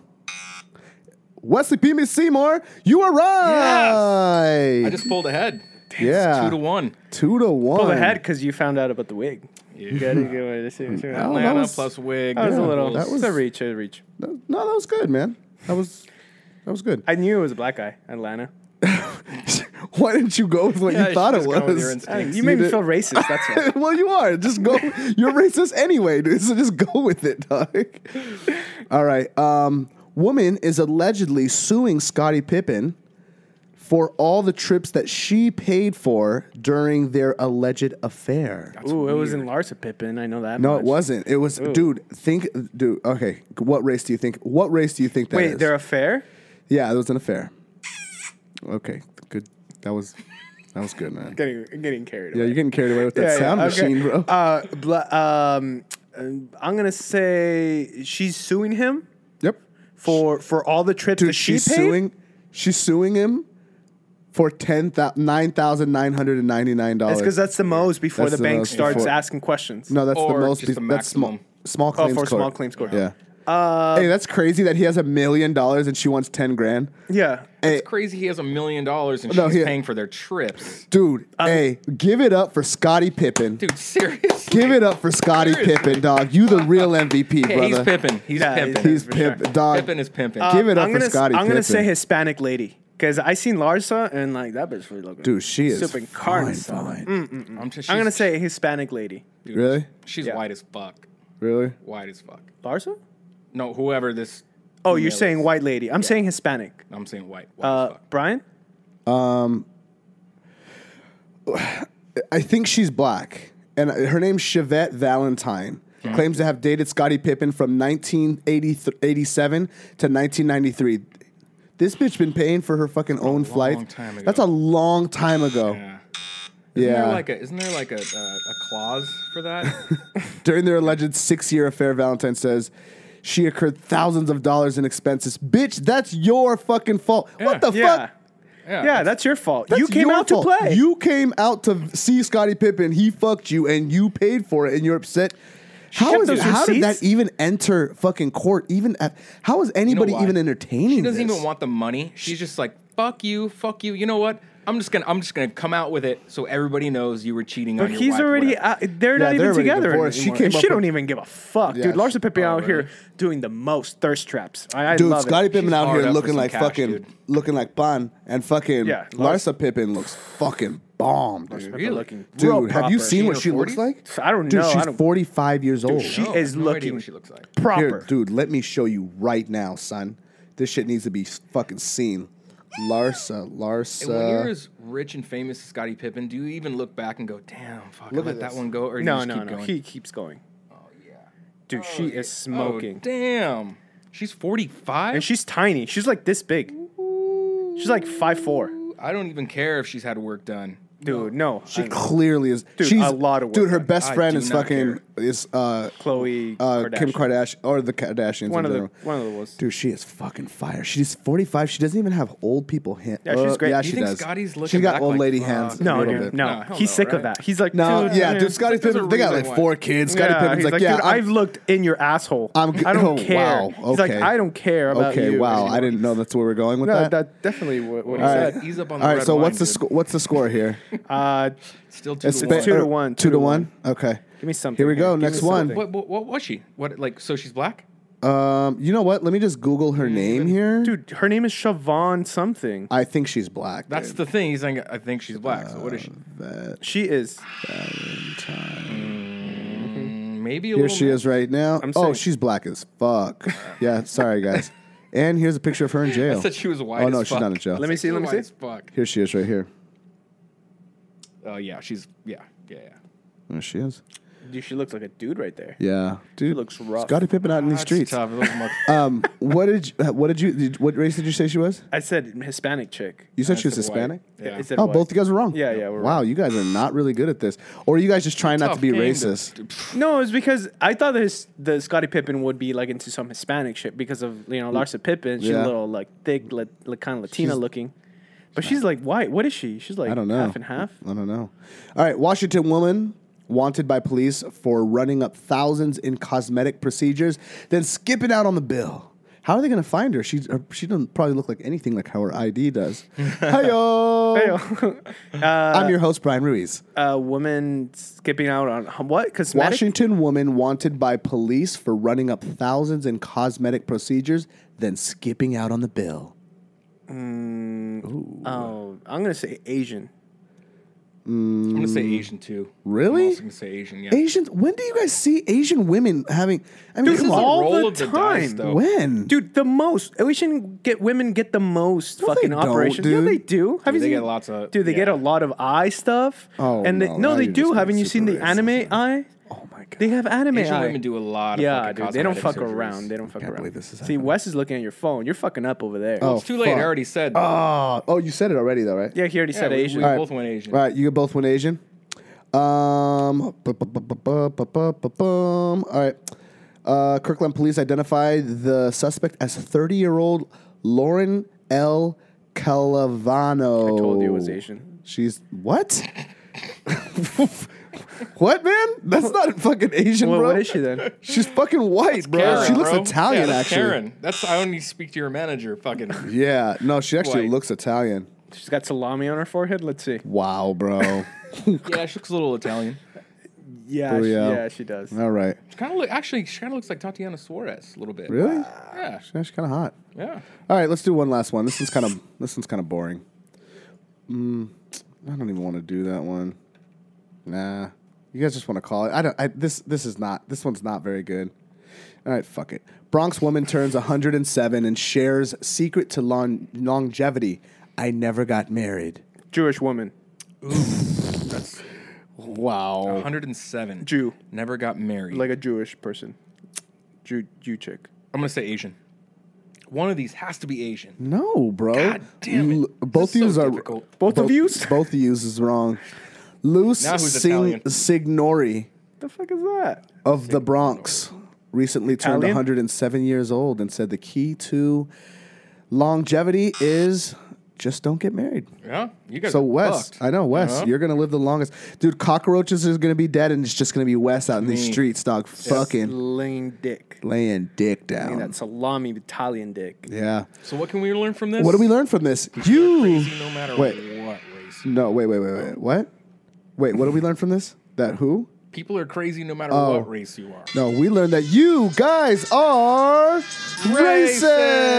[SPEAKER 3] Wesley P. Seymour, you are right.
[SPEAKER 4] I just pulled ahead. Damn,
[SPEAKER 3] Yeah.
[SPEAKER 4] It's two to one.
[SPEAKER 3] Two to one.
[SPEAKER 6] Pull the head because you found out about the wig. You gotta go with this. too. That
[SPEAKER 3] Oh,
[SPEAKER 6] was
[SPEAKER 3] that
[SPEAKER 4] Atlanta
[SPEAKER 3] was-
[SPEAKER 4] plus wig.
[SPEAKER 6] a little.
[SPEAKER 3] that
[SPEAKER 6] That
[SPEAKER 3] was-
[SPEAKER 6] was a reach. A reach.
[SPEAKER 3] No, that was good, man. That was that was good.
[SPEAKER 6] I knew it was a black guy. Atlanta.
[SPEAKER 3] Why didn't you go with what
[SPEAKER 4] Yeah,
[SPEAKER 3] you thought it
[SPEAKER 4] should've gone with your
[SPEAKER 3] was?
[SPEAKER 4] instinct.
[SPEAKER 6] You made me
[SPEAKER 3] did-
[SPEAKER 6] feel racist. That's why.
[SPEAKER 3] well, you are. Just go. You're racist anyway, dude. So just go with it, dog. All right. Um, woman is allegedly suing Scottie Pippen for all the trips that she paid for during their alleged affair.
[SPEAKER 6] Ooh, it was in Larsa Pippen. I know that.
[SPEAKER 3] No,
[SPEAKER 6] much.
[SPEAKER 3] it wasn't. It was, dude. Think, dude. Okay, what race do you think? What race do you think that
[SPEAKER 6] Wait,
[SPEAKER 3] is?
[SPEAKER 6] they're a fair.
[SPEAKER 3] yeah, it was an affair. Okay, good. That was, that was good, man.
[SPEAKER 6] Getting getting carried
[SPEAKER 3] Yeah,
[SPEAKER 6] away.
[SPEAKER 3] you're getting carried away with that sound
[SPEAKER 6] okay.
[SPEAKER 3] machine, bro.
[SPEAKER 6] Uh, bla- um, um, I'm gonna say she's suing him
[SPEAKER 3] yep.
[SPEAKER 6] for for all the trips that
[SPEAKER 3] Dude,
[SPEAKER 6] she
[SPEAKER 3] she's
[SPEAKER 6] paid?
[SPEAKER 3] suing. She's suing him for ten nine thousand nine hundred and ninety nine dollars.
[SPEAKER 6] That's because that's the most before
[SPEAKER 3] That's the
[SPEAKER 6] the, bank
[SPEAKER 3] most
[SPEAKER 6] starts
[SPEAKER 3] before-
[SPEAKER 6] asking questions.
[SPEAKER 3] no, that's the
[SPEAKER 4] or
[SPEAKER 3] most.
[SPEAKER 4] just the
[SPEAKER 3] that's small
[SPEAKER 4] maximum.
[SPEAKER 3] small
[SPEAKER 6] Oh,
[SPEAKER 3] claims
[SPEAKER 6] for
[SPEAKER 3] court.
[SPEAKER 6] small claims court.
[SPEAKER 3] Yeah. hey, that's crazy that he has a million dollars and she wants ten grand.
[SPEAKER 6] Yeah.
[SPEAKER 3] Hey,
[SPEAKER 4] It's crazy. He has a million dollars and
[SPEAKER 3] No,
[SPEAKER 4] she's
[SPEAKER 3] he-
[SPEAKER 4] paying for their trips.
[SPEAKER 3] dude. hey, give it up for Scottie Pippen.
[SPEAKER 4] Dude, seriously.
[SPEAKER 3] Give it up for Scottie
[SPEAKER 4] Seriously.
[SPEAKER 3] Pippen, dog. You the real MVP,
[SPEAKER 4] Hey,
[SPEAKER 3] brother.
[SPEAKER 4] he's pimping. He's
[SPEAKER 6] Yeah,
[SPEAKER 4] pimping.
[SPEAKER 6] he's-
[SPEAKER 3] He's Pippen, dog.
[SPEAKER 4] pimping is pimping.
[SPEAKER 3] Give it up
[SPEAKER 6] Uh, I'm
[SPEAKER 3] for
[SPEAKER 6] gonna,
[SPEAKER 3] Scottie
[SPEAKER 6] I'm
[SPEAKER 3] Pippen.
[SPEAKER 6] gonna say Hispanic lady because I seen Larsa and like that bitch really looking.
[SPEAKER 3] Dude, she is
[SPEAKER 6] Sipping
[SPEAKER 3] fine,
[SPEAKER 6] cards.
[SPEAKER 3] fine.
[SPEAKER 4] I'm, just,
[SPEAKER 6] I'm gonna
[SPEAKER 4] she's-
[SPEAKER 6] say Hispanic lady.
[SPEAKER 4] dude,
[SPEAKER 3] Really,
[SPEAKER 4] She's
[SPEAKER 6] Yeah.
[SPEAKER 4] white as fuck.
[SPEAKER 3] really.
[SPEAKER 4] White as fuck.
[SPEAKER 6] Larsa?
[SPEAKER 4] No, whoever this.
[SPEAKER 6] Oh, you're
[SPEAKER 4] female
[SPEAKER 6] saying
[SPEAKER 4] is.
[SPEAKER 6] white lady. I'm saying Hispanic.
[SPEAKER 4] I'm saying white. White as
[SPEAKER 6] Uh,
[SPEAKER 4] fuck.
[SPEAKER 6] Brian?
[SPEAKER 3] I think she's black, and her name's Chevette Valentine. Claims to have dated Scottie Pippen from 1987 to 1993. This bitch been paying for her fucking own flight.
[SPEAKER 4] time ago.
[SPEAKER 3] That's a long time ago.
[SPEAKER 4] Yeah.
[SPEAKER 3] Yeah,
[SPEAKER 4] Isn't there like a, isn't there like a, uh, a clause for that?
[SPEAKER 3] during their alleged six-year affair, Valentine says she incurred thousands of dollars in expenses. Bitch, that's your fucking fault. What
[SPEAKER 4] Yeah.
[SPEAKER 3] the
[SPEAKER 6] Yeah.
[SPEAKER 3] fuck?
[SPEAKER 6] Yeah, that's your fault. you
[SPEAKER 3] That's
[SPEAKER 6] came
[SPEAKER 3] your
[SPEAKER 6] out
[SPEAKER 3] fault.
[SPEAKER 6] to play.
[SPEAKER 3] You came out to see Scottie Pippen. He fucked you, and you paid for it, and you're upset. How
[SPEAKER 6] kept
[SPEAKER 3] is
[SPEAKER 6] those
[SPEAKER 3] how did that
[SPEAKER 6] receipts?
[SPEAKER 3] even enter fucking court? Even at, how is anybody
[SPEAKER 4] why?
[SPEAKER 3] even entertaining?
[SPEAKER 4] She doesn't
[SPEAKER 3] this?
[SPEAKER 4] even want the money. She's just like, fuck you, fuck you. You know what? I'm just gonna I'm just gonna come out with it so everybody knows you were cheating
[SPEAKER 6] But
[SPEAKER 4] on your
[SPEAKER 6] he's
[SPEAKER 4] wife,
[SPEAKER 6] already
[SPEAKER 4] whatever.
[SPEAKER 6] out,
[SPEAKER 3] Yeah,
[SPEAKER 6] they're not
[SPEAKER 3] they're
[SPEAKER 6] even
[SPEAKER 3] already
[SPEAKER 6] together anymore.
[SPEAKER 3] divorced. She
[SPEAKER 6] She,
[SPEAKER 3] came up
[SPEAKER 6] don't
[SPEAKER 3] with-
[SPEAKER 6] even give a fuck,
[SPEAKER 3] Yeah,
[SPEAKER 6] dude. Larsa
[SPEAKER 3] she-
[SPEAKER 6] Pippen out
[SPEAKER 4] really?
[SPEAKER 6] here doing the most thirst traps. I, I
[SPEAKER 3] Dude,
[SPEAKER 6] love
[SPEAKER 3] Scottie
[SPEAKER 6] it.
[SPEAKER 3] Pippen
[SPEAKER 4] She's
[SPEAKER 3] out
[SPEAKER 4] hard
[SPEAKER 3] here
[SPEAKER 4] up for
[SPEAKER 3] looking
[SPEAKER 4] some
[SPEAKER 3] like
[SPEAKER 4] cash,
[SPEAKER 3] fucking
[SPEAKER 4] dude.
[SPEAKER 3] looking like Bon and fucking
[SPEAKER 6] Yeah, Larsa-
[SPEAKER 3] Larsa Pippen looks fucking bomb, dude.
[SPEAKER 4] Really?
[SPEAKER 6] Looking
[SPEAKER 3] Dude,
[SPEAKER 6] real
[SPEAKER 3] have you
[SPEAKER 6] proper.
[SPEAKER 3] seen
[SPEAKER 4] in
[SPEAKER 3] what
[SPEAKER 4] her
[SPEAKER 3] she looks
[SPEAKER 4] 40s?
[SPEAKER 3] like?
[SPEAKER 6] I don't
[SPEAKER 3] Dude,
[SPEAKER 6] know. I
[SPEAKER 3] she's
[SPEAKER 6] don't-
[SPEAKER 3] 45 years old.
[SPEAKER 6] she
[SPEAKER 4] No, Oh, I
[SPEAKER 6] is
[SPEAKER 4] have no idea
[SPEAKER 6] looking
[SPEAKER 4] what she looks like.
[SPEAKER 6] proper.
[SPEAKER 3] Here, dude, let me show you right now, son. This shit needs to be fucking seen. Larsa, Larsa.
[SPEAKER 4] And when
[SPEAKER 3] Uh,
[SPEAKER 4] you're as rich and famous as Scottie Pippen, do you even look back and go, damn, fuck, I let that one go? Or do
[SPEAKER 6] No,
[SPEAKER 4] you just
[SPEAKER 6] no,
[SPEAKER 4] keep
[SPEAKER 6] no.
[SPEAKER 4] going?
[SPEAKER 6] He keeps going. Oh yeah. Dude, she is
[SPEAKER 4] Oh,
[SPEAKER 6] smoking.
[SPEAKER 4] damn. She's 45?
[SPEAKER 6] and she's tiny. She's like this big. She's like five four.
[SPEAKER 4] I don't even care if she's had work done.
[SPEAKER 6] Dude, no. Uh,
[SPEAKER 3] She
[SPEAKER 6] I-
[SPEAKER 3] clearly is.
[SPEAKER 6] Dude,
[SPEAKER 3] she's
[SPEAKER 6] a lot of work
[SPEAKER 3] Dude, her
[SPEAKER 6] done.
[SPEAKER 3] best
[SPEAKER 4] I
[SPEAKER 3] friend
[SPEAKER 4] do
[SPEAKER 3] is
[SPEAKER 4] not
[SPEAKER 3] fucking is uh,
[SPEAKER 6] Chloe
[SPEAKER 3] uh
[SPEAKER 6] Kardashian.
[SPEAKER 3] Kim Kardashian or the Kardashians.
[SPEAKER 6] One
[SPEAKER 3] in
[SPEAKER 6] of the
[SPEAKER 3] general.
[SPEAKER 6] one of the ones.
[SPEAKER 3] Dude, she is fucking fire. She's 45. She doesn't even have old people hands.
[SPEAKER 6] Yeah, she's great.
[SPEAKER 3] Yeah,
[SPEAKER 6] Do
[SPEAKER 4] you
[SPEAKER 3] she
[SPEAKER 4] think
[SPEAKER 3] does.
[SPEAKER 4] Scotty's
[SPEAKER 3] She's
[SPEAKER 4] looking
[SPEAKER 3] got
[SPEAKER 4] back
[SPEAKER 3] old
[SPEAKER 4] like,
[SPEAKER 3] lady
[SPEAKER 4] fuck,
[SPEAKER 3] hands. a
[SPEAKER 6] uh, No,
[SPEAKER 3] little
[SPEAKER 6] dude,
[SPEAKER 3] bit.
[SPEAKER 6] no.
[SPEAKER 4] Nah, hell
[SPEAKER 6] He's
[SPEAKER 4] no,
[SPEAKER 6] sick of
[SPEAKER 4] right?
[SPEAKER 6] that. He's like,
[SPEAKER 3] No,
[SPEAKER 6] dude,
[SPEAKER 3] yeah,
[SPEAKER 6] man.
[SPEAKER 3] dude. Scotty
[SPEAKER 4] There's a
[SPEAKER 3] Pippen, they got
[SPEAKER 4] reason
[SPEAKER 3] like
[SPEAKER 4] why.
[SPEAKER 3] four kids. Scotty
[SPEAKER 6] Yeah,
[SPEAKER 3] Pippen's
[SPEAKER 6] he's
[SPEAKER 3] like,
[SPEAKER 6] like,
[SPEAKER 3] yeah,
[SPEAKER 6] dude,
[SPEAKER 3] I'm-
[SPEAKER 6] I've looked in your asshole.
[SPEAKER 3] I'm
[SPEAKER 6] I'm,
[SPEAKER 3] g-
[SPEAKER 6] I do not
[SPEAKER 3] oh,
[SPEAKER 6] care.
[SPEAKER 3] wow,
[SPEAKER 6] He's like,
[SPEAKER 3] okay.
[SPEAKER 6] I don't care about
[SPEAKER 3] okay,
[SPEAKER 6] you.
[SPEAKER 3] wow,
[SPEAKER 6] anymore.
[SPEAKER 3] I didn't know that's where we're going with
[SPEAKER 6] No,
[SPEAKER 3] that.
[SPEAKER 6] that definitely what, what he
[SPEAKER 3] All
[SPEAKER 6] said.
[SPEAKER 3] right.
[SPEAKER 4] Ease up on
[SPEAKER 3] All
[SPEAKER 4] the
[SPEAKER 3] right,
[SPEAKER 4] red
[SPEAKER 3] so
[SPEAKER 4] line,
[SPEAKER 3] what's the
[SPEAKER 4] dude.
[SPEAKER 3] sc- what's the score here?
[SPEAKER 6] Uh,
[SPEAKER 4] Still two to
[SPEAKER 3] Espe-
[SPEAKER 4] one.
[SPEAKER 6] two
[SPEAKER 3] or
[SPEAKER 6] to one,
[SPEAKER 3] Two
[SPEAKER 6] two
[SPEAKER 3] to
[SPEAKER 6] to
[SPEAKER 3] one. Okay.
[SPEAKER 6] give me something.
[SPEAKER 3] Here we go.
[SPEAKER 6] Give me
[SPEAKER 3] Next one.
[SPEAKER 6] something.
[SPEAKER 4] What, what, what was she? What like so she's black?
[SPEAKER 3] Um, you know what? Let me just Google her name here.
[SPEAKER 6] Dude, her name is Siobhan something.
[SPEAKER 3] I think she's black.
[SPEAKER 4] That's
[SPEAKER 3] dude.
[SPEAKER 4] the thing. He's like, I think she's black. So what is she?
[SPEAKER 3] Uh,
[SPEAKER 6] She is.
[SPEAKER 4] Maybe a
[SPEAKER 3] Here
[SPEAKER 4] little
[SPEAKER 3] she
[SPEAKER 4] bit.
[SPEAKER 3] is right now.
[SPEAKER 6] I'm
[SPEAKER 3] oh,
[SPEAKER 6] saying-
[SPEAKER 3] she's black as fuck. yeah, sorry guys. And here's a picture of her in jail.
[SPEAKER 4] I said she was white.
[SPEAKER 3] oh no,
[SPEAKER 4] as
[SPEAKER 3] she's not in
[SPEAKER 4] fuck.
[SPEAKER 3] jail.
[SPEAKER 6] Let me see. Let me
[SPEAKER 4] White as
[SPEAKER 6] see.
[SPEAKER 4] fuck.
[SPEAKER 3] Here she is right here.
[SPEAKER 4] Oh yeah, she's yeah yeah yeah.
[SPEAKER 3] There she is.
[SPEAKER 6] Dude, she looks like a dude right there.
[SPEAKER 3] Yeah, dude,
[SPEAKER 6] looks rough.
[SPEAKER 3] Scotty Pippen out in these streets.
[SPEAKER 4] Tough. It was much-
[SPEAKER 3] Um, what did you, what did you did, what race did you say she was?
[SPEAKER 6] I said Hispanic chick.
[SPEAKER 3] You said she
[SPEAKER 4] I
[SPEAKER 3] was
[SPEAKER 4] said white.
[SPEAKER 3] Hispanic.
[SPEAKER 4] Yeah.
[SPEAKER 6] I said
[SPEAKER 3] Oh,
[SPEAKER 6] what?
[SPEAKER 3] both you guys are wrong.
[SPEAKER 6] Yeah, yeah, we're
[SPEAKER 3] wow, you guys are not really good at this, or you guys just trying not to
[SPEAKER 4] Tough
[SPEAKER 3] be
[SPEAKER 4] game
[SPEAKER 3] racist.
[SPEAKER 6] No, it's because I thought this the Scottie Pippen would be like into some Hispanic shit because of you know Larsa Pippen. She's
[SPEAKER 3] Mm. Yeah.
[SPEAKER 6] a little like thick, li- li- kind of Latina looking, but she's like white. What is she? She's like
[SPEAKER 3] I don't know.
[SPEAKER 6] half and half.
[SPEAKER 3] I don't know. All right, Washington woman wanted by police for running up thousands in cosmetic procedures, then skipping out on the bill. How are they going to find her? She her- she doesn't probably look like anything like how her ID does. Heyo,
[SPEAKER 6] uh,
[SPEAKER 3] I'm your host Brian Ruiz.
[SPEAKER 6] A woman skipping out on what? Cosmetic?
[SPEAKER 3] Washington woman wanted by police for running up thousands in cosmetic procedures, then skipping out on the bill.
[SPEAKER 6] Oh, I'm gonna say Asian.
[SPEAKER 4] I'm gonna say Asian too.
[SPEAKER 3] Really?
[SPEAKER 4] I'm also gonna say Asian. Yeah.
[SPEAKER 3] Asians, when do you guys see Asian women having? I mean, come
[SPEAKER 6] Dude, this is
[SPEAKER 3] on,
[SPEAKER 6] all
[SPEAKER 4] roll
[SPEAKER 6] the
[SPEAKER 4] of the dice,
[SPEAKER 6] time.
[SPEAKER 4] though.
[SPEAKER 3] when?
[SPEAKER 6] Dude, the most Asian get women get the most
[SPEAKER 3] No, they
[SPEAKER 6] fucking
[SPEAKER 3] don't,
[SPEAKER 6] operations.
[SPEAKER 3] dude.
[SPEAKER 6] Yeah, they do. Have
[SPEAKER 4] Yeah,
[SPEAKER 6] you
[SPEAKER 4] they
[SPEAKER 6] seen?
[SPEAKER 4] get lots of-
[SPEAKER 6] Dude, they get
[SPEAKER 4] yeah.
[SPEAKER 6] a lot of eye stuff.
[SPEAKER 3] Oh,
[SPEAKER 6] and they,
[SPEAKER 3] no,
[SPEAKER 6] no,
[SPEAKER 3] now
[SPEAKER 6] they
[SPEAKER 3] you're just
[SPEAKER 6] do.
[SPEAKER 3] being
[SPEAKER 6] Haven't you seen the
[SPEAKER 3] super racist,
[SPEAKER 6] anime eye?
[SPEAKER 3] oh my god,
[SPEAKER 6] They have anime
[SPEAKER 4] Asian
[SPEAKER 6] eye.
[SPEAKER 4] women do a lot. Of
[SPEAKER 6] Yeah,
[SPEAKER 4] fucking
[SPEAKER 6] dude, they don't fuck
[SPEAKER 4] cosmetic surgeries.
[SPEAKER 6] around. They don't fuck
[SPEAKER 3] can't
[SPEAKER 6] around.
[SPEAKER 3] believe this is
[SPEAKER 6] See,
[SPEAKER 3] happening.
[SPEAKER 6] Wes is looking at your phone. You're fucking up over there.
[SPEAKER 3] Oh.
[SPEAKER 4] It's too late.
[SPEAKER 3] Fuck.
[SPEAKER 4] I already said.
[SPEAKER 3] Oh, oh, you said it already though, right?
[SPEAKER 6] yeah, he already said
[SPEAKER 4] we-
[SPEAKER 6] Asian.
[SPEAKER 4] we-
[SPEAKER 3] All right.
[SPEAKER 4] both went Asian.
[SPEAKER 3] All right, you both went Asian. Um, bu- bu- bu- bu- bu- bu- bu- bu- bum. all right. Uh, Kirkland police identified the suspect as 30 year old Lauren L. Calavano.
[SPEAKER 6] I told you it
[SPEAKER 3] Oh.
[SPEAKER 6] was Asian.
[SPEAKER 3] She's what? what, man? That's not fucking Asian,
[SPEAKER 6] Well,
[SPEAKER 3] bro.
[SPEAKER 6] what is she then?
[SPEAKER 3] She's fucking white, bro.
[SPEAKER 4] Karen,
[SPEAKER 3] she looks
[SPEAKER 4] bro.
[SPEAKER 3] Italian,
[SPEAKER 4] Yeah, that's
[SPEAKER 3] actually.
[SPEAKER 4] Karen. That's I don't need to speak to your manager. Fucking.
[SPEAKER 3] Yeah, no, she actually
[SPEAKER 4] White.
[SPEAKER 3] looks Italian.
[SPEAKER 6] She's got salami on her forehead. Let's see.
[SPEAKER 3] Wow, bro.
[SPEAKER 4] yeah, she looks a little Italian.
[SPEAKER 6] Yeah,
[SPEAKER 3] Oh,
[SPEAKER 6] she,
[SPEAKER 3] yeah.
[SPEAKER 6] yeah, she does.
[SPEAKER 3] All right.
[SPEAKER 4] She kind of look. Actually, she kind of looks like Tatiana Suarez a little bit.
[SPEAKER 3] Really?
[SPEAKER 4] Yeah.
[SPEAKER 3] Yeah, she's kind of hot.
[SPEAKER 4] Yeah.
[SPEAKER 3] All right, let's do one last one. This one's kind of this one's kind of boring. Mm, I don't even want to do that one. Nah, you guys just want to call it. I don't. I, this this is not. This one's not very good. All right, fuck it. Bronx woman turns 107 and shares secret to lon- longevity. I never got married.
[SPEAKER 6] Jewish woman.
[SPEAKER 4] That's Oh.
[SPEAKER 3] Wow.
[SPEAKER 4] 107.
[SPEAKER 6] Jew.
[SPEAKER 4] Never got married.
[SPEAKER 6] Like a Jewish person. Jew, Jew chick.
[SPEAKER 4] I'm gonna say Asian. One of these has to be Asian.
[SPEAKER 3] No, bro.
[SPEAKER 4] God damn it.
[SPEAKER 3] L- both
[SPEAKER 4] This is
[SPEAKER 3] these
[SPEAKER 4] so
[SPEAKER 3] are
[SPEAKER 4] difficult.
[SPEAKER 6] Both of yous?
[SPEAKER 3] Both of yous is wrong. Luce
[SPEAKER 4] Now who's
[SPEAKER 3] Sing-
[SPEAKER 4] Italian?
[SPEAKER 3] Signori.
[SPEAKER 6] The fuck is that?
[SPEAKER 3] of the Bronx recently turned
[SPEAKER 6] Italian?
[SPEAKER 3] 107 years old and said the key to longevity is just don't get married.
[SPEAKER 4] Yeah. You guys.
[SPEAKER 3] So
[SPEAKER 4] are
[SPEAKER 3] Wes,
[SPEAKER 4] fucked.
[SPEAKER 3] I know Wes,
[SPEAKER 4] Uh-huh.
[SPEAKER 3] you're gonna live the longest, dude. Cockroaches is gonna be dead, and it's just gonna be Wes out in these streets, dog, fucking
[SPEAKER 6] Lame dick.
[SPEAKER 3] laying dick
[SPEAKER 6] I mean, that
[SPEAKER 3] down.
[SPEAKER 6] salami Italian dick.
[SPEAKER 3] Yeah.
[SPEAKER 4] So what can we learn from this?
[SPEAKER 3] What do we learn from this?
[SPEAKER 4] You're
[SPEAKER 3] You.
[SPEAKER 4] Crazy, no matter
[SPEAKER 3] Wait.
[SPEAKER 4] what race.
[SPEAKER 3] No, wait, wait, wait, wait. What? Wait, what do we learn from this? That who?
[SPEAKER 4] People are crazy no matter
[SPEAKER 3] Oh.
[SPEAKER 4] what race you are.
[SPEAKER 3] No, we learned that you guys are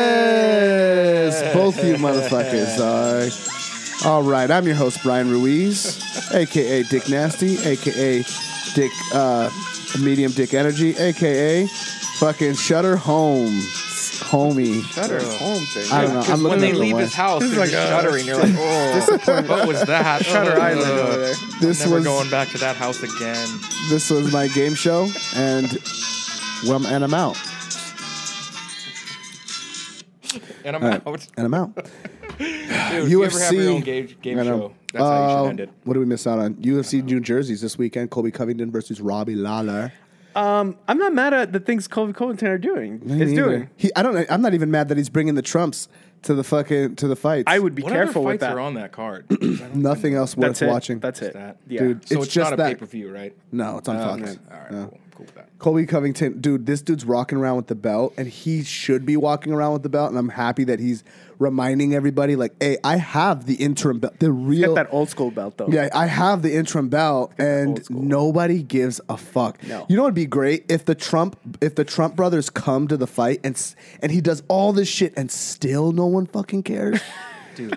[SPEAKER 3] racist. Both you motherfuckers are. All right, I'm your host Brian Ruiz, aka Dick Nasty, aka Dick uh, Medium Dick Energy, aka fucking Shutter Home, homie.
[SPEAKER 6] Better home thing.
[SPEAKER 3] I don't know. I'm looking
[SPEAKER 4] when they
[SPEAKER 3] at the
[SPEAKER 4] leave
[SPEAKER 3] one.
[SPEAKER 4] his house, they're
[SPEAKER 3] uh,
[SPEAKER 4] just shuddering. You're like, oh, what was that? Shutter
[SPEAKER 6] Island over there.
[SPEAKER 3] This
[SPEAKER 4] Never
[SPEAKER 3] was
[SPEAKER 4] going back to that house again.
[SPEAKER 3] this was my game show, and well, and I'm out.
[SPEAKER 4] And I'm
[SPEAKER 3] All right,
[SPEAKER 4] out.
[SPEAKER 3] and I'm out.
[SPEAKER 4] Dude, you ever have your own game, game
[SPEAKER 3] I know.
[SPEAKER 4] show? That's how you
[SPEAKER 3] Uh,
[SPEAKER 4] should end it.
[SPEAKER 3] What do we miss out on? UFC New Jersey's this weekend. Kobe Covington versus Robbie Lawler.
[SPEAKER 6] I'm not mad at the things Colby Covington are doing. It's doing.
[SPEAKER 3] He, I don't. I'm not even mad that he's bringing the Trumps to the fucking to the fights.
[SPEAKER 6] I would be
[SPEAKER 4] What
[SPEAKER 6] careful
[SPEAKER 4] other
[SPEAKER 6] with
[SPEAKER 4] fights
[SPEAKER 6] that.
[SPEAKER 4] are on that card? Is that on-
[SPEAKER 3] nothing else worth
[SPEAKER 6] That's it.
[SPEAKER 3] watching.
[SPEAKER 6] That's it. Oh,
[SPEAKER 4] that?
[SPEAKER 6] Yeah.
[SPEAKER 3] Dude,
[SPEAKER 4] so
[SPEAKER 3] it's,
[SPEAKER 4] it's,
[SPEAKER 3] just
[SPEAKER 4] not a
[SPEAKER 3] that.
[SPEAKER 4] pay per view, right?
[SPEAKER 3] No, it's on Fox.
[SPEAKER 4] Okay. All right,
[SPEAKER 3] No.
[SPEAKER 4] cool, cool with that.
[SPEAKER 3] Colby Covington, dude, this dude's rocking around with the belt, and he should be walking around with the belt. And I'm happy that he's reminding everybody, like, hey, I have the interim belt, the
[SPEAKER 6] Get
[SPEAKER 3] real
[SPEAKER 6] that old school belt
[SPEAKER 4] Oh.
[SPEAKER 6] though.
[SPEAKER 3] Yeah, I have the interim belt, and
[SPEAKER 6] old school.
[SPEAKER 3] nobody gives a fuck.
[SPEAKER 6] No.
[SPEAKER 3] You know, it'd be great if the Trump if the Trump brothers come to the fight and s- and he does all this shit and still no one fucking cares.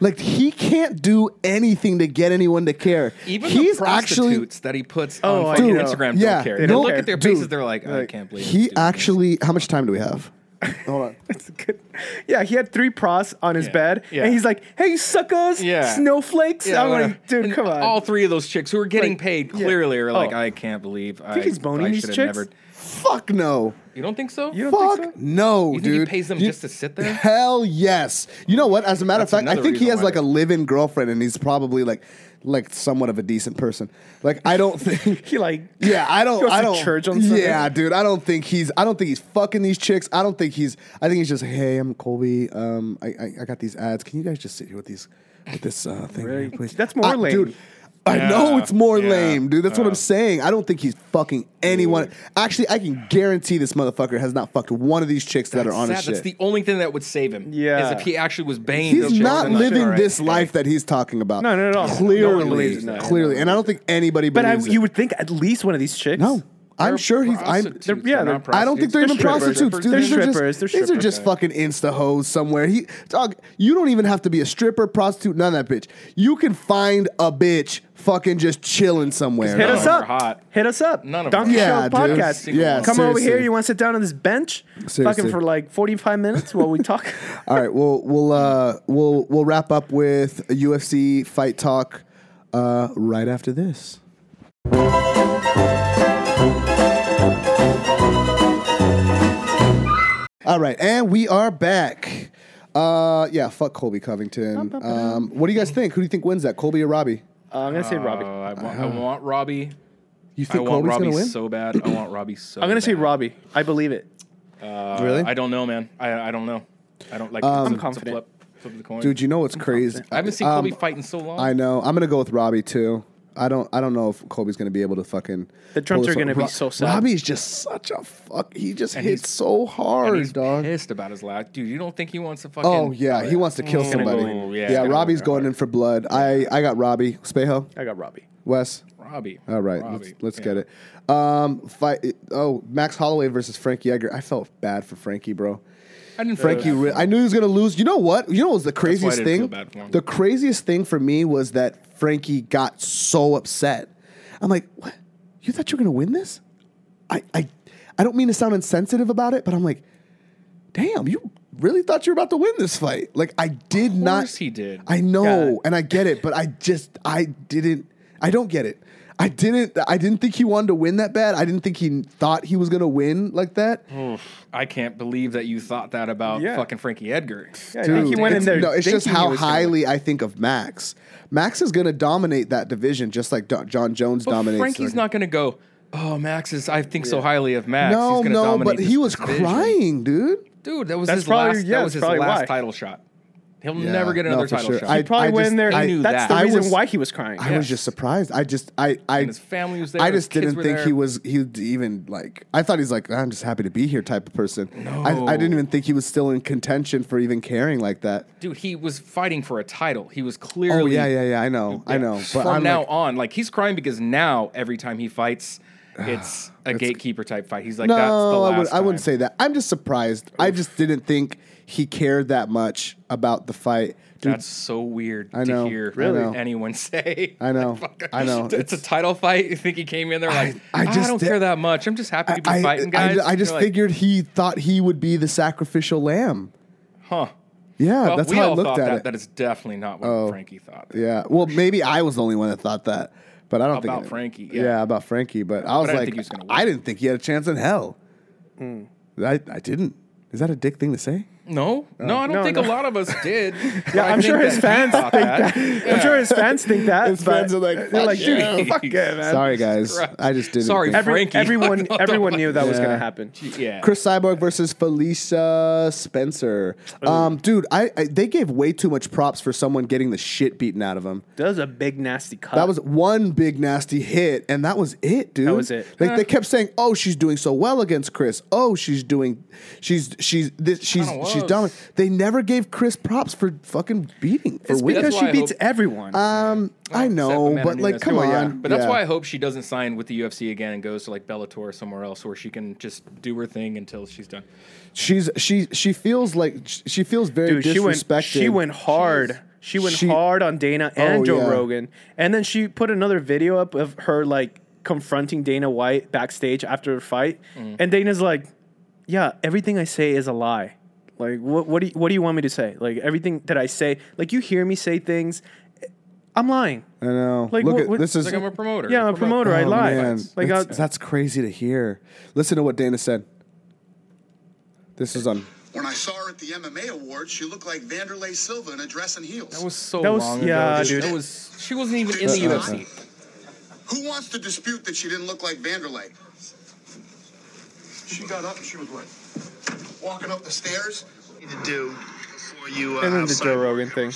[SPEAKER 3] Like he can't do anything to get anyone to care.
[SPEAKER 4] Even
[SPEAKER 3] He's
[SPEAKER 4] the prostitutes
[SPEAKER 3] actually
[SPEAKER 4] that he puts
[SPEAKER 6] Oh, I
[SPEAKER 4] on fucking
[SPEAKER 6] know.
[SPEAKER 4] Instagram
[SPEAKER 3] Yeah,
[SPEAKER 4] don't care.
[SPEAKER 3] they
[SPEAKER 4] They
[SPEAKER 3] don't
[SPEAKER 4] look
[SPEAKER 6] care.
[SPEAKER 4] at their
[SPEAKER 3] Dude,
[SPEAKER 4] faces, they're like, I can't believe this
[SPEAKER 3] he
[SPEAKER 4] dude.
[SPEAKER 3] actually. How much time do we have? Hold on.
[SPEAKER 6] It's good. Yeah, he had three pros on his bed, and he's like, "Hey, suckers,
[SPEAKER 4] Yeah.
[SPEAKER 6] snowflakes."
[SPEAKER 4] Yeah,
[SPEAKER 6] I'm
[SPEAKER 4] whatever.
[SPEAKER 6] like, "Dude,
[SPEAKER 4] And
[SPEAKER 6] come on."
[SPEAKER 4] All three of those chicks who are getting
[SPEAKER 6] Like,
[SPEAKER 4] paid
[SPEAKER 6] yeah.
[SPEAKER 4] clearly are like,
[SPEAKER 6] Oh.
[SPEAKER 4] I can't believe I,
[SPEAKER 6] think he's boning
[SPEAKER 4] I
[SPEAKER 6] these
[SPEAKER 4] should've
[SPEAKER 6] chicks?
[SPEAKER 3] Fuck no.
[SPEAKER 4] You don't think so?
[SPEAKER 6] You don't
[SPEAKER 3] Fuck
[SPEAKER 6] think so?
[SPEAKER 3] no,
[SPEAKER 4] You think
[SPEAKER 3] dude.
[SPEAKER 4] he pays them just to sit there?
[SPEAKER 3] Hell yes. You know what? As a matter
[SPEAKER 4] That's
[SPEAKER 3] of fact, I
[SPEAKER 4] another
[SPEAKER 3] think he has
[SPEAKER 4] reason why
[SPEAKER 3] like
[SPEAKER 4] they-
[SPEAKER 3] a live-in girlfriend, and he's probably like, like somewhat of a decent person. Like I don't think.
[SPEAKER 6] He like,
[SPEAKER 3] Yeah, I don't.
[SPEAKER 6] Goes
[SPEAKER 3] I
[SPEAKER 6] to
[SPEAKER 3] don't.
[SPEAKER 6] church on Sunday.
[SPEAKER 3] yeah, dude. I don't think he's. I don't think he's fucking these chicks. I don't think he's. I think he's just. Hey, I'm Colby. Um, I I, I got these ads. Can you guys just sit here with these with this uh, thing, here, please?
[SPEAKER 6] That's more
[SPEAKER 3] I-
[SPEAKER 6] lame.
[SPEAKER 3] dude. I know it's more
[SPEAKER 4] yeah,
[SPEAKER 3] lame, dude. That's what I'm saying. I don't think he's fucking anyone. Actually, I can guarantee this motherfucker has not fucked one of these chicks that are on his
[SPEAKER 4] Sad,
[SPEAKER 3] shit.
[SPEAKER 4] That's the only thing that would save him.
[SPEAKER 6] Yeah.
[SPEAKER 4] Is if he actually was banging those
[SPEAKER 3] He's
[SPEAKER 4] chicks
[SPEAKER 3] not
[SPEAKER 4] and like,
[SPEAKER 3] living
[SPEAKER 4] "All right,
[SPEAKER 3] this
[SPEAKER 4] okay."
[SPEAKER 3] life that he's talking about.
[SPEAKER 6] No, no, no. No one
[SPEAKER 3] Clearly,
[SPEAKER 4] believes that.
[SPEAKER 3] clearly, and I don't think anybody.
[SPEAKER 6] but I,
[SPEAKER 3] believes it.
[SPEAKER 6] you would think at least one of these chicks.
[SPEAKER 3] No, I'm sure he's. I'm.
[SPEAKER 4] Prostitutes,
[SPEAKER 6] they're- yeah,
[SPEAKER 4] not
[SPEAKER 6] they're-
[SPEAKER 3] I don't think they're,
[SPEAKER 6] They're
[SPEAKER 3] even
[SPEAKER 6] strippers.
[SPEAKER 3] prostitutes, dude.
[SPEAKER 6] They're
[SPEAKER 3] These are just-
[SPEAKER 6] strippers. They're
[SPEAKER 3] These are
[SPEAKER 6] strippers.
[SPEAKER 3] just fucking insta hoes somewhere. He, dog, you don't even have to be a stripper, prostitute, none of that bitch. You can find a bitch fucking just chilling somewhere.
[SPEAKER 6] Hit
[SPEAKER 4] None
[SPEAKER 6] us
[SPEAKER 4] of 'em are
[SPEAKER 6] up.
[SPEAKER 4] hot.
[SPEAKER 6] Hit us up.
[SPEAKER 4] None of 'em
[SPEAKER 6] Donkey
[SPEAKER 4] are
[SPEAKER 3] Yeah,
[SPEAKER 6] Show
[SPEAKER 3] dude.
[SPEAKER 6] Podcast.
[SPEAKER 3] Yeah,
[SPEAKER 6] Come over here.
[SPEAKER 3] seriously.
[SPEAKER 6] You want to sit down on this bench,
[SPEAKER 3] Seriously.
[SPEAKER 6] fucking for like 45 minutes while we talk.
[SPEAKER 3] All right, we'll we'll uh, we'll we'll wrap up with a UFC fight talk uh, right after this. All right, and we are back. Uh, yeah, fuck Colby Covington. Um, what do you guys think? Who do you think wins that, Colby or Robbie?
[SPEAKER 6] Uh, I'm gonna say Robbie.
[SPEAKER 4] Oh, I want, I want Robbie.
[SPEAKER 3] You
[SPEAKER 4] I
[SPEAKER 3] think
[SPEAKER 4] want
[SPEAKER 3] Colby's
[SPEAKER 4] Robbie
[SPEAKER 3] gonna win?
[SPEAKER 4] so bad. I want Robbie so.
[SPEAKER 6] I'm gonna say
[SPEAKER 4] bad.
[SPEAKER 6] Robbie. I believe it.
[SPEAKER 3] really,
[SPEAKER 4] I don't know, man. I, I don't know. I don't like. it's a- it's a
[SPEAKER 6] confident.
[SPEAKER 4] Flip, flip of the coin.
[SPEAKER 3] Um, dude. You know what's crazy?
[SPEAKER 4] I haven't seen
[SPEAKER 3] Um,
[SPEAKER 4] Kobe fight in so long.
[SPEAKER 3] I know. I'm gonna go with Robbie too. I don't. I don't know if Kobe's gonna be able to fucking.
[SPEAKER 6] The Trumps
[SPEAKER 3] pull this
[SPEAKER 6] are gonna
[SPEAKER 3] off.
[SPEAKER 6] be
[SPEAKER 3] Ro-
[SPEAKER 6] so sad.
[SPEAKER 3] Robbie's just such a fuck. He just
[SPEAKER 4] And
[SPEAKER 3] hits
[SPEAKER 4] he's-
[SPEAKER 3] so
[SPEAKER 4] and
[SPEAKER 3] hard,
[SPEAKER 4] he's
[SPEAKER 3] dog.
[SPEAKER 4] pissed about his life, dude. You don't think he wants to fucking?
[SPEAKER 3] Oh yeah, he wants to kill
[SPEAKER 4] He's gonna
[SPEAKER 3] somebody.
[SPEAKER 4] go- yeah,
[SPEAKER 3] yeah,
[SPEAKER 4] he's gonna
[SPEAKER 3] Robbie's
[SPEAKER 4] go
[SPEAKER 3] going in for blood. I I got Robbie Spejo,
[SPEAKER 6] I got Robbie.
[SPEAKER 3] Wes.
[SPEAKER 4] Robbie.
[SPEAKER 3] All right,
[SPEAKER 4] Robbie.
[SPEAKER 3] let's, let's
[SPEAKER 4] Yeah.
[SPEAKER 3] get it. Um, fight. Oh, Max Holloway versus Frankie Edgar. I felt bad for Frankie, bro.
[SPEAKER 4] I
[SPEAKER 6] Uh,
[SPEAKER 4] didn't
[SPEAKER 3] Frankie, re- I knew he was gonna lose. You know what? You know what was the
[SPEAKER 4] why I
[SPEAKER 3] craziest
[SPEAKER 4] didn't feel
[SPEAKER 3] thing?
[SPEAKER 4] bad for him.
[SPEAKER 3] The craziest thing for me was that Frankie got so upset. I'm like, what? You thought you were gonna win this? I, I, I don't mean to sound insensitive about it, but I'm like, damn, you really thought you were about to win this fight? Like, I did
[SPEAKER 4] Of
[SPEAKER 3] not.
[SPEAKER 4] course he did.
[SPEAKER 3] I know, and I get it, but I just, I didn't. I don't get it. I didn't. I didn't think he wanted to win that bad. I didn't think he thought he was gonna win like that.
[SPEAKER 4] I can't believe that you thought that about
[SPEAKER 6] Yeah.
[SPEAKER 4] fucking Frankie Edgar.
[SPEAKER 6] Yeah, I think he went in
[SPEAKER 3] It's-
[SPEAKER 6] there.
[SPEAKER 3] No, it's just
[SPEAKER 6] thinking he
[SPEAKER 3] how
[SPEAKER 6] was gonna win.
[SPEAKER 3] highly I think of Max. Max is going to dominate that division, just like Do- John Jones
[SPEAKER 4] But
[SPEAKER 3] dominates.
[SPEAKER 4] Frankie's
[SPEAKER 3] the-
[SPEAKER 4] not going to go. Oh, Max is. I think so highly of Max.
[SPEAKER 3] No,
[SPEAKER 4] He's gonna
[SPEAKER 3] no,
[SPEAKER 4] dominate
[SPEAKER 3] but
[SPEAKER 4] this
[SPEAKER 3] he was
[SPEAKER 4] division."
[SPEAKER 3] crying, dude.
[SPEAKER 4] Dude, that was
[SPEAKER 6] That's
[SPEAKER 4] his
[SPEAKER 6] probably-
[SPEAKER 4] last.
[SPEAKER 6] yeah,
[SPEAKER 4] that
[SPEAKER 6] that's
[SPEAKER 4] was his
[SPEAKER 6] probably
[SPEAKER 4] last
[SPEAKER 6] why.
[SPEAKER 4] title shot. He'll
[SPEAKER 3] Yeah,
[SPEAKER 4] never get
[SPEAKER 3] no,
[SPEAKER 4] another
[SPEAKER 3] for
[SPEAKER 4] title
[SPEAKER 3] sure.
[SPEAKER 4] shot.
[SPEAKER 3] I-
[SPEAKER 6] He probably went
[SPEAKER 3] just-
[SPEAKER 6] in there.
[SPEAKER 3] I
[SPEAKER 4] knew
[SPEAKER 6] That's
[SPEAKER 4] that.
[SPEAKER 6] the
[SPEAKER 3] I
[SPEAKER 6] reason
[SPEAKER 3] was-
[SPEAKER 6] why he was crying.
[SPEAKER 3] I was just surprised. I just, I, I,
[SPEAKER 4] his family was there,
[SPEAKER 3] I
[SPEAKER 4] his
[SPEAKER 3] just
[SPEAKER 4] kids
[SPEAKER 3] didn't
[SPEAKER 4] were
[SPEAKER 3] think he
[SPEAKER 4] there.
[SPEAKER 3] was. He was even like. I thought he's like. "Ah, I'm just happy to be here, type of person. I, I didn't even think he was still in contention for even caring like that.
[SPEAKER 4] Dude, he was fighting for a title. He was clearly.
[SPEAKER 3] Oh yeah, yeah, yeah. I know, I know. But
[SPEAKER 4] From
[SPEAKER 3] I'm
[SPEAKER 4] now
[SPEAKER 3] like,
[SPEAKER 4] on, like he's crying because now every time he fights, it's a gatekeeper type fight. He's like,
[SPEAKER 3] no,
[SPEAKER 4] that's the last.
[SPEAKER 3] I, would, I wouldn't
[SPEAKER 4] time."
[SPEAKER 3] say that. I'm just surprised. I just didn't think he cared that much about the fight. Dude,
[SPEAKER 4] That's so weird
[SPEAKER 3] I know.
[SPEAKER 4] to hear
[SPEAKER 3] Really? I know.
[SPEAKER 4] anyone say.
[SPEAKER 3] I know.
[SPEAKER 4] Fuck.
[SPEAKER 3] I know.
[SPEAKER 4] It's, a title fight. You think he came in there like,
[SPEAKER 3] I
[SPEAKER 4] I,
[SPEAKER 3] just
[SPEAKER 4] don't
[SPEAKER 3] di-
[SPEAKER 4] care that much. I'm just happy to be
[SPEAKER 3] I,
[SPEAKER 4] fighting
[SPEAKER 3] I- I-
[SPEAKER 4] guys.
[SPEAKER 3] I just
[SPEAKER 4] You're like,
[SPEAKER 3] figured he thought he would be the sacrificial lamb.
[SPEAKER 4] huh.
[SPEAKER 3] Yeah,
[SPEAKER 4] Well,
[SPEAKER 3] that's
[SPEAKER 4] we
[SPEAKER 3] how I
[SPEAKER 4] all
[SPEAKER 3] looked
[SPEAKER 4] thought
[SPEAKER 3] at
[SPEAKER 4] that.
[SPEAKER 3] it. Oh.
[SPEAKER 4] That is definitely not what Frankie thought.
[SPEAKER 3] yeah. Well, maybe I was the only one that thought that, but I don't think
[SPEAKER 4] About
[SPEAKER 3] it-
[SPEAKER 4] Frankie,
[SPEAKER 3] Yeah.
[SPEAKER 4] yeah.
[SPEAKER 3] about Frankie. But I was
[SPEAKER 4] I didn't
[SPEAKER 3] like,
[SPEAKER 4] think he was gonna win. Hmm.
[SPEAKER 3] I didn't think he had a chance in hell. I, I didn't. Is that a dick thing to say?
[SPEAKER 4] No, no, I don't
[SPEAKER 6] Uh, No,
[SPEAKER 4] think
[SPEAKER 6] no.
[SPEAKER 4] a lot of us did.
[SPEAKER 6] yeah, I'm sure his fans think that. I'm sure his fans think that.
[SPEAKER 3] His
[SPEAKER 6] but
[SPEAKER 3] fans are like,
[SPEAKER 6] they're
[SPEAKER 3] "Fuck
[SPEAKER 6] like, dude,
[SPEAKER 4] you."
[SPEAKER 6] fuck yeah, man.
[SPEAKER 3] Sorry, guys. I just didn't.
[SPEAKER 4] Sorry,
[SPEAKER 3] think-
[SPEAKER 6] Every-
[SPEAKER 4] Frankie.
[SPEAKER 6] everyone,
[SPEAKER 4] What the
[SPEAKER 6] everyone
[SPEAKER 4] fuck?
[SPEAKER 6] knew that was
[SPEAKER 3] Yeah.
[SPEAKER 6] gonna happen.
[SPEAKER 4] Yeah.
[SPEAKER 3] Chris Cyborg versus Felicia Spencer. Um, dude, I, I they gave way too much props for someone getting the shit beaten out of them.
[SPEAKER 6] That was a big nasty cut.
[SPEAKER 3] That was one big nasty hit, and that was it, dude. That
[SPEAKER 6] was it.
[SPEAKER 3] Like they kept saying, "Oh, she's doing so well against Chris. Oh, she's doing, she's she's this, she's
[SPEAKER 4] Kinda
[SPEAKER 3] she's
[SPEAKER 4] was.
[SPEAKER 3] dominant." They never gave Chris props for fucking beating for
[SPEAKER 6] It's
[SPEAKER 3] winning.
[SPEAKER 6] because
[SPEAKER 4] That's
[SPEAKER 6] she
[SPEAKER 4] why I
[SPEAKER 6] beats
[SPEAKER 4] hope-
[SPEAKER 6] everyone.
[SPEAKER 3] Um, I know,
[SPEAKER 4] Except for
[SPEAKER 3] but like,
[SPEAKER 4] Menendez.
[SPEAKER 3] come
[SPEAKER 4] Well,
[SPEAKER 3] on.
[SPEAKER 4] yeah. But that's
[SPEAKER 3] Yeah.
[SPEAKER 4] why I hope she doesn't sign with the UFC again and goes to like Bellator or somewhere else where she can just do her thing until she's done.
[SPEAKER 3] she's she she feels like she feels very
[SPEAKER 6] Dude, she went,
[SPEAKER 3] disrespected.
[SPEAKER 6] she went hard. She went
[SPEAKER 3] She-
[SPEAKER 6] hard on Dana and
[SPEAKER 3] Oh,
[SPEAKER 6] Joe
[SPEAKER 3] yeah.
[SPEAKER 6] Rogan, and then she put another video up of Mm. her like confronting Dana White backstage after her fight, and Dana's like, yeah, everything I say is a lie. Like, what, what, do you, what do you want me to say? Like, everything that I say, like, you hear me say things, I'm lying.
[SPEAKER 3] I know.
[SPEAKER 6] Like,
[SPEAKER 3] Oh, Look
[SPEAKER 6] what-
[SPEAKER 3] at
[SPEAKER 6] what-
[SPEAKER 3] this is
[SPEAKER 4] Like I'm a promoter.
[SPEAKER 6] Yeah, I'm a promoter. I
[SPEAKER 3] Oh,
[SPEAKER 6] lie.
[SPEAKER 3] man.
[SPEAKER 6] Like, uh,
[SPEAKER 3] that's,
[SPEAKER 6] I,
[SPEAKER 3] that's crazy to hear. Listen to what Dana said. This is um, on.
[SPEAKER 8] When I saw her at the MMA awards, she looked like Vanderlei Silva in a dress and heels.
[SPEAKER 4] That was so
[SPEAKER 6] That was-
[SPEAKER 4] long ago.
[SPEAKER 6] yeah, dude. Uh-uh.
[SPEAKER 4] That was she wasn't even in the
[SPEAKER 8] Uh, uh,
[SPEAKER 4] UFC.
[SPEAKER 8] Who wants to dispute that she didn't look like Vanderlei? She got up and she was what? Walking up the stairs? To do before you uh,
[SPEAKER 6] and then the Joe Rogan thing.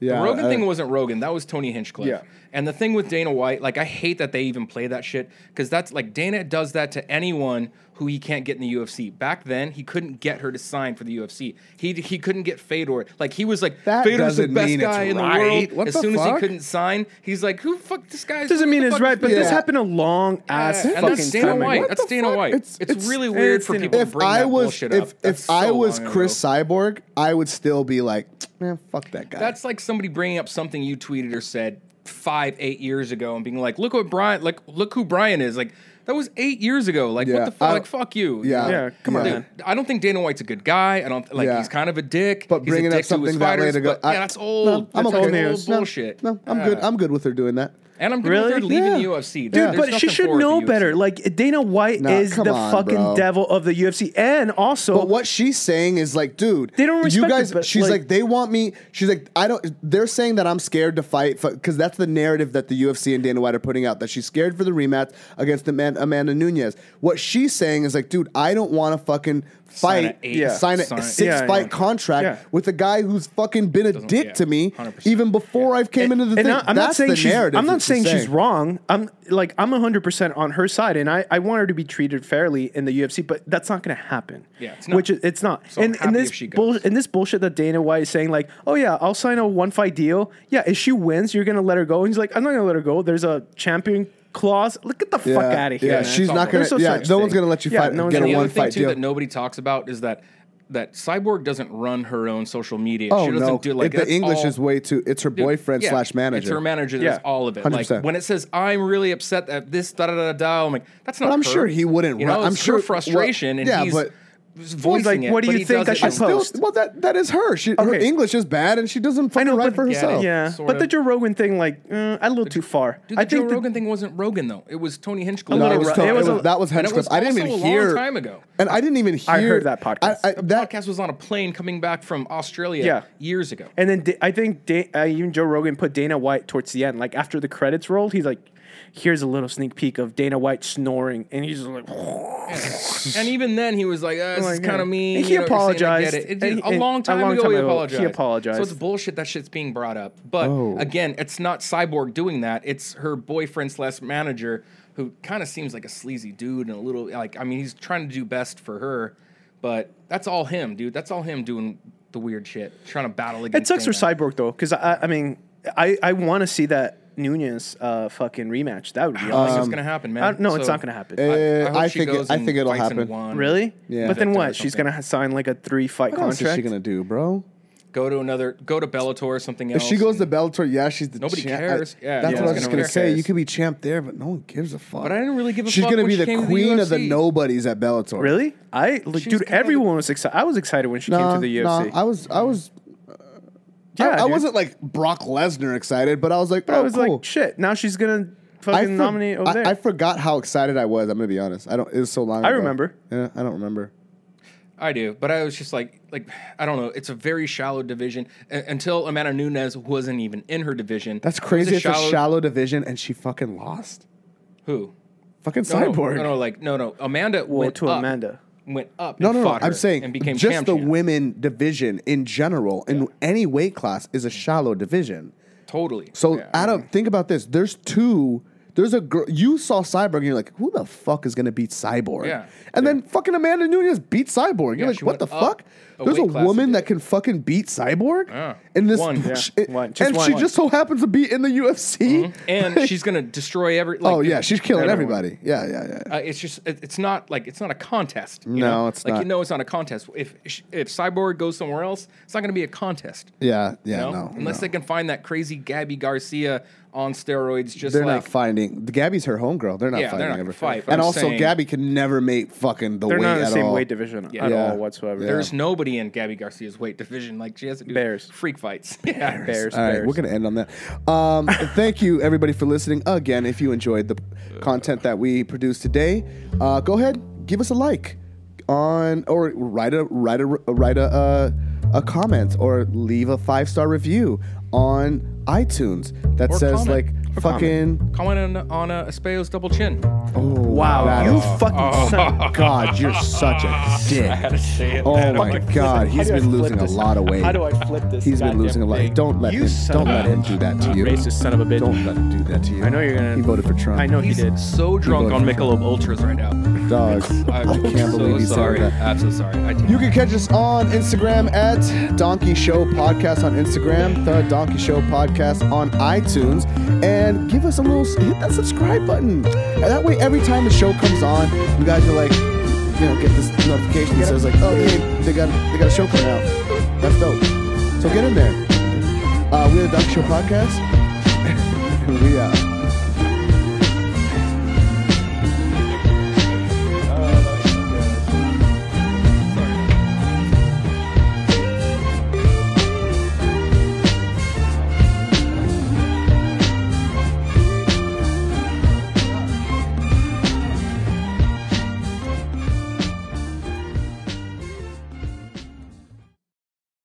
[SPEAKER 3] Yeah, uh,
[SPEAKER 4] The Rogan
[SPEAKER 3] I-
[SPEAKER 4] thing wasn't Rogan. That was Tony Hinchcliffe.
[SPEAKER 6] Yeah.
[SPEAKER 4] And the thing with Dana White, like I hate that they even play that shit because that's like Dana does that to anyone who he can't get in the UFC. Back then, he couldn't get her to sign for the UFC. He he couldn't get Fedor. Like he was like
[SPEAKER 3] That
[SPEAKER 4] Fedor's the
[SPEAKER 3] doesn't
[SPEAKER 4] best
[SPEAKER 3] mean it's
[SPEAKER 4] guy in the
[SPEAKER 3] right.
[SPEAKER 4] world.
[SPEAKER 3] What
[SPEAKER 4] as
[SPEAKER 3] the
[SPEAKER 4] soon as
[SPEAKER 3] fuck?
[SPEAKER 4] he couldn't sign, he's like, who fuck this guy?
[SPEAKER 6] Doesn't mean it's right, but this
[SPEAKER 3] Yeah.
[SPEAKER 6] happened a long ass
[SPEAKER 4] and
[SPEAKER 6] fucking
[SPEAKER 4] that's Dana
[SPEAKER 6] time
[SPEAKER 4] White.
[SPEAKER 6] ago.
[SPEAKER 4] That's
[SPEAKER 3] the
[SPEAKER 4] Dana
[SPEAKER 3] fuck?
[SPEAKER 4] White.
[SPEAKER 3] It's-
[SPEAKER 4] It's,
[SPEAKER 3] it's-
[SPEAKER 4] really weird
[SPEAKER 6] it's
[SPEAKER 4] for
[SPEAKER 6] Dana
[SPEAKER 4] people to
[SPEAKER 3] if
[SPEAKER 4] bring
[SPEAKER 3] I
[SPEAKER 4] that
[SPEAKER 3] was
[SPEAKER 4] bullshit
[SPEAKER 3] if
[SPEAKER 4] up.
[SPEAKER 3] if
[SPEAKER 4] That's
[SPEAKER 3] I
[SPEAKER 4] so
[SPEAKER 3] was
[SPEAKER 4] long ago.
[SPEAKER 3] Chris Cyborg, I would still be like, man, fuck that guy.
[SPEAKER 4] That's like somebody bringing up something you tweeted or said five, eight years ago, and being like, "Look what Brian, like, look who Brian is." Like that was eight years ago. Like
[SPEAKER 3] Yeah,
[SPEAKER 4] what the fuck?
[SPEAKER 3] I-
[SPEAKER 4] Like fuck you.
[SPEAKER 3] yeah,
[SPEAKER 6] Yeah, come on,
[SPEAKER 4] Dude,
[SPEAKER 6] man.
[SPEAKER 4] I don't think Dana White's a good guy. I don't like
[SPEAKER 3] Yeah.
[SPEAKER 4] he's kind of a dick.
[SPEAKER 3] But
[SPEAKER 4] he's a
[SPEAKER 3] bringing up
[SPEAKER 4] dick to his
[SPEAKER 3] something that
[SPEAKER 4] fighters,
[SPEAKER 3] later, go,
[SPEAKER 4] but,
[SPEAKER 3] I-
[SPEAKER 4] yeah, that's
[SPEAKER 3] No,
[SPEAKER 4] old.
[SPEAKER 3] I'm
[SPEAKER 4] that's
[SPEAKER 3] okay.
[SPEAKER 4] old
[SPEAKER 6] news.
[SPEAKER 3] No,
[SPEAKER 4] bullshit.
[SPEAKER 3] No, I'm
[SPEAKER 4] Yeah.
[SPEAKER 3] good. I'm good with her doing that.
[SPEAKER 4] and I'm good
[SPEAKER 6] Really?
[SPEAKER 4] with her leaving
[SPEAKER 3] Yeah.
[SPEAKER 4] the UFC, dude.
[SPEAKER 6] Dude,
[SPEAKER 4] There's
[SPEAKER 6] but she
[SPEAKER 4] nothing
[SPEAKER 6] should
[SPEAKER 4] for her at
[SPEAKER 6] know
[SPEAKER 4] the
[SPEAKER 6] better.
[SPEAKER 4] UFC.
[SPEAKER 6] Like Dana White
[SPEAKER 3] Nah,
[SPEAKER 6] is
[SPEAKER 3] come
[SPEAKER 6] the
[SPEAKER 3] on,
[SPEAKER 6] fucking
[SPEAKER 3] bro.
[SPEAKER 6] devil of the UFC, and also
[SPEAKER 3] But what she's saying is like, dude,
[SPEAKER 6] They don't
[SPEAKER 3] you
[SPEAKER 6] respect
[SPEAKER 3] guys.
[SPEAKER 6] it, but,
[SPEAKER 3] she's like,
[SPEAKER 6] like-
[SPEAKER 3] they want me. She's like, I don't. They're saying that I'm scared to fight because that's the narrative that the UFC and Dana White are putting out that she's scared for the rematch against Amanda, Amanda Nunez. What she's saying is like, dude, I don't want to fucking
[SPEAKER 4] Sign a
[SPEAKER 3] fight,
[SPEAKER 4] eight- Yeah.
[SPEAKER 3] sign a
[SPEAKER 4] sign-
[SPEAKER 3] six
[SPEAKER 6] yeah,
[SPEAKER 3] fight
[SPEAKER 6] yeah.
[SPEAKER 3] contract
[SPEAKER 6] Yeah.
[SPEAKER 3] with a guy who's fucking been a dick
[SPEAKER 4] yeah,
[SPEAKER 3] to me
[SPEAKER 4] 100%.
[SPEAKER 3] even before I've came into the
[SPEAKER 6] and
[SPEAKER 3] thing.
[SPEAKER 6] I, am
[SPEAKER 3] that's
[SPEAKER 6] not saying
[SPEAKER 3] the
[SPEAKER 6] she's,
[SPEAKER 3] narrative.
[SPEAKER 6] I'm
[SPEAKER 3] that
[SPEAKER 6] not saying she's
[SPEAKER 3] saying.
[SPEAKER 6] wrong. I'm like I'm 100% on her side and I, I want her to be treated fairly in the UFC, but that's not going to happen.
[SPEAKER 4] Yeah, it's not.
[SPEAKER 6] Which is, it's not.
[SPEAKER 4] So I'm
[SPEAKER 6] and and
[SPEAKER 4] happy
[SPEAKER 6] this
[SPEAKER 4] if she
[SPEAKER 6] bull,
[SPEAKER 4] goes.
[SPEAKER 6] and this bullshit that Dana White is saying like, "Oh yeah, I'll sign a one fight deal." Yeah, if she wins, you're going to let her go. And he's like, "I'm not going to let her go. There's a champion clause. Look at the fuck
[SPEAKER 3] Yeah,
[SPEAKER 6] out of here."
[SPEAKER 3] Yeah,
[SPEAKER 6] man.
[SPEAKER 3] she's
[SPEAKER 4] It's
[SPEAKER 3] not
[SPEAKER 4] all
[SPEAKER 3] gonna.
[SPEAKER 6] There's no
[SPEAKER 3] yeah,
[SPEAKER 6] such
[SPEAKER 3] no one's
[SPEAKER 6] thing.
[SPEAKER 3] gonna let you
[SPEAKER 6] Yeah,
[SPEAKER 3] fight.
[SPEAKER 6] no one's
[SPEAKER 3] get
[SPEAKER 6] gonna-
[SPEAKER 3] a
[SPEAKER 4] And the
[SPEAKER 3] one
[SPEAKER 4] other thing
[SPEAKER 3] fight
[SPEAKER 4] too
[SPEAKER 3] deal.
[SPEAKER 4] that nobody talks about is that that Cyborg doesn't run her own social media.
[SPEAKER 3] Oh
[SPEAKER 4] she doesn't
[SPEAKER 3] no!
[SPEAKER 4] do like
[SPEAKER 3] It- the
[SPEAKER 4] that's
[SPEAKER 3] English
[SPEAKER 4] all-
[SPEAKER 3] is way too. It's her
[SPEAKER 4] Dude,
[SPEAKER 3] boyfriend
[SPEAKER 4] yeah,
[SPEAKER 3] slash manager.
[SPEAKER 4] It's her manager.
[SPEAKER 6] Yeah.
[SPEAKER 4] That's all of it. Like
[SPEAKER 3] 100%.
[SPEAKER 4] when it says, "I'm really upset that this da da da da," I'm like, "That's not."
[SPEAKER 3] But I'm
[SPEAKER 4] her."
[SPEAKER 3] sure he wouldn't
[SPEAKER 4] You
[SPEAKER 3] run-
[SPEAKER 4] know,
[SPEAKER 3] I'm
[SPEAKER 4] it's
[SPEAKER 3] sure-
[SPEAKER 4] her
[SPEAKER 3] well,
[SPEAKER 4] frustration, and
[SPEAKER 3] yeah,
[SPEAKER 4] he's
[SPEAKER 3] but-
[SPEAKER 4] voicing
[SPEAKER 6] like,
[SPEAKER 4] it.
[SPEAKER 6] "What do
[SPEAKER 4] but
[SPEAKER 6] you
[SPEAKER 4] he
[SPEAKER 6] think I
[SPEAKER 4] doesn't
[SPEAKER 6] should
[SPEAKER 3] I
[SPEAKER 4] do it."
[SPEAKER 3] still,
[SPEAKER 6] post.
[SPEAKER 3] well, that that is her. She, her
[SPEAKER 6] Okay.
[SPEAKER 3] English is bad, and she doesn't fucking
[SPEAKER 6] I know,
[SPEAKER 3] write
[SPEAKER 6] but-
[SPEAKER 3] for
[SPEAKER 6] Get
[SPEAKER 4] it.
[SPEAKER 3] herself.
[SPEAKER 6] Yeah,
[SPEAKER 4] sort
[SPEAKER 6] but the
[SPEAKER 4] of.
[SPEAKER 6] Joe Rogan thing, like, uh, a little too far.
[SPEAKER 4] Dude, the
[SPEAKER 6] I think
[SPEAKER 4] Joe
[SPEAKER 6] the-
[SPEAKER 4] Rogan thing wasn't Rogan though. It was Tony Hinchcliffe.
[SPEAKER 6] No,
[SPEAKER 3] No,
[SPEAKER 6] little
[SPEAKER 3] it was,
[SPEAKER 6] ru-
[SPEAKER 3] Tony-
[SPEAKER 6] it
[SPEAKER 3] it
[SPEAKER 6] was
[SPEAKER 3] was-
[SPEAKER 6] a-
[SPEAKER 3] that was
[SPEAKER 4] and it
[SPEAKER 3] Henchcliffe.
[SPEAKER 4] was
[SPEAKER 3] I didn't
[SPEAKER 4] also
[SPEAKER 3] even
[SPEAKER 4] a long
[SPEAKER 3] hear
[SPEAKER 4] time ago.
[SPEAKER 3] and I didn't even hear.
[SPEAKER 6] I heard that podcast.
[SPEAKER 3] I, I,
[SPEAKER 4] The
[SPEAKER 3] that
[SPEAKER 4] podcast was on a plane coming back from Australia
[SPEAKER 6] Yeah.
[SPEAKER 4] years ago.
[SPEAKER 6] And then Da- I think da- uh, even Joe Rogan put Dana White towards the end. Like after the credits rolled, he's like, "Here's a little sneak peek of Dana White snoring," and he's just like, "Oh,
[SPEAKER 4] and even then, he was like, uh, "This
[SPEAKER 6] Like,
[SPEAKER 4] is kind
[SPEAKER 6] yeah.
[SPEAKER 4] of mean."
[SPEAKER 6] And he
[SPEAKER 4] you know, you're saying I
[SPEAKER 6] apologized.
[SPEAKER 4] get it. It
[SPEAKER 6] And
[SPEAKER 4] did-
[SPEAKER 6] he-
[SPEAKER 4] a
[SPEAKER 6] and
[SPEAKER 4] long time ago, he apologized.
[SPEAKER 6] he apologized.
[SPEAKER 4] So it's bullshit that shit's being brought up. But again, it's not Cyborg doing that. It's her boyfriend slash manager, who kind of seems like a sleazy dude and a little like. I mean, he's trying to do best for her, but that's all him, dude. That's all him doing the weird shit, trying to battle
[SPEAKER 6] "It
[SPEAKER 4] against.
[SPEAKER 6] sucks for
[SPEAKER 4] Dana.
[SPEAKER 6] Cyborg though, because I, I mean, I, I want to see that Nunez uh, fucking rematch. That would be
[SPEAKER 4] I don't think it's
[SPEAKER 6] awesome.
[SPEAKER 4] gonna happen, man.
[SPEAKER 6] I, no, it's
[SPEAKER 4] So-
[SPEAKER 6] not gonna happen.
[SPEAKER 4] I-
[SPEAKER 3] Uh,
[SPEAKER 4] hope
[SPEAKER 3] I
[SPEAKER 4] she
[SPEAKER 3] think it-
[SPEAKER 4] goes
[SPEAKER 3] I
[SPEAKER 4] and
[SPEAKER 3] think it'll
[SPEAKER 4] fights and
[SPEAKER 3] happen.
[SPEAKER 4] won.
[SPEAKER 6] really?
[SPEAKER 3] Yeah.
[SPEAKER 6] But then
[SPEAKER 4] Victor or
[SPEAKER 6] what? She's
[SPEAKER 4] something.
[SPEAKER 6] gonna ha- sign like a three fight
[SPEAKER 3] what else is
[SPEAKER 6] contract.
[SPEAKER 3] she gonna do, bro?
[SPEAKER 4] go to another, go to Bellator or something
[SPEAKER 3] If
[SPEAKER 4] else.
[SPEAKER 3] she goes
[SPEAKER 4] and-
[SPEAKER 3] to Bellator, yeah, she's the
[SPEAKER 4] Nobody
[SPEAKER 3] champ.
[SPEAKER 4] cares.
[SPEAKER 3] I-
[SPEAKER 4] Yeah,
[SPEAKER 3] that's
[SPEAKER 4] no
[SPEAKER 3] what I
[SPEAKER 4] one's
[SPEAKER 3] was just
[SPEAKER 4] gonna
[SPEAKER 3] gonna say.
[SPEAKER 4] cares.
[SPEAKER 3] You could be champ there, but no one gives a fuck.
[SPEAKER 4] But I didn't really give a
[SPEAKER 3] She's
[SPEAKER 4] fuck
[SPEAKER 3] gonna
[SPEAKER 4] when
[SPEAKER 3] be
[SPEAKER 4] she
[SPEAKER 3] the
[SPEAKER 4] came to the
[SPEAKER 3] queen of the
[SPEAKER 4] UFC.
[SPEAKER 3] nobodies at Bellator.
[SPEAKER 6] Really? I
[SPEAKER 4] She's
[SPEAKER 6] like, dude.
[SPEAKER 4] kinda-
[SPEAKER 6] Everyone was excited. I was excited when she
[SPEAKER 3] No,
[SPEAKER 6] came to the
[SPEAKER 3] no,
[SPEAKER 6] UFC.
[SPEAKER 3] I was, I was,
[SPEAKER 6] yeah,
[SPEAKER 3] I, I
[SPEAKER 6] dude.
[SPEAKER 3] wasn't like Brock Lesnar excited, but I was like, oh,
[SPEAKER 6] I was
[SPEAKER 3] cool.
[SPEAKER 6] like, shit. Now she's gonna
[SPEAKER 3] I,
[SPEAKER 6] fucking
[SPEAKER 3] for-
[SPEAKER 6] nominate over
[SPEAKER 3] I-
[SPEAKER 6] there.
[SPEAKER 3] I forgot how excited I was. I'm gonna be honest. I don't. It was so long.
[SPEAKER 6] I
[SPEAKER 3] ago.
[SPEAKER 6] remember.
[SPEAKER 3] Yeah, I don't remember.
[SPEAKER 4] I do, but I was just like, like I don't know. It's a very shallow division uh, until Amanda Nunes wasn't even in her division.
[SPEAKER 3] That's
[SPEAKER 4] It was
[SPEAKER 3] crazy. It's a shallow division, and she fucking lost.
[SPEAKER 4] Who?
[SPEAKER 3] Fucking
[SPEAKER 4] No, no,
[SPEAKER 3] cyborg.
[SPEAKER 4] No, no, like no, no. Amanda went
[SPEAKER 6] to
[SPEAKER 4] up,
[SPEAKER 6] Amanda.
[SPEAKER 4] went up.
[SPEAKER 3] No,
[SPEAKER 4] and
[SPEAKER 3] no, no.
[SPEAKER 4] fought
[SPEAKER 3] I'm
[SPEAKER 4] her
[SPEAKER 3] saying
[SPEAKER 4] and became
[SPEAKER 3] just
[SPEAKER 4] champion.
[SPEAKER 3] the women division in general in any weight class is a shallow division.
[SPEAKER 4] Totally.
[SPEAKER 3] So uh, Adam, think about this. There's two. There's a girl. You saw Cyborg, and you're like, "Who the fuck is gonna beat Cyborg?"
[SPEAKER 4] Yeah.
[SPEAKER 3] And then fucking Amanda Nunez beat Cyborg.
[SPEAKER 4] Yeah,
[SPEAKER 3] You're like,
[SPEAKER 4] she
[SPEAKER 3] "What the
[SPEAKER 4] went up
[SPEAKER 3] fuck?"
[SPEAKER 4] a
[SPEAKER 3] There's a
[SPEAKER 4] weight class
[SPEAKER 3] woman
[SPEAKER 4] and
[SPEAKER 3] that
[SPEAKER 4] did it.
[SPEAKER 3] can fucking beat Cyborg.
[SPEAKER 4] Yeah.
[SPEAKER 3] And this,
[SPEAKER 4] One. Yeah,
[SPEAKER 3] she-
[SPEAKER 6] one. Just
[SPEAKER 3] and she
[SPEAKER 6] one.
[SPEAKER 3] just so happens to be in the UFC.
[SPEAKER 4] Mm-hmm. and she's gonna destroy every. Like,
[SPEAKER 3] oh yeah, she's killing
[SPEAKER 4] everyone.
[SPEAKER 3] everybody. Yeah, yeah, yeah.
[SPEAKER 4] Uh, it's just it, it's not like it's not a contest. You
[SPEAKER 3] No,
[SPEAKER 4] know?
[SPEAKER 3] it's
[SPEAKER 4] like
[SPEAKER 3] not.
[SPEAKER 4] you know it's not a contest. If if Cyborg goes somewhere else, it's not gonna be a contest.
[SPEAKER 3] Yeah, yeah,
[SPEAKER 4] No?
[SPEAKER 3] no.
[SPEAKER 4] Unless
[SPEAKER 3] no.
[SPEAKER 4] they can find that crazy Gabby Garcia on steroids, just
[SPEAKER 3] They're
[SPEAKER 4] like
[SPEAKER 3] not fighting. Gabby's her homegirl. They're not
[SPEAKER 4] Yeah, they're
[SPEAKER 3] fighting
[SPEAKER 4] not gonna
[SPEAKER 3] ever.
[SPEAKER 4] fight, but
[SPEAKER 3] and
[SPEAKER 4] I'm
[SPEAKER 3] also,
[SPEAKER 4] saying-
[SPEAKER 3] Gabby can never make fucking the
[SPEAKER 6] They're
[SPEAKER 3] weight
[SPEAKER 6] not in
[SPEAKER 3] at
[SPEAKER 6] the same
[SPEAKER 3] all.
[SPEAKER 6] weight division
[SPEAKER 4] Yeah.
[SPEAKER 6] at
[SPEAKER 3] Yeah.
[SPEAKER 6] all whatsoever.
[SPEAKER 4] there's nobody in Gabby Garcia's weight division. Like she has to do
[SPEAKER 6] Bears.
[SPEAKER 4] freak fights. Yeah,
[SPEAKER 6] Bears.
[SPEAKER 3] All right,
[SPEAKER 6] Bears.
[SPEAKER 3] we're gonna end on that. Um, thank you everybody for listening again. If you enjoyed the content that we produced today, uh, go ahead, give us a like on or write a write a write a uh, a comment or leave a five star review on iTunes that
[SPEAKER 4] Or
[SPEAKER 3] says
[SPEAKER 4] comment.
[SPEAKER 3] like fucking oh,
[SPEAKER 4] Comment on, on uh, Espeo's double chin.
[SPEAKER 6] wow, you fucking son. of-
[SPEAKER 3] God, you're such a dick. Oh my God, he's
[SPEAKER 5] do I
[SPEAKER 3] been
[SPEAKER 5] flip
[SPEAKER 3] losing a
[SPEAKER 5] this?
[SPEAKER 3] lot of weight.
[SPEAKER 5] How do I flip this?
[SPEAKER 3] He's been
[SPEAKER 5] goddamn
[SPEAKER 3] losing a lot.
[SPEAKER 5] thing?
[SPEAKER 3] Don't let
[SPEAKER 6] You
[SPEAKER 3] him.
[SPEAKER 6] son
[SPEAKER 3] Don't
[SPEAKER 6] of
[SPEAKER 3] let
[SPEAKER 6] a-
[SPEAKER 3] him do that to you.
[SPEAKER 6] Racist son of a bitch.
[SPEAKER 3] Don't let him do that to you.
[SPEAKER 6] I know you're gonna-
[SPEAKER 3] He voted for Trump.
[SPEAKER 6] I know he did.
[SPEAKER 4] So drunk on
[SPEAKER 3] voted for
[SPEAKER 4] Michelob Ultras right now.
[SPEAKER 3] Dog. I
[SPEAKER 4] I'm
[SPEAKER 3] can't
[SPEAKER 4] so
[SPEAKER 3] believe he said
[SPEAKER 4] sorry.
[SPEAKER 3] that.
[SPEAKER 4] I'm so sorry. I
[SPEAKER 3] You can catch us on Instagram at Donkey Show Podcast on Instagram, the Donkey Show Podcast on iTunes, and give us a little hit that subscribe button. And that way, every time the show comes on, you guys are like, you know, get this notification that says like, oh, hey, they got they got a show coming out. That's dope. So get in there. Uh, we're the Donkey Show Podcast.